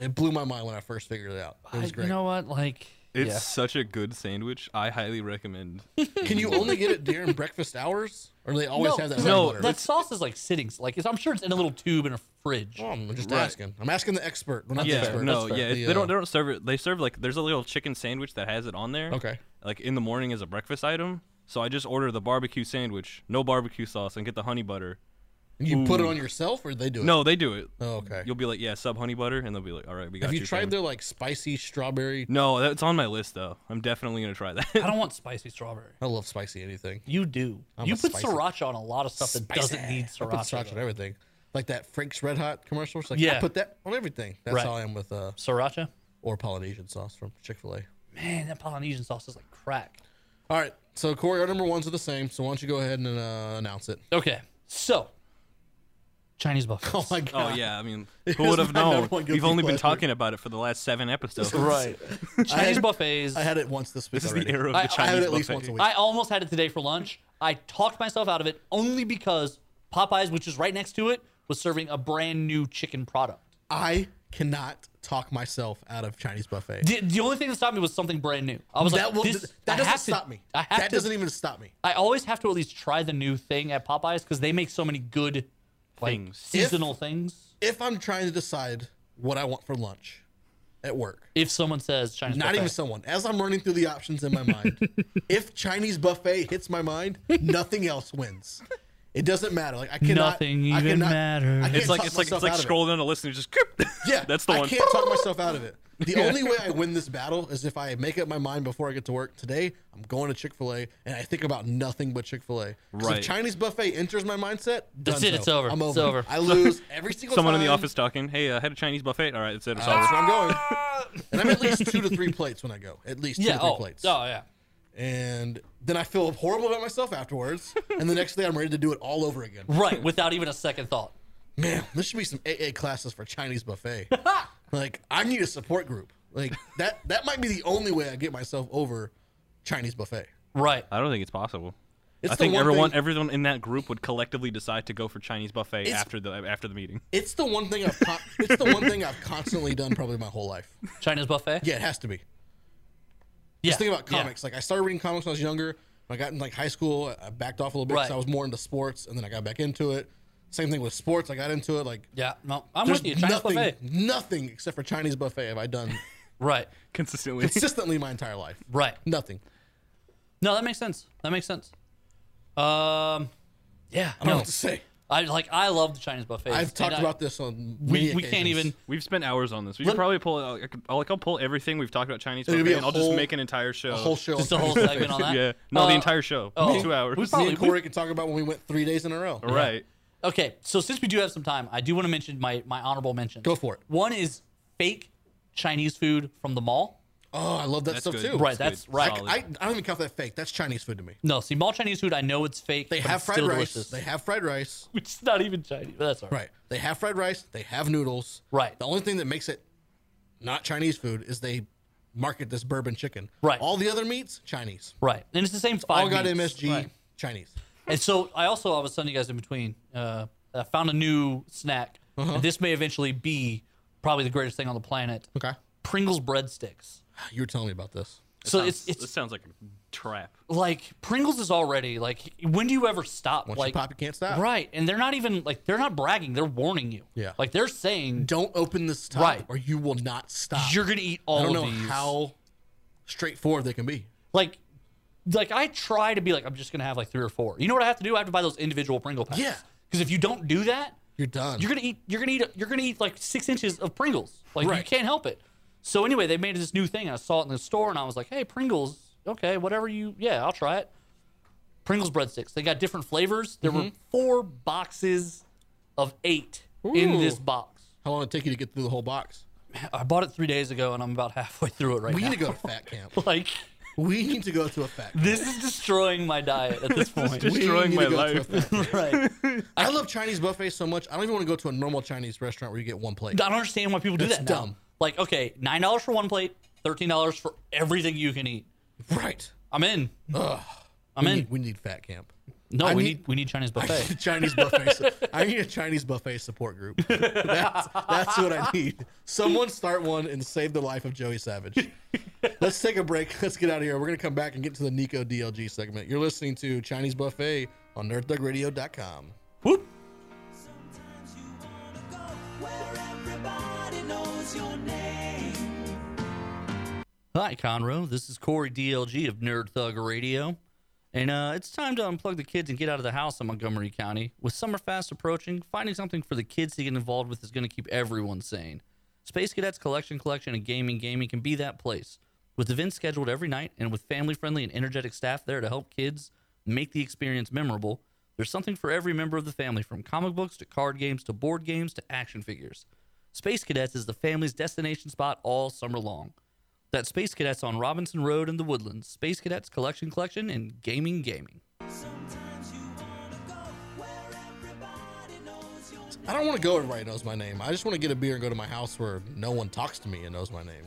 Speaker 1: It blew my mind when I first figured it out. It was
Speaker 2: You
Speaker 1: great.
Speaker 2: know what? Like,
Speaker 3: It's
Speaker 2: yeah.
Speaker 3: such a good sandwich. I highly recommend.
Speaker 1: Can you only get it during breakfast hours, or do they always
Speaker 2: No,
Speaker 1: have that?
Speaker 2: no,
Speaker 1: honey
Speaker 3: no,
Speaker 1: butter?
Speaker 2: that sauce is like sitting. Like, it's, I'm sure it's in a little tube in a fridge.
Speaker 1: Oh, I'm just
Speaker 3: Right.
Speaker 1: asking. I'm asking the expert. We're not
Speaker 3: Yeah,
Speaker 1: the expert.
Speaker 3: no,
Speaker 1: That's
Speaker 3: yeah.
Speaker 1: fair.
Speaker 3: it-
Speaker 1: The,
Speaker 3: they don't.
Speaker 1: uh,
Speaker 3: They don't serve it. They serve like there's a little chicken sandwich that has it on there.
Speaker 1: Okay.
Speaker 3: Like in the morning as a breakfast item. So I just order the barbecue sandwich, no barbecue sauce, and get the honey butter.
Speaker 1: You put it on yourself, or they do it?
Speaker 3: No, they do it.
Speaker 1: Oh, okay.
Speaker 3: You'll be like, yeah, sub honey butter, and they'll be like, all right, we got
Speaker 1: have you
Speaker 3: your
Speaker 1: tried
Speaker 3: sandwich."
Speaker 1: their like spicy strawberry?
Speaker 3: No, that's on my list though. I'm definitely gonna try
Speaker 1: <laughs>
Speaker 3: that.
Speaker 2: I don't want spicy strawberry.
Speaker 1: I love spicy anything.
Speaker 2: You do.
Speaker 1: I'm
Speaker 2: you
Speaker 1: a
Speaker 2: put
Speaker 1: spicy-
Speaker 2: sriracha on a lot of stuff that doesn't need
Speaker 1: I
Speaker 2: sriracha.
Speaker 1: put sriracha
Speaker 2: though.
Speaker 1: on everything, like that Frank's Red Hot commercial. It's like I
Speaker 2: Yeah.
Speaker 1: put that on everything. That's
Speaker 2: Right.
Speaker 1: how I am with uh
Speaker 2: Sriracha?
Speaker 1: or Polynesian sauce from Chick Fil A.
Speaker 2: Man, that Polynesian sauce is like crack.
Speaker 1: All right, so Corey, our number ones are the same. So why don't you go ahead and uh, announce it?
Speaker 2: Okay, so Chinese buffets.
Speaker 1: <laughs> Oh my
Speaker 3: Oh
Speaker 1: god!
Speaker 3: yeah,
Speaker 1: <laughs>
Speaker 3: I mean, who
Speaker 1: was
Speaker 3: would have
Speaker 1: my number
Speaker 3: known?
Speaker 1: one
Speaker 3: We've
Speaker 1: guilty
Speaker 3: only been
Speaker 1: pleasure.
Speaker 3: talking about it for the last seven
Speaker 1: <laughs>
Speaker 3: episodes.
Speaker 2: right. <laughs> Chinese buffets.
Speaker 1: I had it once this week.
Speaker 3: <laughs> This is the
Speaker 1: already.
Speaker 3: era of the
Speaker 2: I- I
Speaker 3: Chinese
Speaker 1: I had it at least
Speaker 3: buffet.
Speaker 1: once a week.
Speaker 2: I almost had it today for lunch. I talked myself out of it only because Popeyes, which is right next to it, was serving a brand new chicken product.
Speaker 1: I cannot talk myself out of Chinese buffet.
Speaker 2: The, the only thing that stopped me was something brand new. I was
Speaker 1: that
Speaker 2: like,
Speaker 1: will,
Speaker 2: this,
Speaker 1: that
Speaker 2: I
Speaker 1: doesn't
Speaker 2: have to-
Speaker 1: stop me.
Speaker 2: I have
Speaker 1: that
Speaker 2: to,
Speaker 1: doesn't e- even stop me.
Speaker 2: I always have to at least try the new thing at Popeyes because they make so many good like,
Speaker 3: Things. If-
Speaker 2: seasonal things.
Speaker 1: If I'm trying to decide what I want for lunch at work,
Speaker 2: If someone says Chinese
Speaker 1: not
Speaker 2: buffet.
Speaker 1: even someone, as I'm running through the options in my
Speaker 2: <laughs>
Speaker 1: mind, if Chinese buffet hits my mind, nothing else wins. It doesn't matter. Like I cannot.
Speaker 2: Nothing
Speaker 1: I
Speaker 2: even
Speaker 1: cannot,
Speaker 2: matters.
Speaker 1: I can't
Speaker 3: It's like
Speaker 1: talk
Speaker 3: it's like
Speaker 1: myself
Speaker 3: it's like
Speaker 1: out of it.
Speaker 3: scrolling down a list and you just <laughs>
Speaker 1: Yeah,
Speaker 3: that's the
Speaker 1: I
Speaker 3: one.
Speaker 1: can't talk myself out of it.
Speaker 3: <laughs>
Speaker 1: The only way I win this battle is if I make up my mind before I get to work. Today, I'm going to Chick Fil A, and I think about nothing but Chick Fil A.
Speaker 3: Right.
Speaker 1: If Chinese buffet enters my mindset,
Speaker 2: That's
Speaker 1: dunzo.
Speaker 2: it, it's over.
Speaker 1: I'm over.
Speaker 2: It's over.
Speaker 1: I
Speaker 2: <laughs>
Speaker 1: lose every single
Speaker 3: Someone
Speaker 1: time.
Speaker 3: in the office talking. Hey, uh, I had a Chinese buffet. All right, it's it. It's
Speaker 1: Uh, That's
Speaker 3: over."
Speaker 1: where I'm
Speaker 3: <laughs>
Speaker 1: going. And I'm at least two to three plates when I go. At least two
Speaker 2: yeah.
Speaker 1: to three
Speaker 2: Oh, oh,
Speaker 1: plates.
Speaker 2: yeah.
Speaker 1: And then I feel horrible about myself afterwards.
Speaker 2: <laughs>
Speaker 1: and the next day, I'm ready to do it all over again.
Speaker 2: Right. Without even a second thought.
Speaker 1: Man, there should be some AA classes for Chinese
Speaker 2: <laughs>
Speaker 1: buffet. like, I need a support group. Like that. That might be the only way I get myself over Chinese buffet.
Speaker 2: Right.
Speaker 1: Uh,
Speaker 3: I don't think it's possible.
Speaker 1: It's
Speaker 3: I
Speaker 1: the
Speaker 3: think
Speaker 1: one
Speaker 3: everyone
Speaker 1: thing-
Speaker 3: everyone in that group would collectively decide to go for Chinese buffet
Speaker 1: It's-
Speaker 3: after the after the meeting. <laughs>
Speaker 1: It's the one thing I've
Speaker 2: <laughs>
Speaker 1: con- it's the one thing I've constantly done probably my whole life.
Speaker 2: China's buffet.
Speaker 1: Yeah, it has to be.
Speaker 2: yeah.
Speaker 1: Just think about
Speaker 2: yeah.
Speaker 1: comics. Like I started reading comics when I was younger. When I got in like high school, I backed off a little bit because
Speaker 2: Right.
Speaker 1: I was more into sports, and then I got back into it. Same thing with sports. I got into it. Like
Speaker 2: Yeah, no, I'm
Speaker 1: there's
Speaker 2: with you. China's
Speaker 1: nothing,
Speaker 2: buffet.
Speaker 1: nothing except for Chinese buffet have I
Speaker 2: <laughs>
Speaker 1: done
Speaker 2: Right,
Speaker 3: Consistently.
Speaker 1: consistently my entire life.
Speaker 2: right.
Speaker 1: Nothing.
Speaker 2: No, that makes sense. That makes sense. Um, yeah,
Speaker 1: I don't know
Speaker 2: no,
Speaker 1: what to say.
Speaker 2: I like I love the Chinese buffet.
Speaker 1: I've talked about this on many
Speaker 2: We, we can't even.
Speaker 1: occasions.
Speaker 3: We've spent hours on this. We should
Speaker 2: Let-
Speaker 3: probably pull out- I could- I'll, like I'll pull everything we've talked about Chinese
Speaker 1: It'll be
Speaker 3: buffet
Speaker 1: a
Speaker 3: and I'll
Speaker 1: whole-
Speaker 3: just make an entire show.
Speaker 1: a
Speaker 3: <laughs>
Speaker 1: whole show.
Speaker 2: Just a
Speaker 1: on
Speaker 2: whole <laughs>
Speaker 1: Chinese buffet.
Speaker 2: segment on that.
Speaker 3: Yeah. No, the
Speaker 2: Uh,
Speaker 3: entire show.
Speaker 2: oh.
Speaker 3: Two hours.
Speaker 2: We
Speaker 1: Me
Speaker 2: probably-
Speaker 1: and Corey can talk about when we went three days in a row.
Speaker 3: All <laughs> right.
Speaker 2: Okay, so since we do have some time, I do want to mention my my honorable mention.
Speaker 1: Go for it.
Speaker 2: One is fake Chinese food from the mall.
Speaker 1: Oh, I love that
Speaker 3: That's
Speaker 1: stuff
Speaker 3: good.
Speaker 1: too.
Speaker 2: Right,
Speaker 3: That's
Speaker 2: that's,
Speaker 3: good.
Speaker 1: I,
Speaker 2: right.
Speaker 3: Solid.
Speaker 1: I, I don't even count that fake. That's Chinese food to me.
Speaker 2: no, see, mall Chinese food. I know it's fake.
Speaker 1: They
Speaker 2: but
Speaker 1: have
Speaker 2: it's
Speaker 1: fried
Speaker 2: still
Speaker 1: rice.
Speaker 2: Delicious. <laughs>
Speaker 1: They have fried rice.
Speaker 2: Which is not even Chinese. But that's all right.
Speaker 1: Right. They have fried rice. They have noodles.
Speaker 2: Right.
Speaker 1: The only thing that makes it not Chinese food is they market this bourbon chicken.
Speaker 2: Right.
Speaker 1: All the other meats, Chinese.
Speaker 2: Right, and it's the same five.
Speaker 1: All got
Speaker 2: meats.
Speaker 1: MSG,
Speaker 2: Right.
Speaker 1: Chinese.
Speaker 2: And so I also I was telling you guys in between. Uh, I found a new snack.
Speaker 1: Uh-huh.
Speaker 2: And this may eventually be probably the greatest thing on the planet.
Speaker 1: Okay.
Speaker 2: Pringles breadsticks.
Speaker 1: You were telling me about this.
Speaker 2: So
Speaker 3: Sounds-
Speaker 2: it's
Speaker 3: this
Speaker 2: it's
Speaker 3: sounds like a trap.
Speaker 2: like Pringles is already like when do you ever stop?
Speaker 1: Once
Speaker 2: like
Speaker 1: you pop, you can't stop.
Speaker 2: right, and they're not even like they're not bragging. They're warning you.
Speaker 1: Yeah.
Speaker 2: like they're saying
Speaker 1: Don't open this top
Speaker 2: Right.
Speaker 1: or you will not stop.
Speaker 2: you're gonna eat
Speaker 1: I
Speaker 2: all
Speaker 1: don't
Speaker 2: of
Speaker 1: know
Speaker 2: these.
Speaker 1: how straightforward they can be.
Speaker 2: like like I try to be like I'm just gonna have like three or four. You know what I have to do? I have to buy those individual Pringle packs.
Speaker 1: Yeah.
Speaker 2: because if you don't do that,
Speaker 1: You're done.
Speaker 2: you're gonna eat you're gonna eat you're gonna eat like six inches of Pringles. Like you
Speaker 1: Right.
Speaker 2: can't help it. So anyway, they made this new thing. I saw it in the store and I was like, hey, Pringles, okay, whatever you yeah, I'll try it. Pringles breadsticks. They got different flavors. There were four boxes of eight in this
Speaker 1: Ooh.
Speaker 2: box.
Speaker 1: How long did it take you to get through the whole box?
Speaker 2: <clears throat> I bought it three days ago and I'm about halfway through it right
Speaker 1: We
Speaker 2: now.
Speaker 1: need to <laughs> go to fat camp.
Speaker 2: <laughs> like
Speaker 1: We need to go to a fat camp.
Speaker 2: this is destroying my diet at <laughs> this point.
Speaker 1: We
Speaker 3: destroying
Speaker 1: need
Speaker 3: my
Speaker 1: to go to a
Speaker 3: life.
Speaker 1: fat
Speaker 2: <laughs>
Speaker 1: camp.
Speaker 2: right.
Speaker 1: I love Chinese buffets so much. I don't even want to go to a normal Chinese restaurant where you get one plate.
Speaker 2: I don't understand why people do
Speaker 1: That's
Speaker 2: that. now.
Speaker 1: dumb.
Speaker 2: Like, okay, nine dollars for one plate, thirteen dollars for everything you can eat.
Speaker 1: Right.
Speaker 2: I'm in.
Speaker 1: Ugh.
Speaker 2: I'm
Speaker 1: we
Speaker 2: in.
Speaker 1: Need, we need fat camp.
Speaker 2: No,
Speaker 1: I
Speaker 2: we
Speaker 1: need-
Speaker 2: need we need Chinese
Speaker 1: I
Speaker 2: buffet.
Speaker 1: need a <laughs> Chinese buffet. su- I need a Chinese buffet support group. <laughs> That's, that's what I need. Someone start one and save the life of Joey
Speaker 3: <laughs>
Speaker 1: Savage. Let's take a break. Let's get out of here. We're gonna come back and get to the Nico DLG segment. You're listening to Chinese Buffet on NerdThugRadio.com.
Speaker 2: Whoop.
Speaker 5: Sometimes you wanna go where everybody knows your name.
Speaker 2: Hi, Conroe. This is Corey DLG of Nerd Thug Radio. And uh, it's time to unplug the kids and get out of the house in Montgomery County. With summer fast approaching, finding something for the kids to get involved with is going to keep everyone sane. Space Cadets Collection Collection and Gaming Gaming can be that place. With events scheduled every night and with family friendly and energetic staff there to help kids make the experience memorable, there's something for every member of the family from comic books to card games to board games to action figures. Space Cadets is the family's destination spot all summer long. That's Space Cadets on Robinson Road in the Woodlands. Space Cadets Collection Collection and Gaming Gaming.
Speaker 5: Sometimes you wanna go where everybody knows your name.
Speaker 1: I don't want to go where everybody knows my name. I just want to get a beer and go to my house where no one talks to me and knows my name.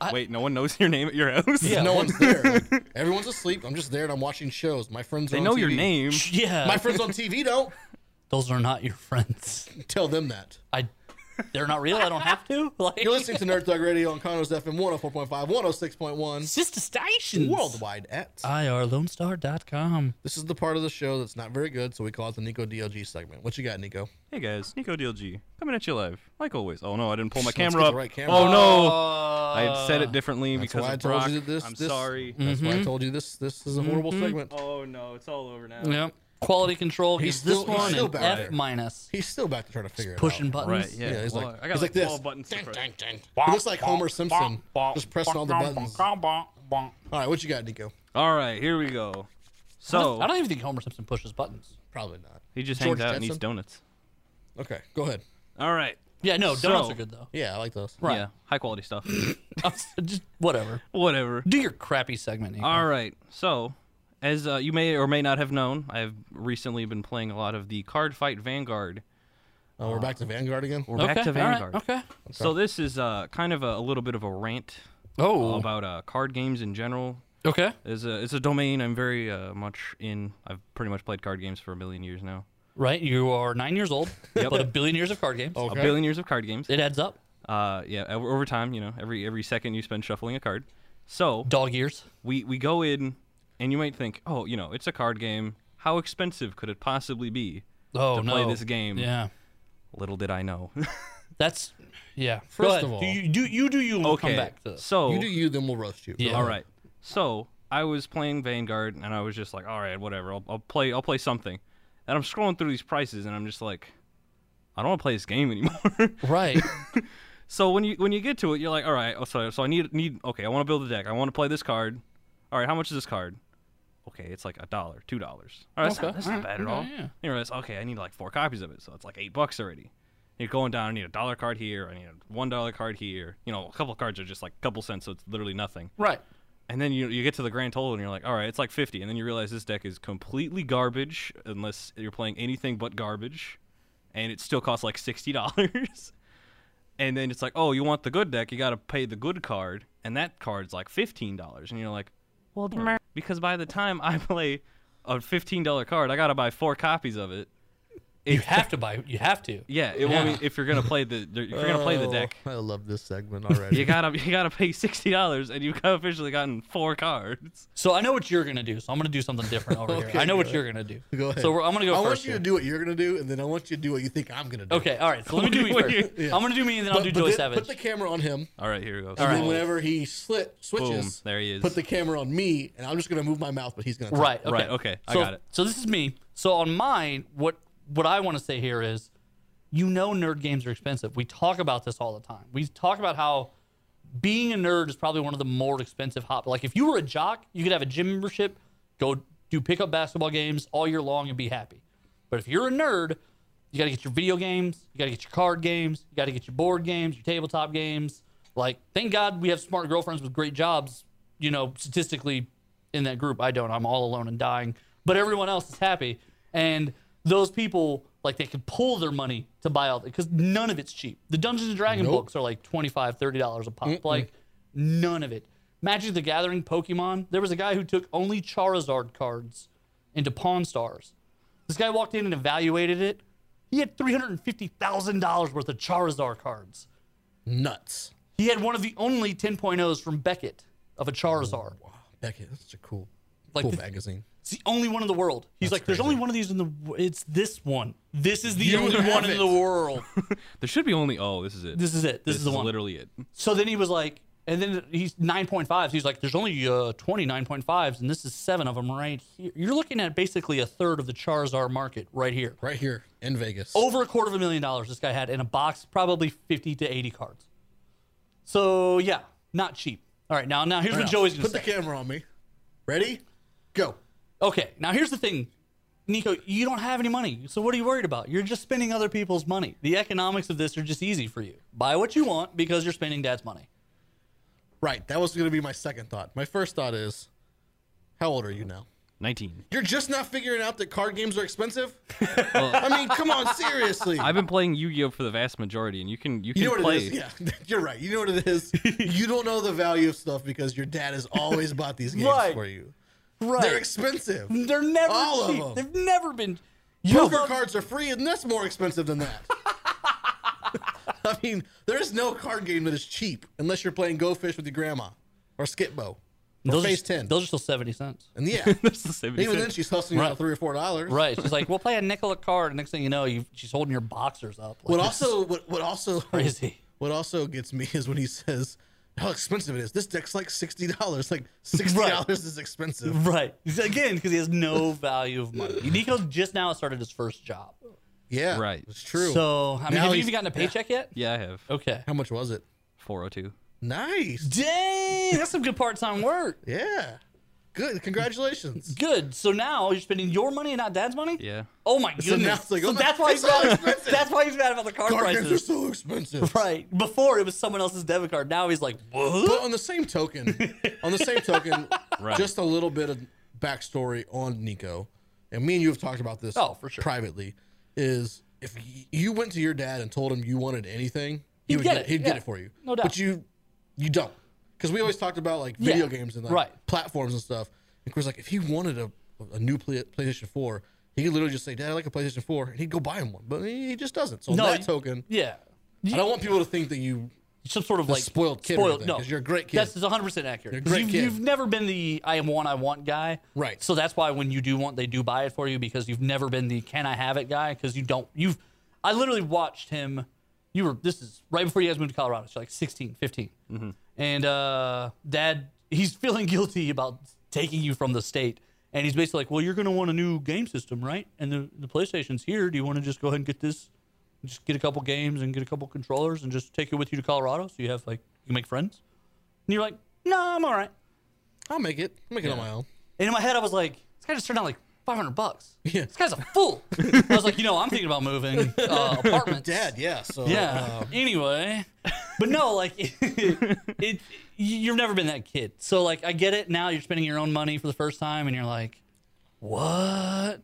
Speaker 2: I-
Speaker 3: Wait, no one knows your name at your house?
Speaker 2: Yeah.
Speaker 1: no
Speaker 3: <laughs>
Speaker 1: one's there. Like, everyone's asleep. I'm just there and I'm watching shows. My friends. Are
Speaker 3: They
Speaker 1: on
Speaker 3: know
Speaker 1: TV.
Speaker 3: your name.
Speaker 2: <laughs> Yeah,
Speaker 1: My friends on TV don't
Speaker 2: those are not your friends.
Speaker 1: tell them that.
Speaker 2: I, they're not real. I don't have to. <laughs> Like,
Speaker 1: You're listening to Nerd Thug Radio on Condos FM 104.5, 106.1,
Speaker 2: sister stations
Speaker 1: worldwide at.
Speaker 2: IRLoneStar.com.
Speaker 1: This is the part of the show that's not very good, so we call it the Nico DLG segment. What you got, Nico?
Speaker 3: Hey guys, Nico DLG coming at you live, like always. Oh no, I didn't pull my
Speaker 1: Let's get
Speaker 3: camera
Speaker 1: the
Speaker 3: up.
Speaker 1: right camera.
Speaker 3: Oh no, I had
Speaker 1: Uh,
Speaker 3: said it differently
Speaker 1: That's
Speaker 3: because
Speaker 1: why
Speaker 3: of
Speaker 1: I told
Speaker 3: Brock.
Speaker 1: you that this.
Speaker 3: I'm
Speaker 1: this-
Speaker 3: sorry. Mm-hmm.
Speaker 1: That's why I told you this. This is a horrible segment.
Speaker 3: Oh no, it's all over now.
Speaker 2: Yep. Quality control
Speaker 1: He's
Speaker 2: gives this
Speaker 1: still- he's
Speaker 2: one
Speaker 1: still
Speaker 2: an
Speaker 1: back
Speaker 2: F
Speaker 1: there.
Speaker 2: minus.
Speaker 1: He's still back to try to figure it
Speaker 2: Pushing
Speaker 1: out.
Speaker 3: Right,
Speaker 2: buttons.
Speaker 3: yeah.
Speaker 1: Yeah, he's
Speaker 3: Well,
Speaker 1: like,
Speaker 3: I got
Speaker 1: he's like
Speaker 3: like
Speaker 1: this.
Speaker 3: 12 buttons to press.
Speaker 1: He looks like Homer Simpson, just pressing all the buttons. All right, what you got, Nico?
Speaker 3: All right, here we go.
Speaker 2: I don't-
Speaker 3: So
Speaker 2: I don't even think Homer Simpson pushes buttons.
Speaker 1: Probably not.
Speaker 3: he just
Speaker 1: George
Speaker 3: hangs out and eats
Speaker 1: Jetson?
Speaker 3: donuts.
Speaker 1: Okay, go ahead.
Speaker 3: All right.
Speaker 2: Yeah, no, donuts
Speaker 3: So-
Speaker 2: are good though. <laughs>
Speaker 1: Yeah, I like those.
Speaker 2: Right.
Speaker 3: Yeah, high
Speaker 1: <clears throat>
Speaker 3: quality stuff.
Speaker 2: just whatever.
Speaker 3: Whatever.
Speaker 2: Do your crappy segment. Nico.
Speaker 3: All right. So, as uh, you may or may not have known, I've recently been playing a lot of the Card Fight Vanguard.
Speaker 1: Oh, we're back to Vanguard again.
Speaker 3: We're back to
Speaker 2: all right,
Speaker 3: Vanguard.
Speaker 2: Okay.
Speaker 3: So this is uh, kind of a, a little bit of a rant
Speaker 2: Oh.
Speaker 3: about uh, card games in general.
Speaker 2: Okay.
Speaker 3: It's a it's a domain I'm very uh, much in. I've pretty much played card games for a million years now.
Speaker 2: Right. You are nine years old,
Speaker 3: Yep.
Speaker 2: but a billion years of card games.
Speaker 1: Okay.
Speaker 3: A billion years of card games.
Speaker 2: It adds up.
Speaker 3: Uh, yeah, over, over time, you know, every every second you spend shuffling a card. So
Speaker 2: Dog years.
Speaker 3: we we go in, and you might think, oh, you know, it's a card game. How expensive could it possibly be?
Speaker 2: Oh
Speaker 3: to
Speaker 2: no.
Speaker 3: play this game.
Speaker 2: Yeah.
Speaker 3: Little did I know.
Speaker 2: That's yeah. Go
Speaker 1: First
Speaker 2: ahead.
Speaker 1: of all-
Speaker 2: do you do you do you? and We'll come
Speaker 3: okay,
Speaker 2: back to this.
Speaker 3: so
Speaker 1: You do you, then we'll roast you.
Speaker 2: Yeah.
Speaker 3: All right. So I was playing Vanguard, and I was just like, all right, whatever. I'll, I'll play. I'll play something. And I'm scrolling through these prices, and I'm just like, I don't want to play this game <laughs> anymore.
Speaker 2: Right.
Speaker 3: so when you when you get to it, you're like, all right. oh, So so I need need. Okay, I want to build a deck. I want to play this card. All right, how much is this card? Okay, it's like a dollar, two dollars. All right, that's,
Speaker 2: Okay,
Speaker 3: not, that's
Speaker 2: all right,
Speaker 3: not bad at
Speaker 2: okay,
Speaker 3: all.
Speaker 2: yeah.
Speaker 3: You realize, okay, I need like four copies of it, so it's like eight bucks already. You're going down. I need a dollar card here. I need a one dollar card here. You know, a couple cards are just like a couple cents, so it's literally nothing.
Speaker 2: right.
Speaker 3: And then you you get to the grand total and you're like, all right, it's like 50. And then you realize this deck is completely garbage unless you're playing anything but garbage. And it still costs like $60. <laughs> and then it's like, oh, you want the good deck, you got to pay the good card. And that card's like $15. And you're like, well, damn, because by the time I <laughs> play a $15 card, I got to buy four copies of it.
Speaker 2: You have to buy. You have to.
Speaker 3: Yeah, it won't be- if you're going to play <laughs> the if you're going to play the
Speaker 1: Oh,
Speaker 3: deck,
Speaker 1: I love this segment
Speaker 3: <laughs> you
Speaker 1: already.
Speaker 3: got to you got to pay $60 and you've <laughs> officially gotten four cards.
Speaker 2: So I know what you're gonna do. So I'm gonna do something different over
Speaker 1: Okay,
Speaker 2: here. I know
Speaker 1: go
Speaker 2: what
Speaker 1: ahead.
Speaker 2: you're gonna do.
Speaker 1: go ahead.
Speaker 2: So we're, I'm gonna go
Speaker 1: I
Speaker 2: first.
Speaker 1: want you
Speaker 2: here.
Speaker 1: to do what you're gonna do, and then I want you to do what you think I'm gonna do.
Speaker 2: Okay. All right. So let me do me
Speaker 3: What
Speaker 2: first.
Speaker 3: you-
Speaker 2: I'm gonna do me, and then I'll
Speaker 1: But-
Speaker 2: do
Speaker 1: but
Speaker 2: Joey
Speaker 1: then
Speaker 2: Savage.
Speaker 1: Put the camera on him,
Speaker 3: All right, here we go.
Speaker 1: and then
Speaker 2: right.
Speaker 1: whenever he slit switches,
Speaker 3: Boom, there he is.
Speaker 1: Put the camera on me, and I'm just gonna move my mouth, but he's gonna talk.
Speaker 2: Right. Okay.
Speaker 3: Right, okay, I
Speaker 2: so,
Speaker 3: got it.
Speaker 2: So this is me. So on mine, what what I want to say here is, you know, nerd games are expensive. We talk about this all the time. We talk about how being a nerd is probably one of the more expensive hobbies. Like if you were a jock, you could have a gym membership, go do pickup basketball games all year long and be happy. But if you're a nerd, you got to get your video games, you got to get your card games, you got to get your board games, your tabletop games. Like thank God we have smart girlfriends with great jobs. You know, statistically in that group. I don't. I'm all alone and dying. But everyone else is happy. And those people, like, they can pull their money to buy all because none of it's cheap. The Dungeons and Dragon books are like $25, $30 a pop. Like, none of it. Magic the Gathering, Pokemon. There was a guy who took only Charizard cards into Pawn Stars. This guy walked in and evaluated it. He had $350,000 worth of Charizard cards.
Speaker 1: Nuts.
Speaker 2: He had one of the only 10.0s from Beckett of a Charizard.
Speaker 1: Beckett, that's such a cool,
Speaker 2: Like
Speaker 1: cool
Speaker 2: the-
Speaker 1: magazine.
Speaker 2: It's the only one in the world. He's like, there's only one of these in the. w- It's this one. This is the
Speaker 1: You
Speaker 2: only
Speaker 1: have
Speaker 2: one
Speaker 1: it.
Speaker 2: in the world.
Speaker 3: There should be only. Oh, this is it.
Speaker 2: This is it. This, is the one.
Speaker 3: literally it.
Speaker 2: So then he was like, and then he's 9.5s. He's like, there's only uh, 20 9.5s, and this is seven of them right here. You're looking at basically a third of the Charizard market right here.
Speaker 1: Right here in Vegas.
Speaker 2: Over a quarter of a million dollars this guy had in a box, probably 50 to 80 cards. So yeah, not cheap. All right, now now here's what
Speaker 1: Now,
Speaker 2: Joey's gonna
Speaker 1: Put
Speaker 2: say.
Speaker 1: the camera on me. Ready? Go.
Speaker 2: Okay, now here's the thing, Nico. You don't have any money, so what are you worried about? You're just spending other people's money. The economics of this are just easy for you. Buy what you want because you're spending dad's money.
Speaker 1: Right. That was gonna be my second thought. My first thought is, how old are you now?
Speaker 3: Nineteen.
Speaker 1: You're just not figuring out that card games are expensive.
Speaker 2: <laughs>
Speaker 1: I mean, come on, seriously.
Speaker 3: I've been playing Yu-Gi-Oh for the vast majority, and you can you can
Speaker 1: you know what
Speaker 3: play.
Speaker 1: it
Speaker 3: <laughs>
Speaker 1: is? Yeah, <laughs> you're right. You know what it
Speaker 2: <laughs>
Speaker 1: is. you don't know the value of stuff because your dad has always bought these games
Speaker 2: Right.
Speaker 1: for you.
Speaker 2: Right?
Speaker 1: They're expensive.
Speaker 2: They're never
Speaker 1: All of
Speaker 2: cheap.
Speaker 1: them.
Speaker 2: They've never been. You
Speaker 1: Poker
Speaker 2: love-
Speaker 1: cards are free, and that's more expensive than
Speaker 2: <laughs>
Speaker 1: that. I mean, there is no card game that is cheap unless you're playing Go Fish with your grandma or Skipbo or
Speaker 2: those
Speaker 1: Phase
Speaker 2: are,
Speaker 1: Ten.
Speaker 2: Those are still seventy cents.
Speaker 1: and
Speaker 2: <laughs>
Speaker 1: yeah,
Speaker 3: That's the same
Speaker 1: even then
Speaker 3: thing.
Speaker 1: she's hustling
Speaker 2: Right.
Speaker 1: out three or four dollars.
Speaker 2: Right? She's like, we'll play a nickel a card. Next thing you know, you she's holding your boxers up. Like,
Speaker 1: What
Speaker 2: it's
Speaker 1: also what, what also
Speaker 2: crazy?
Speaker 1: <laughs> what also gets me is when he says how expensive it is. This deck's like sixty dollars. Like sixty dollars is expensive.
Speaker 2: <laughs> Right. Again, because he has no value of money. Nico just now started his first job.
Speaker 1: Yeah,
Speaker 3: Right.
Speaker 1: It's true.
Speaker 2: So, I mean,
Speaker 1: Now
Speaker 2: have you
Speaker 1: he's-
Speaker 2: even gotten a paycheck yet?
Speaker 3: Yeah, I have
Speaker 2: Okay.
Speaker 1: how much was it?
Speaker 3: 402.
Speaker 1: Nice.
Speaker 2: Dang, that's some good part-time work.
Speaker 1: Yeah. Good. Congratulations.
Speaker 2: Good. So now you're spending your money and not dad's money.
Speaker 3: Yeah.
Speaker 2: Oh my
Speaker 1: So now
Speaker 2: goodness.
Speaker 1: it's like,
Speaker 2: so
Speaker 1: oh my-
Speaker 2: that's why he's
Speaker 1: it's all
Speaker 2: mad.
Speaker 1: expensive.
Speaker 2: That's why he's mad about the card
Speaker 1: Card games are
Speaker 2: prices.
Speaker 1: so
Speaker 2: <laughs>
Speaker 1: expensive.
Speaker 2: Right. Before it was someone else's debit card. Now he's like, what?
Speaker 1: But on the same token, on the same token,
Speaker 3: Right.
Speaker 1: just a little bit of backstory on Nico, and me and you have talked about this.
Speaker 2: Oh, for sure.
Speaker 1: Privately, is if y- you went to your dad and told him you wanted anything, he
Speaker 2: He'd
Speaker 1: would
Speaker 2: get
Speaker 1: get,
Speaker 2: it,
Speaker 1: He'd
Speaker 2: yeah.
Speaker 1: get it for you.
Speaker 2: No doubt.
Speaker 1: But you, you don't. because we always talked about like video games and like
Speaker 2: right.
Speaker 1: platforms and stuff. And Chris like if he wanted a, a new play, PlayStation Four, he could literally just say, "Dad, I like a PlayStation 4, and he'd go buy him one. But he he just doesn't. So on
Speaker 2: No,
Speaker 1: that
Speaker 2: you-
Speaker 1: token,
Speaker 2: Yeah.
Speaker 1: I don't want people to think that you
Speaker 2: some sort of
Speaker 1: The
Speaker 2: like
Speaker 1: spoiled kid or anything,
Speaker 2: no,
Speaker 1: 'cause you're a great kid.
Speaker 2: That's 100 percent accurate.
Speaker 1: You're a great
Speaker 2: you've,
Speaker 1: kid.
Speaker 2: you've never been the I am one I want guy,
Speaker 1: Right.
Speaker 2: So that's why when you do want, they do buy it for you because you've never been the can I have it guy because you don't. You've I literally watched him. You were this is right before you guys moved to Colorado, so like 16, 15, and uh, dad he's <laughs> feeling guilty about taking you from the state. And he's basically like, "Well, you're going to want a new game system, right? And the, the PlayStation's here. Do you want to just go ahead and get this just get a couple games and get a couple controllers and just take it with you to Colorado so you have like you can make friends. And you're like, no, I'm all right.
Speaker 1: I'll make it. I'll make it on my own.
Speaker 2: And in my head, I was like, this guy just turned out like 500 bucks.
Speaker 1: Yeah.
Speaker 2: This guy's a fool. I was like, you know, I'm thinking about
Speaker 3: <laughs>
Speaker 2: moving uh, apartments.
Speaker 1: Dad, yeah. So
Speaker 2: Yeah.
Speaker 1: uh,
Speaker 2: anyway, but no, like <laughs> it, it, you- you've never been that kid. So like, I get it now. You're spending your own money for the first time, and you're like, what?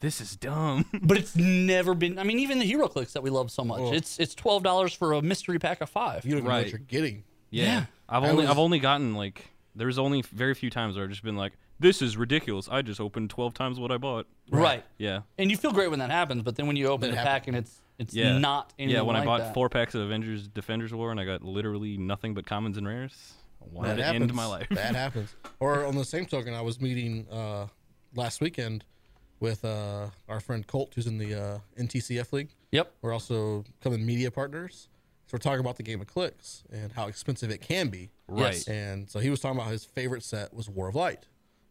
Speaker 3: This is dumb.
Speaker 2: But it's never been. I mean, even the Hero Clicks that we love so much.
Speaker 3: Oh.
Speaker 2: It's it's twelve dollars for a mystery pack of five.
Speaker 1: you don't even know what
Speaker 3: Right.
Speaker 1: you're getting.
Speaker 3: Yeah.
Speaker 2: Yeah.
Speaker 3: I've
Speaker 1: I
Speaker 3: only
Speaker 1: was-
Speaker 3: I've only gotten like there's only very few times where I've just been like, This is ridiculous. I just opened twelve times what I bought.
Speaker 2: right.
Speaker 3: Yeah.
Speaker 2: and you feel great when that happens, but then when you open the pack and it's it's
Speaker 3: Yeah.
Speaker 2: not anything
Speaker 3: Yeah, when I
Speaker 2: like
Speaker 3: bought
Speaker 2: that.
Speaker 3: four packs of Avengers Defenders War and I got literally nothing but commons and rares. I wanted
Speaker 1: That
Speaker 3: to
Speaker 1: happens.
Speaker 3: end
Speaker 1: <laughs>
Speaker 3: my life. <laughs>
Speaker 1: That happens. Or on the same token, I was meeting uh, last weekend with uh, our friend Colt, who's in the uh, NTCF league.
Speaker 2: Yep.
Speaker 1: We're also becoming media partners, so we're talking about the game of clicks and how expensive it can be.
Speaker 3: Right.
Speaker 2: Yes.
Speaker 1: And so he was talking about his favorite set was War of Light.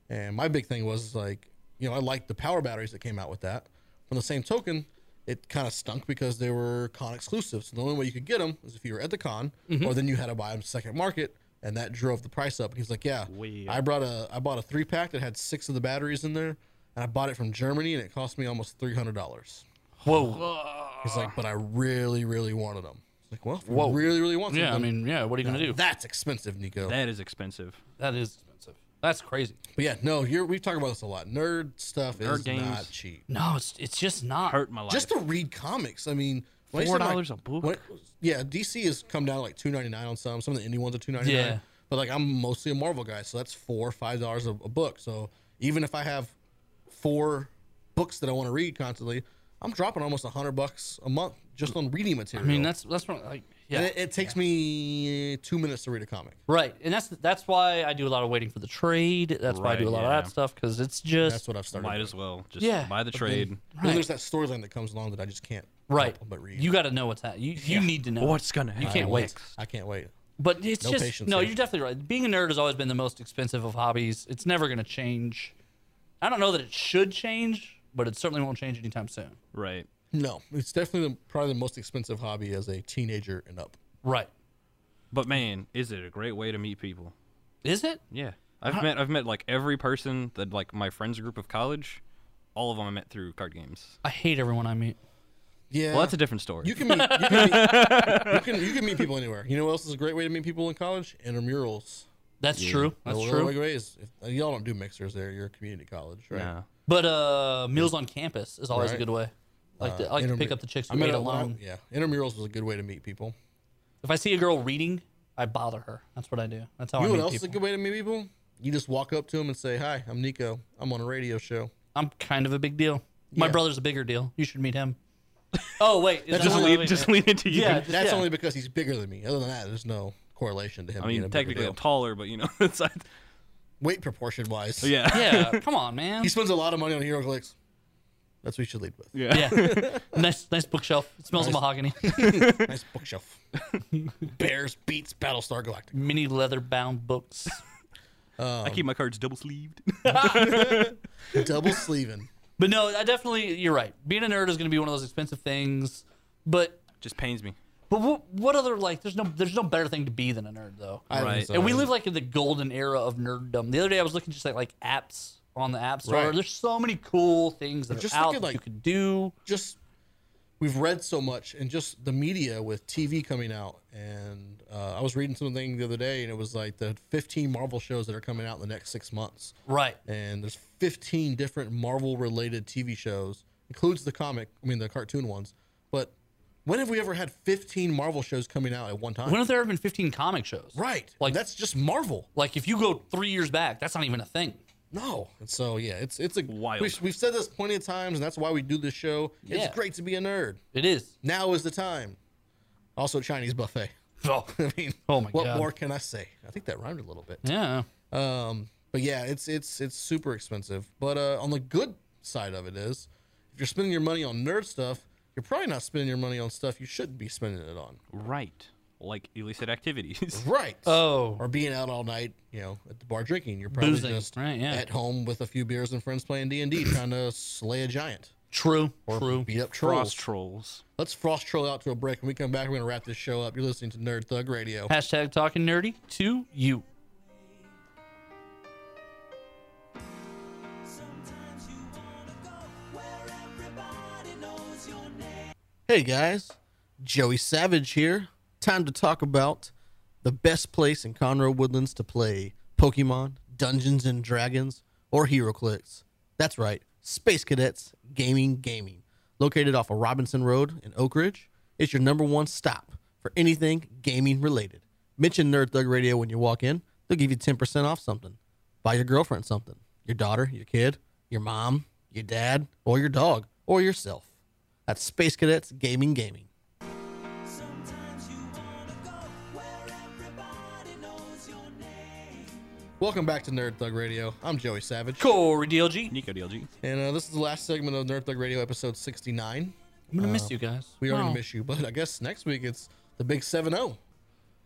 Speaker 1: And my big thing was like, you know, I liked the power batteries that came out with that. On the same token, it kind of stunk because they were con exclusives. So the only way you could get them is if you were at the con, or then you had to buy them second market, and that drove the price up. And he's like, yeah,
Speaker 3: Weird.
Speaker 1: I brought a I bought a three pack that had six of the batteries in there, and I bought it from Germany, and it cost me almost three hundred dollars.
Speaker 2: Whoa.
Speaker 1: He's like, but I really, really wanted them. It's like, well, if you really, really want them.
Speaker 2: Yeah, I
Speaker 1: then
Speaker 2: mean, yeah. What are you gonna do?
Speaker 1: that's expensive, Nico.
Speaker 3: That is expensive.
Speaker 2: that is expensive. That's crazy.
Speaker 1: But yeah, no, you're we talk about this a lot. Nerd stuff
Speaker 3: Nerd
Speaker 1: is
Speaker 3: games.
Speaker 1: not cheap.
Speaker 2: No, it's it's just not.
Speaker 3: Hurt my life.
Speaker 1: Just to read comics, I mean, when I say
Speaker 3: Four
Speaker 1: like-
Speaker 3: dollars a book?
Speaker 1: when- yeah, DC has come down to like two ninety nine on some. Some of the indie ones are two ninety nine.
Speaker 2: Yeah.
Speaker 1: But like I'm mostly a Marvel guy, so that's four or five dollars a, a book. So even if I have four books that I want to read constantly, I'm dropping almost a hundred bucks a month just on reading material.
Speaker 2: I mean, that's that's what, like yeah.
Speaker 1: and it, it takes me two minutes to read a comic.
Speaker 2: Right, and that's that's why I do a lot of waiting for the trade. That's why I do a lot
Speaker 3: Right, yeah.
Speaker 2: of that stuff because it's just
Speaker 1: That's what I've started.
Speaker 3: Might
Speaker 1: doing.
Speaker 3: as well. Just
Speaker 2: Yeah.
Speaker 3: buy the trade.
Speaker 1: And then there's that storyline that comes along that I just can't
Speaker 2: right.
Speaker 1: help but read.
Speaker 2: You got to know what's happening. You, you need to know
Speaker 3: What's gonna happen?
Speaker 2: You can't wait.
Speaker 1: I can't wait.
Speaker 2: But it's
Speaker 1: No
Speaker 2: just
Speaker 1: patience
Speaker 2: no.
Speaker 1: here.
Speaker 2: You're definitely right. Being a nerd has always been the most expensive of hobbies. It's never going to change. I don't know that it should change, but it certainly won't change anytime soon.
Speaker 3: Right.
Speaker 1: No, it's definitely the, probably the most expensive hobby as a teenager and up.
Speaker 2: Right?
Speaker 3: But man, is it a great way to meet people?
Speaker 2: Is it?
Speaker 3: Yeah. I've met I've met like every person that like my friends group of college, all of them I met through card games.
Speaker 2: I hate everyone I meet.
Speaker 1: Yeah,
Speaker 3: Well, that's a different story.
Speaker 1: you can meet you can
Speaker 3: <laughs>
Speaker 1: meet, you can, you can meet people anywhere. You know what else is a great way to meet people in college? Intramurals.
Speaker 2: That's true. That's
Speaker 1: the
Speaker 2: true.
Speaker 1: Way way is if, uh, y'all don't do mixers there. You're a community college, right?
Speaker 3: Nah.
Speaker 2: But uh, meals on campus is always a
Speaker 1: Right. Uh,
Speaker 2: good way. Like to, I like to pick up the chicks
Speaker 1: I
Speaker 2: who
Speaker 1: met
Speaker 2: ate
Speaker 1: a lot.
Speaker 2: alone.
Speaker 1: Yeah, intramurals was a good way to meet people.
Speaker 2: If I see a girl reading, I bother her. That's what I do. That's how
Speaker 1: You know
Speaker 2: I
Speaker 1: what
Speaker 2: meet
Speaker 1: else
Speaker 2: people.
Speaker 1: is a good way to meet people? You just walk up to them and say, "Hi, I'm Nico. I'm on a radio show."
Speaker 2: I'm kind of a big deal. My
Speaker 1: Yeah.
Speaker 2: brother's a bigger deal. You should
Speaker 1: <laughs>
Speaker 2: meet him. Oh wait, is that
Speaker 3: Just
Speaker 2: how-
Speaker 3: lean, <laughs> just lean into you.
Speaker 2: yeah, just-
Speaker 1: That's
Speaker 2: yeah.
Speaker 1: only because he's bigger than me. Other than that, there's no correlation to him.
Speaker 3: I
Speaker 1: being a
Speaker 3: mean,
Speaker 1: bigger
Speaker 3: technically
Speaker 1: deal.
Speaker 3: I'm taller, but you know, <laughs> it's like,
Speaker 1: weight proportion wise.
Speaker 3: yeah.
Speaker 2: <laughs> yeah. Come on, man.
Speaker 1: He spends a lot of money on hero clicks. That's what we should lead with.
Speaker 3: Yeah.
Speaker 1: <laughs>
Speaker 2: Yeah. nice, nice bookshelf. It smells of mahogany.
Speaker 1: Nice bookshelf. <laughs> Bears beats Battlestar Galactic.
Speaker 2: Mini leather-bound books.
Speaker 3: I
Speaker 1: Um,
Speaker 3: keep my cards double sleeved. <laughs>
Speaker 1: Double sleeving.
Speaker 2: But no, I definitely. You're right. Being a nerd is going to be one of those expensive things. But
Speaker 3: just pains me.
Speaker 2: but what, what other like? There's no there's no better thing to be than a nerd though.
Speaker 1: I don't
Speaker 3: Right.
Speaker 1: think so.
Speaker 2: and we live like in the golden era of nerddom. The other day I was looking just at like apps on the app store.
Speaker 1: Right.
Speaker 2: There's so many cool things that
Speaker 1: Just
Speaker 2: are out
Speaker 1: look at,
Speaker 2: that you
Speaker 1: like-
Speaker 2: could do.
Speaker 1: just we've read so much and just the media with TV coming out and uh, I was reading something the other day and it was like the 15 Marvel shows that are coming out in the next 6 months.
Speaker 2: Right.
Speaker 1: And there's 15 different Marvel related TV shows includes the comic, I mean the cartoon ones, but When have we ever had 15 Marvel shows coming out at one time?
Speaker 2: When have there ever been 15 comic shows?
Speaker 1: right. Like
Speaker 2: Like-
Speaker 1: that's just Marvel.
Speaker 2: Like if you go three years back, that's not even a thing.
Speaker 1: No. And so yeah, it's it's a
Speaker 3: Wild.
Speaker 1: We've, we've said this plenty of times, and that's why we do this show.
Speaker 2: Yeah.
Speaker 1: It's great to be a nerd.
Speaker 2: It is.
Speaker 1: Now is the time. Also, Chinese buffet.
Speaker 2: <laughs> Oh,
Speaker 1: I mean,
Speaker 2: Oh my
Speaker 1: what
Speaker 2: God.
Speaker 1: more can I say? I think that rhymed a little bit.
Speaker 2: yeah.
Speaker 1: Um, but yeah, it's it's it's super expensive. But uh, on the good side of it is, if you're spending your money on nerd stuff, you're probably not spending your money on stuff you shouldn't be spending it on.
Speaker 3: Right. Like illicit activities.
Speaker 1: Right.
Speaker 2: Oh.
Speaker 1: or being out all night, you know, at the bar drinking. You're probably
Speaker 2: Boozing,
Speaker 1: just
Speaker 2: right, yeah.
Speaker 1: at home with a few beers and friends playing D and <clears throat> D, trying to slay a giant
Speaker 2: True.
Speaker 1: or
Speaker 2: True.
Speaker 1: beat up trolls.
Speaker 3: Frost trolls.
Speaker 1: Let's frost troll out to a break. When we come back, we're gonna wrap this show up. You're listening to Nerd Thug Radio.
Speaker 2: Hashtag talking nerdy to you.
Speaker 5: Sometimes you wanna go where everybody knows your name.
Speaker 1: Hey guys, Joey Savage here. Time to talk about the best place in Conroe Woodlands to play Pokemon, Dungeons and Dragons, or HeroClix. That's right, Space Cadets Gaming Gaming. Located off of Robinson Road in Oak Ridge, it's your number one stop for anything gaming related. Mention Nerd Thug Radio when you walk in, they'll give you 10% off something. Buy your girlfriend something, your daughter, your kid, your mom, your dad, or your dog, or yourself. That's Space Cadets Gaming Gaming.
Speaker 5: Sometimes you wanna go where everybody knows your name.
Speaker 1: Welcome back to Nerd Thug Radio. I'm Joey Savage.
Speaker 2: Corey DLG.
Speaker 3: Nico DLG.
Speaker 1: And uh, this is the last segment of Nerd Thug Radio, episode 69.
Speaker 2: I'm gonna miss you guys.
Speaker 1: Uh, We are
Speaker 2: Wow.
Speaker 1: going to miss you, but I guess next week it's the big 7 0.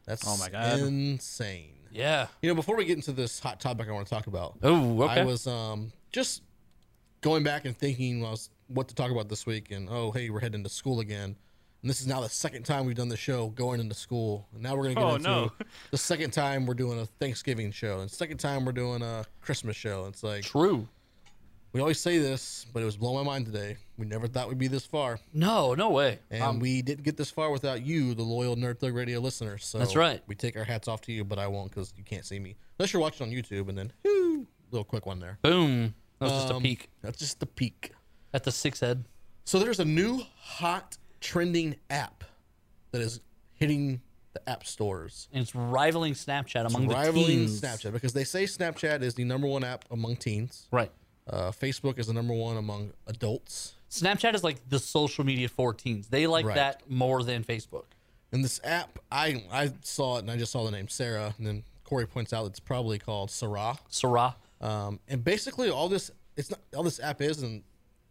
Speaker 1: That's
Speaker 3: Oh my God.
Speaker 1: insane.
Speaker 2: Yeah.
Speaker 1: You know, before we get into this hot topic I want to talk about,
Speaker 2: Oh, okay.
Speaker 1: I was um, just going back and thinking I was, what to talk about this week, and oh, hey, we're heading to school again. And this is now the second time we've done the show going into school. And now we're going to get
Speaker 3: Oh,
Speaker 1: into
Speaker 3: no.
Speaker 1: the second time we're doing a Thanksgiving show, and second time we're doing a Christmas show. It's like,
Speaker 2: True.
Speaker 1: we always say this, but it was blowing my mind today. We never thought we'd be this far.
Speaker 2: No, no way.
Speaker 1: And we didn't get this far without you, the loyal Nerd Thug Radio listeners. So
Speaker 2: That's right.
Speaker 1: We take our hats off to you, but I won't because you can't see me. Unless you're watching on YouTube, and then, whoo, little quick one there.
Speaker 2: Boom. That was just a
Speaker 1: Um,
Speaker 2: peek
Speaker 1: That's just the peak.
Speaker 2: at the six head.
Speaker 1: So there's a new hot trending app that is hitting the app stores,
Speaker 2: And it's rivaling Snapchat among
Speaker 1: rivaling
Speaker 2: the teens.
Speaker 1: Snapchat because they say Snapchat is the number one app among teens.
Speaker 2: Right.
Speaker 1: Uh, Facebook is the number one among adults.
Speaker 2: Snapchat is like the social media for teens. They like
Speaker 1: Right.
Speaker 2: that more than Facebook.
Speaker 1: And this app, I I saw it and I just saw the name Sarah, and then Corey points out it's probably called Sarah.
Speaker 2: Sarah.
Speaker 1: Um, and basically, all this it's not all this app is and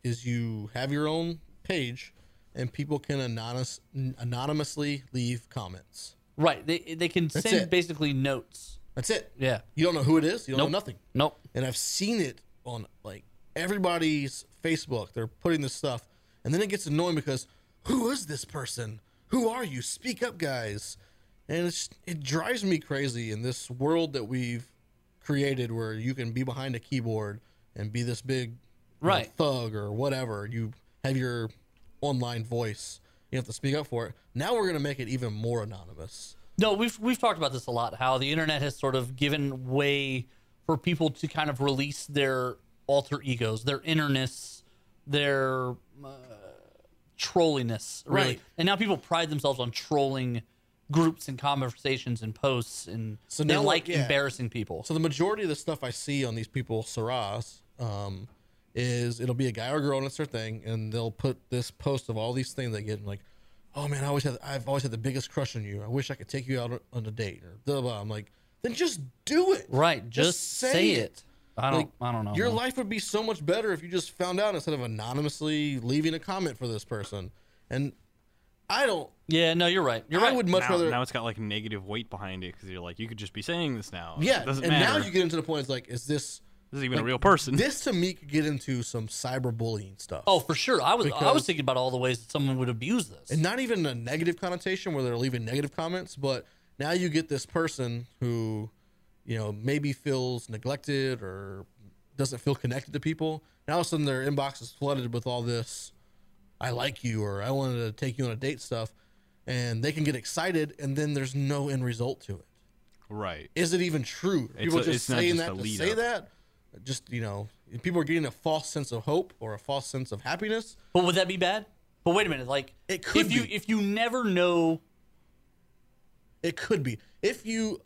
Speaker 1: is you have your own page, and people can anonymous anonymously leave comments.
Speaker 2: Right. They they can send
Speaker 1: it.
Speaker 2: basically notes.
Speaker 1: That's it.
Speaker 2: Yeah.
Speaker 1: You don't know who it is. You don't
Speaker 2: Nope.
Speaker 1: know nothing.
Speaker 2: Nope.
Speaker 1: And I've seen it on like everybody's Facebook. They're putting this stuff, and then it gets annoying because who is this person? Who are you? Speak up, guys! And it's it drives me crazy in this world that we've created, where you can be behind a keyboard and be this big you know,
Speaker 2: Right.
Speaker 1: thug or whatever. You have your online voice. You have to speak up for it. Now we're gonna make it even more anonymous.
Speaker 2: No, we've we've talked about this a lot. How the internet has sort of given way for people to kind of release their alter egos, their innerness, their uh, trolliness, really.
Speaker 1: Right.
Speaker 2: And now people pride themselves on trolling groups and conversations and posts, and
Speaker 1: So
Speaker 2: they
Speaker 1: now,
Speaker 2: like
Speaker 1: like, yeah.
Speaker 2: embarrassing people.
Speaker 1: So the majority of the stuff I see on these people, Sarahs, um, is it'll be a guy or girl, and it's their thing, and they'll put this post of all these things they get, and like, oh man, I always had, I've always had the biggest crush on you. I wish I could take you out on a date, or blah blah. I'm like, then just do it,
Speaker 2: right? Just, say, it. I don't.
Speaker 1: Like,
Speaker 2: I don't know.
Speaker 1: Your
Speaker 2: man.
Speaker 1: life would be so much better if you just found out instead of anonymously leaving a comment for this person. And I don't.
Speaker 2: yeah. No, you're right. You're
Speaker 1: I
Speaker 2: right.
Speaker 1: would much
Speaker 3: Now,
Speaker 1: rather.
Speaker 3: now it's got like negative weight behind it because you're like, you could just be saying this now.
Speaker 1: yeah,
Speaker 3: It doesn't
Speaker 1: and
Speaker 3: matter.
Speaker 1: now you get into the point. It's like, is this?
Speaker 3: this is even a
Speaker 1: like,
Speaker 3: real person.
Speaker 1: This to me could get into some cyberbullying stuff.
Speaker 2: Oh, for sure. I was. I was
Speaker 1: Because-
Speaker 2: thinking about all the ways that someone would abuse this.
Speaker 1: and not even a negative connotation where they're leaving negative comments, but now you get this person who, you know, maybe feels neglected or doesn't feel connected to people. Now all of a sudden their inbox is flooded with all this, I like you or I wanted to take you on a date stuff, and they can get excited, and then there's no end result to it.
Speaker 3: <laughs> right.
Speaker 1: Is it even true? Are
Speaker 3: It's
Speaker 1: people
Speaker 3: a-
Speaker 1: just
Speaker 3: it's not
Speaker 1: saying
Speaker 3: just a
Speaker 1: that to
Speaker 3: lead
Speaker 1: say
Speaker 3: up.
Speaker 1: that. Just you know, people are getting a false sense of hope or a false sense of happiness.
Speaker 2: but would that be bad? But wait a minute, like
Speaker 1: It could
Speaker 2: if you
Speaker 1: be.
Speaker 2: if you never know,
Speaker 1: It could be. If you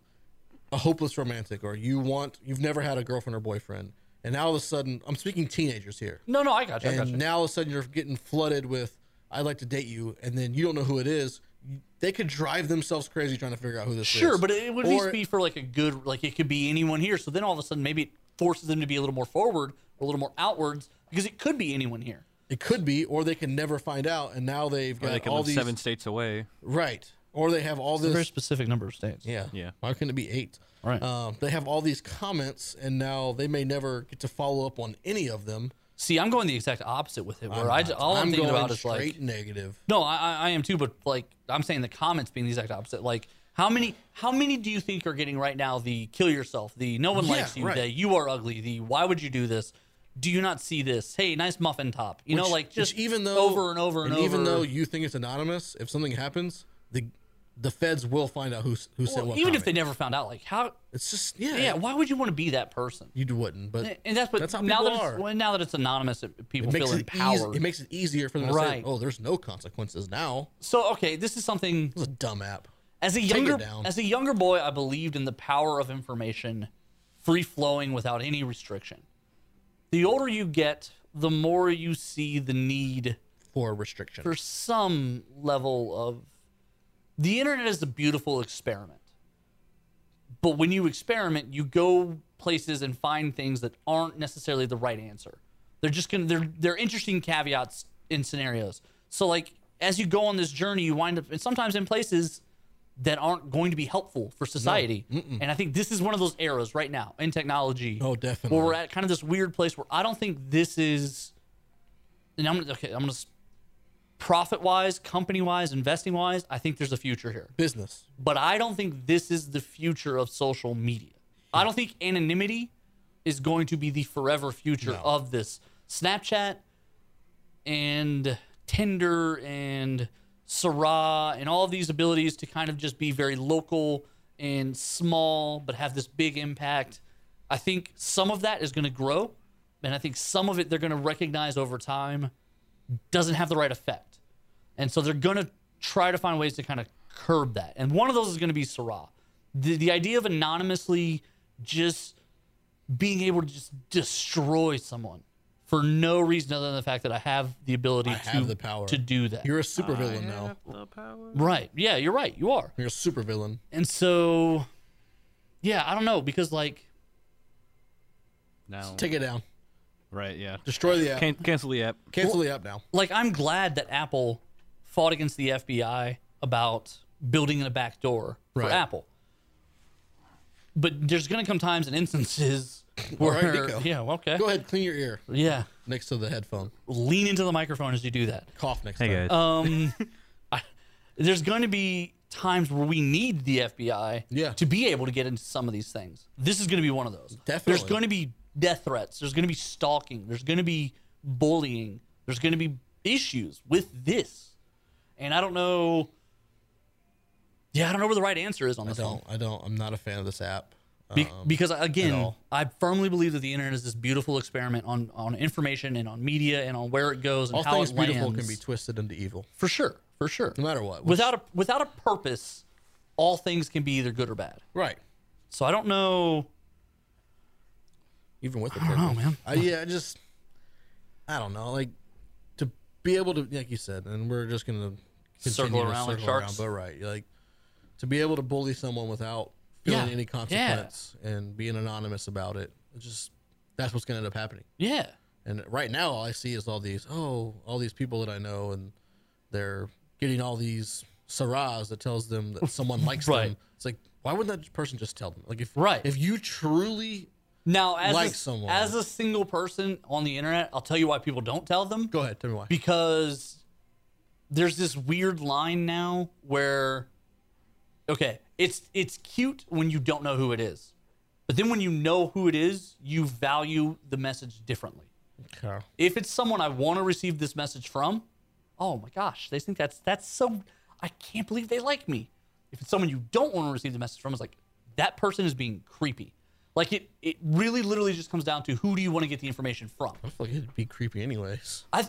Speaker 1: a hopeless romantic or you want you've never had a girlfriend or boyfriend and now all of a sudden I'm speaking teenagers here.
Speaker 2: no, no, I got you, I got
Speaker 1: And
Speaker 2: you.
Speaker 1: now all of a sudden you're getting flooded with I'd like to date you and then you don't know who it is. They could drive themselves crazy trying to figure out who this is.
Speaker 2: Sure, but it would at least
Speaker 1: Or-
Speaker 2: be for like a good, like it could be anyone here. So then all of a sudden, maybe it forces them to be a little more forward or a little more outwards because it could be anyone here.
Speaker 1: it could be or they can never find out and now they've
Speaker 3: Or
Speaker 1: got
Speaker 3: they could
Speaker 1: all
Speaker 3: live
Speaker 1: these
Speaker 3: seven states away.
Speaker 1: right or they have all this
Speaker 2: Very specific number of states.
Speaker 1: Yeah.
Speaker 3: Yeah.
Speaker 1: Why couldn't it be eight?
Speaker 2: Right.
Speaker 1: Um, they have all these comments, and now they may never get to follow up on any of them.
Speaker 2: See, I'm going the exact opposite with it.
Speaker 1: I'm
Speaker 2: Where I
Speaker 1: not.
Speaker 2: ju- all I'm,
Speaker 1: I'm
Speaker 2: thinking
Speaker 1: going
Speaker 2: about is
Speaker 1: straight
Speaker 2: like,
Speaker 1: negative.
Speaker 2: no, I, I- I am too, but like I'm saying the comments being the exact opposite. Like how many how many do you think are getting right now the kill yourself, the no one
Speaker 1: Yeah,
Speaker 2: likes you,
Speaker 1: right.
Speaker 2: the you are ugly, the why would you do this? Do you not see this? Hey, nice muffin top. You know,
Speaker 1: Which-
Speaker 2: like
Speaker 1: which
Speaker 2: just
Speaker 1: even though
Speaker 2: over and over and, over.
Speaker 1: even though you think it's anonymous, if something happens, the the feds will find out who s- who
Speaker 2: Well,
Speaker 1: sent what.
Speaker 2: even if they
Speaker 1: comment.
Speaker 2: never found out, like how
Speaker 1: it's just yeah,
Speaker 2: yeah, why would you want to be that person?
Speaker 1: you wouldn't. But
Speaker 2: And that's what
Speaker 1: That's how
Speaker 2: now
Speaker 1: people
Speaker 2: that it's,
Speaker 1: are.
Speaker 2: well, now that it's anonymous, it- people
Speaker 1: it makes it,
Speaker 2: feel
Speaker 1: easy,
Speaker 2: empowered.
Speaker 1: it makes it easier for them to
Speaker 2: Right.
Speaker 1: say, "Oh, there's no consequences now."
Speaker 2: so okay, this is something
Speaker 1: It's a dumb app.
Speaker 2: as a
Speaker 1: it
Speaker 2: younger
Speaker 1: down.
Speaker 2: as a younger boy, I believed in the power of information, free flowing without any restriction. The older you get, the more you see the need
Speaker 1: For restriction,
Speaker 2: for some level of the internet is a beautiful experiment. But when you experiment, you go places and find things that aren't necessarily the right answer. They're just gonna they're they're interesting caveats in scenarios. So like as you go on this journey, you wind up and sometimes in places that aren't going to be helpful for society. And I think this is one of those eras right now in technology.
Speaker 1: Oh, definitely.
Speaker 2: Where we're at kind of this weird place where I don't think this is and I'm gonna okay, I'm gonna profit wise, company wise, investing wise, I think there's a future here.
Speaker 1: business.
Speaker 2: But I don't think this is the future of social media. I don't think anonymity is going to be the forever future of this. Snapchat and Tinder and Syrah and all these abilities to kind of just be very local and small, but have this big impact. I think some of that is going to grow, and I think some of it they're going to recognize over time doesn't have the right effect. And so they're going to try to find ways to kind of curb that. And one of those is going to be Syrah. The, the idea of anonymously just being able to just destroy someone for no reason other than the fact that I have the ability
Speaker 1: I
Speaker 2: to,
Speaker 1: have the power.
Speaker 2: to do that.
Speaker 1: You're a supervillain now.
Speaker 2: right. Yeah, you're right. You are.
Speaker 1: You're a supervillain.
Speaker 2: And so, yeah, I don't know because, like,
Speaker 3: Now.
Speaker 1: Take it down.
Speaker 3: Right. Yeah.
Speaker 1: Destroy the app.
Speaker 3: Can- cancel the app.
Speaker 1: Cancel the app now.
Speaker 2: like I'm glad that Apple fought against the FBI about building a back door for
Speaker 1: Right.
Speaker 2: Apple. But there's gonna come times and instances where
Speaker 1: right, Nico.
Speaker 2: yeah, well, okay,
Speaker 1: Go ahead, clean your ear
Speaker 2: yeah,
Speaker 1: next to the headphone.
Speaker 2: lean into the microphone as you do that.
Speaker 1: Cough next
Speaker 3: Hey
Speaker 1: time.
Speaker 3: guys.
Speaker 2: Um, I, there's going to be times where we need the FBI
Speaker 1: Yeah.
Speaker 2: to be able to get into some of these things. This is going to be one of those. There's
Speaker 1: Definitely.
Speaker 2: going to be death threats. There's going to be stalking. There's going to be bullying. There's going to be issues with this. And I don't know. Yeah, I don't know where the right answer is on
Speaker 1: I
Speaker 2: this one.
Speaker 1: don't. I don't. I'm not a fan of this app.
Speaker 2: Be- because again,
Speaker 1: all.
Speaker 2: I firmly believe that the internet is this beautiful experiment on, on information and on media and on where it goes and
Speaker 1: All
Speaker 2: how
Speaker 1: things
Speaker 2: it
Speaker 1: beautiful
Speaker 2: lands.
Speaker 1: can be twisted into evil,
Speaker 2: for sure, for sure.
Speaker 1: no matter what. which-
Speaker 2: without a without a purpose, all things can be either good or bad.
Speaker 1: right,
Speaker 2: So I don't know.
Speaker 1: even with the
Speaker 2: I
Speaker 1: purpose.
Speaker 2: don't know, man.
Speaker 1: I, yeah, I just. I don't know. Like to be able to, like you said, and we're just gonna
Speaker 2: Circle
Speaker 1: continue to
Speaker 2: around like sharks.
Speaker 1: but right, like to be able to bully someone without feeling
Speaker 2: Yeah,
Speaker 1: any
Speaker 2: yeah.
Speaker 1: consequence and being anonymous about it. It's just that's what's gonna end up happening.
Speaker 2: Yeah,
Speaker 1: And right now, all I see is all these oh, all these people that I know, and they're getting all these sarahs that tells them that
Speaker 2: <laughs>
Speaker 1: someone likes
Speaker 2: Right.
Speaker 1: them. It's like, why wouldn't that person just tell them? Like, if
Speaker 2: Right.
Speaker 1: if you truly
Speaker 2: now as
Speaker 1: Like
Speaker 2: a,
Speaker 1: someone.
Speaker 2: as a single person on the internet, I'll tell you why people don't tell them
Speaker 1: go ahead, tell me why.
Speaker 2: because there's this weird line now where okay, it's it's cute when you don't know who it is. But then when you know who it is, you value the message differently.
Speaker 1: Carl.
Speaker 2: if it's someone I want to receive this message from, oh my gosh, they think that's that's so I can't believe they like me. If it's someone you don't want to receive the message from, it's like that person is being creepy. Like it it really literally just comes down to who do you want to get the information from.
Speaker 1: I feel like it'd be creepy anyways.
Speaker 2: I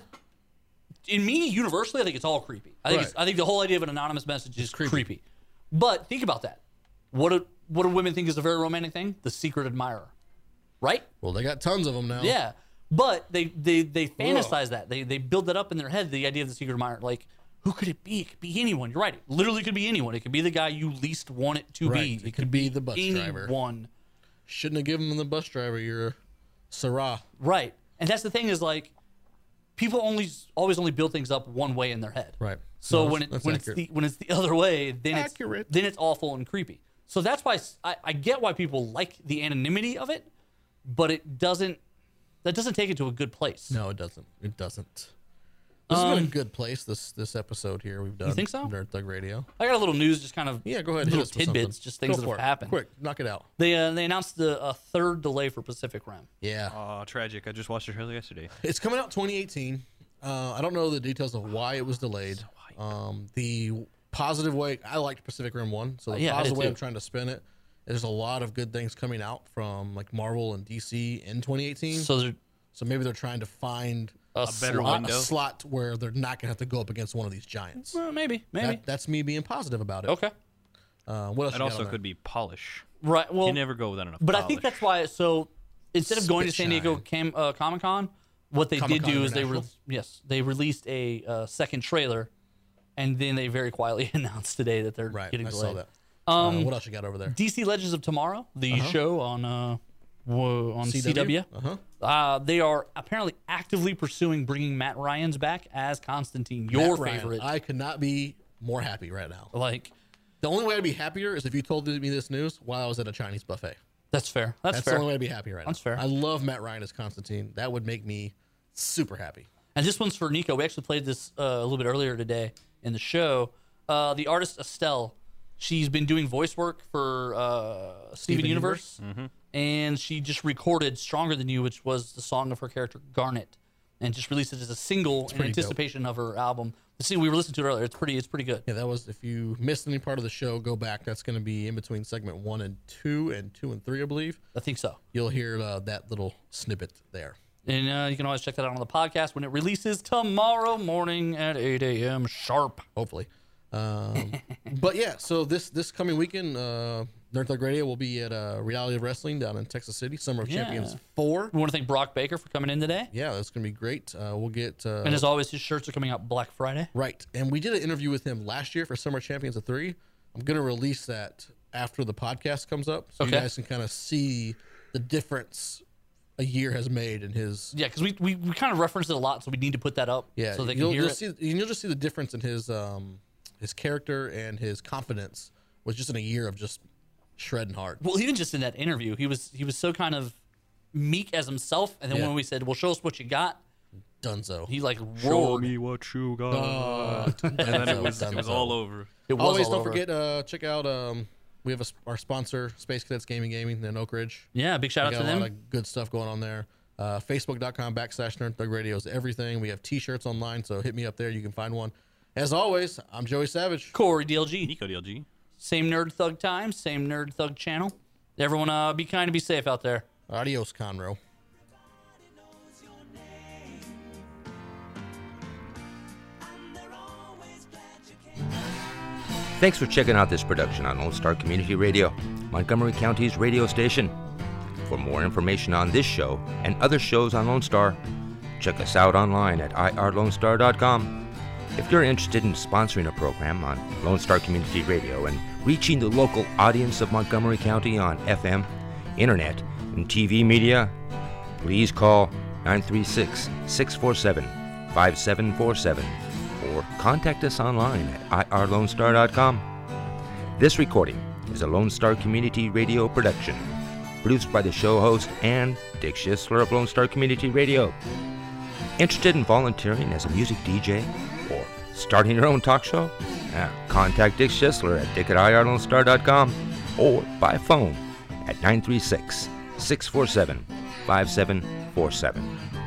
Speaker 2: in me universally, I think it's all creepy. I think it's,
Speaker 1: Right.
Speaker 2: I think the whole idea of an anonymous message is creepy. But think about that. What do, what do women think is a very romantic thing? The secret admirer, right?
Speaker 1: Well, they got tons of them now.
Speaker 2: Yeah, but they they they fantasize that they they build that up in their head. The idea of the secret admirer, like who could it be? It could be anyone. You're right. It literally could be anyone. It could be the guy you least want it to
Speaker 1: Right.
Speaker 2: be.
Speaker 1: It could be the bus driver.
Speaker 2: Anyone.
Speaker 1: Shouldn't have given them the bus driver your Sarah.
Speaker 2: Right. And that's the thing is like people only always only build things up one way in their head.
Speaker 1: Right.
Speaker 2: So
Speaker 1: No,
Speaker 2: when it
Speaker 1: that's- that's
Speaker 2: when
Speaker 1: accurate.
Speaker 2: it's the when it's the other way, then
Speaker 1: Accurate.
Speaker 2: it's then it's awful and creepy. So that's why s- I, I get why people like the anonymity of it, but it doesn't that doesn't take it to a good place.
Speaker 1: No, it doesn't. It doesn't. This has been a good place. This this episode here we've done.
Speaker 2: Um, think so?
Speaker 1: Nerd Thug Radio.
Speaker 2: I got a little news, just kind of
Speaker 1: Yeah, go ahead. hit
Speaker 2: little
Speaker 1: us with something.
Speaker 2: tidbits, just things
Speaker 1: Go
Speaker 2: that
Speaker 1: for
Speaker 2: have
Speaker 1: it.
Speaker 2: happened.
Speaker 1: Quick, knock it out.
Speaker 2: They uh, they announced the a third delay for Pacific Rim.
Speaker 1: Yeah,
Speaker 3: Aw, tragic. I just watched the trailer yesterday.
Speaker 1: it's coming out 2018. Uh, I don't know the details of why it was delayed. um, the positive way I liked Pacific Rim One, so the
Speaker 2: Uh, yeah, I did
Speaker 1: positive way
Speaker 2: too.
Speaker 1: I'm trying to spin it. There's a lot of good things coming out from like Marvel and DC in 2018. So,
Speaker 2: So they're
Speaker 1: maybe they're trying to find
Speaker 2: a, slot-
Speaker 3: better
Speaker 1: a
Speaker 3: window.
Speaker 1: slot where they're not gonna have to go up against one of these giants.
Speaker 2: Well, maybe, maybe.
Speaker 1: That, that's me being positive about it.
Speaker 2: okay.
Speaker 1: Uh, what else?
Speaker 3: It
Speaker 1: you got
Speaker 3: also
Speaker 1: on
Speaker 3: could be polish.
Speaker 2: Right. Well,
Speaker 3: You never go without enough.
Speaker 2: But I
Speaker 3: polish.
Speaker 2: think that's why. So instead of going to San Diego
Speaker 1: Spit
Speaker 2: Cam, uh, Comic Con, what they
Speaker 1: Comic-Con
Speaker 2: did do is they re-
Speaker 1: International?
Speaker 2: yes they released a uh, second trailer, and then they very quietly <laughs> announced today that they're
Speaker 1: there? right?
Speaker 2: getting
Speaker 1: I
Speaker 2: delayed.
Speaker 1: saw that.
Speaker 2: Um,
Speaker 1: uh, what else you got over there?
Speaker 2: DC Legends of Tomorrow, the
Speaker 1: Uh-huh.
Speaker 2: show on uh, wo- on CW,
Speaker 1: Uh huh.
Speaker 2: uh, they are apparently actively pursuing bringing Matt Ryan's back as Constantine, your
Speaker 1: Matt Ryan,
Speaker 2: favorite.
Speaker 1: I could not be more happy right now.
Speaker 2: like
Speaker 1: The only way I'd be happier is if you told me this news while I was at a Chinese buffet.
Speaker 2: that's fair. That's,
Speaker 1: That's
Speaker 2: fair.
Speaker 1: the only way I'd be happy right now.
Speaker 2: That's fair.
Speaker 1: I love Matt Ryan as Constantine. That would make me super happy.
Speaker 2: And this one's for Nico. We actually played this uh, a little bit earlier today in the show. Uh, the artist Estelle, she's been doing voice work for uh, Steven Universe,
Speaker 1: Mm-hmm.
Speaker 2: and she just recorded "Stronger Than You," which was the song of her character Garnet, and just released it as a single in
Speaker 1: pretty dope.
Speaker 2: anticipation of her album. The single we were listening to it earlier. It's pretty. It's pretty good.
Speaker 1: Yeah, that was if you missed any part of the show, go back. That's going to be in between segment one and two, and two and three, I believe.
Speaker 2: I think so.
Speaker 1: You'll hear uh, that little snippet there.
Speaker 2: And uh, you can always check that out on the podcast when it releases tomorrow morning at 8 a.m. sharp.
Speaker 1: hopefully.
Speaker 2: <laughs>
Speaker 1: Um, but yeah, so this this coming weekend, uh, Nerd Thug Radio will be at uh, Reality of Wrestling down in Texas City, Summer of Champions
Speaker 2: Yeah.
Speaker 1: Four.
Speaker 2: We want to thank Brock Baker for coming in today.
Speaker 1: Yeah, that's gonna be great. Uh, we'll get uh,
Speaker 2: And as always, his shirts are coming out Black Friday.
Speaker 1: right. And we did an interview with him last year for Summer Champions of Three. I'm gonna release that after the podcast comes up, so you
Speaker 2: Okay.
Speaker 1: guys can kind of see the difference a year has made in his
Speaker 2: Yeah, because we, we, we kind of referenced it a lot, so we need to put that up.
Speaker 1: Yeah,
Speaker 2: so they
Speaker 1: you'll,
Speaker 2: can hear
Speaker 1: you'll
Speaker 2: it.
Speaker 1: see. You'll just see the difference in his um his character and his confidence was just in a year of just shredding hard.
Speaker 2: well, even just in that interview, he was he was so kind of meek as himself, and then
Speaker 1: Yeah.
Speaker 2: when we said, "Well, show us what you got,"
Speaker 1: Dunzo.
Speaker 2: he like
Speaker 3: Show
Speaker 2: roared.
Speaker 3: me what you
Speaker 1: <laughs>
Speaker 3: got.
Speaker 1: and
Speaker 3: and then it was, it was all over.
Speaker 2: It was
Speaker 1: Always
Speaker 2: all
Speaker 1: don't
Speaker 2: over.
Speaker 1: forget uh, check out um, we have a, s- our sponsor Space Cadets Gaming Gaming in Oak Ridge.
Speaker 2: Yeah, big shout
Speaker 1: We
Speaker 2: out
Speaker 1: got
Speaker 2: to
Speaker 1: a
Speaker 2: them.
Speaker 1: lot of good stuff going on there. Uh, Facebook.com backslash Nerd Thug Radio is everything. We have T-shirts online, so hit me up there. You can find one. As always, I'm Joey Savage.
Speaker 2: Corey DLG,
Speaker 3: Nico DLG.
Speaker 2: same nerd thug time, same nerd thug channel. Everyone, uh, be kind and be safe out there.
Speaker 1: Adios, Conroe.
Speaker 5: Everybody knows your name. And they're always glad you came.
Speaker 6: Thanks for checking out this production on Lone Star Community Radio, Montgomery County's radio station. For more information on this show and other shows on Lone Star, check us out online at irlonestar.com. If you're interested in sponsoring a program on Lone Star Community Radio and reaching the local audience of Montgomery County on FM, internet, and TV media, please call 936 647 5747 or contact us online at irlonestar.com. This recording is a Lone Star Community Radio production, produced by the show host and Dick Schisler of Lone Star Community Radio. Interested in volunteering as a music DJ or starting your own talk show? Yeah, contact Dick Schisler at dick at irlonestar.com or by phone at 936 647 5747.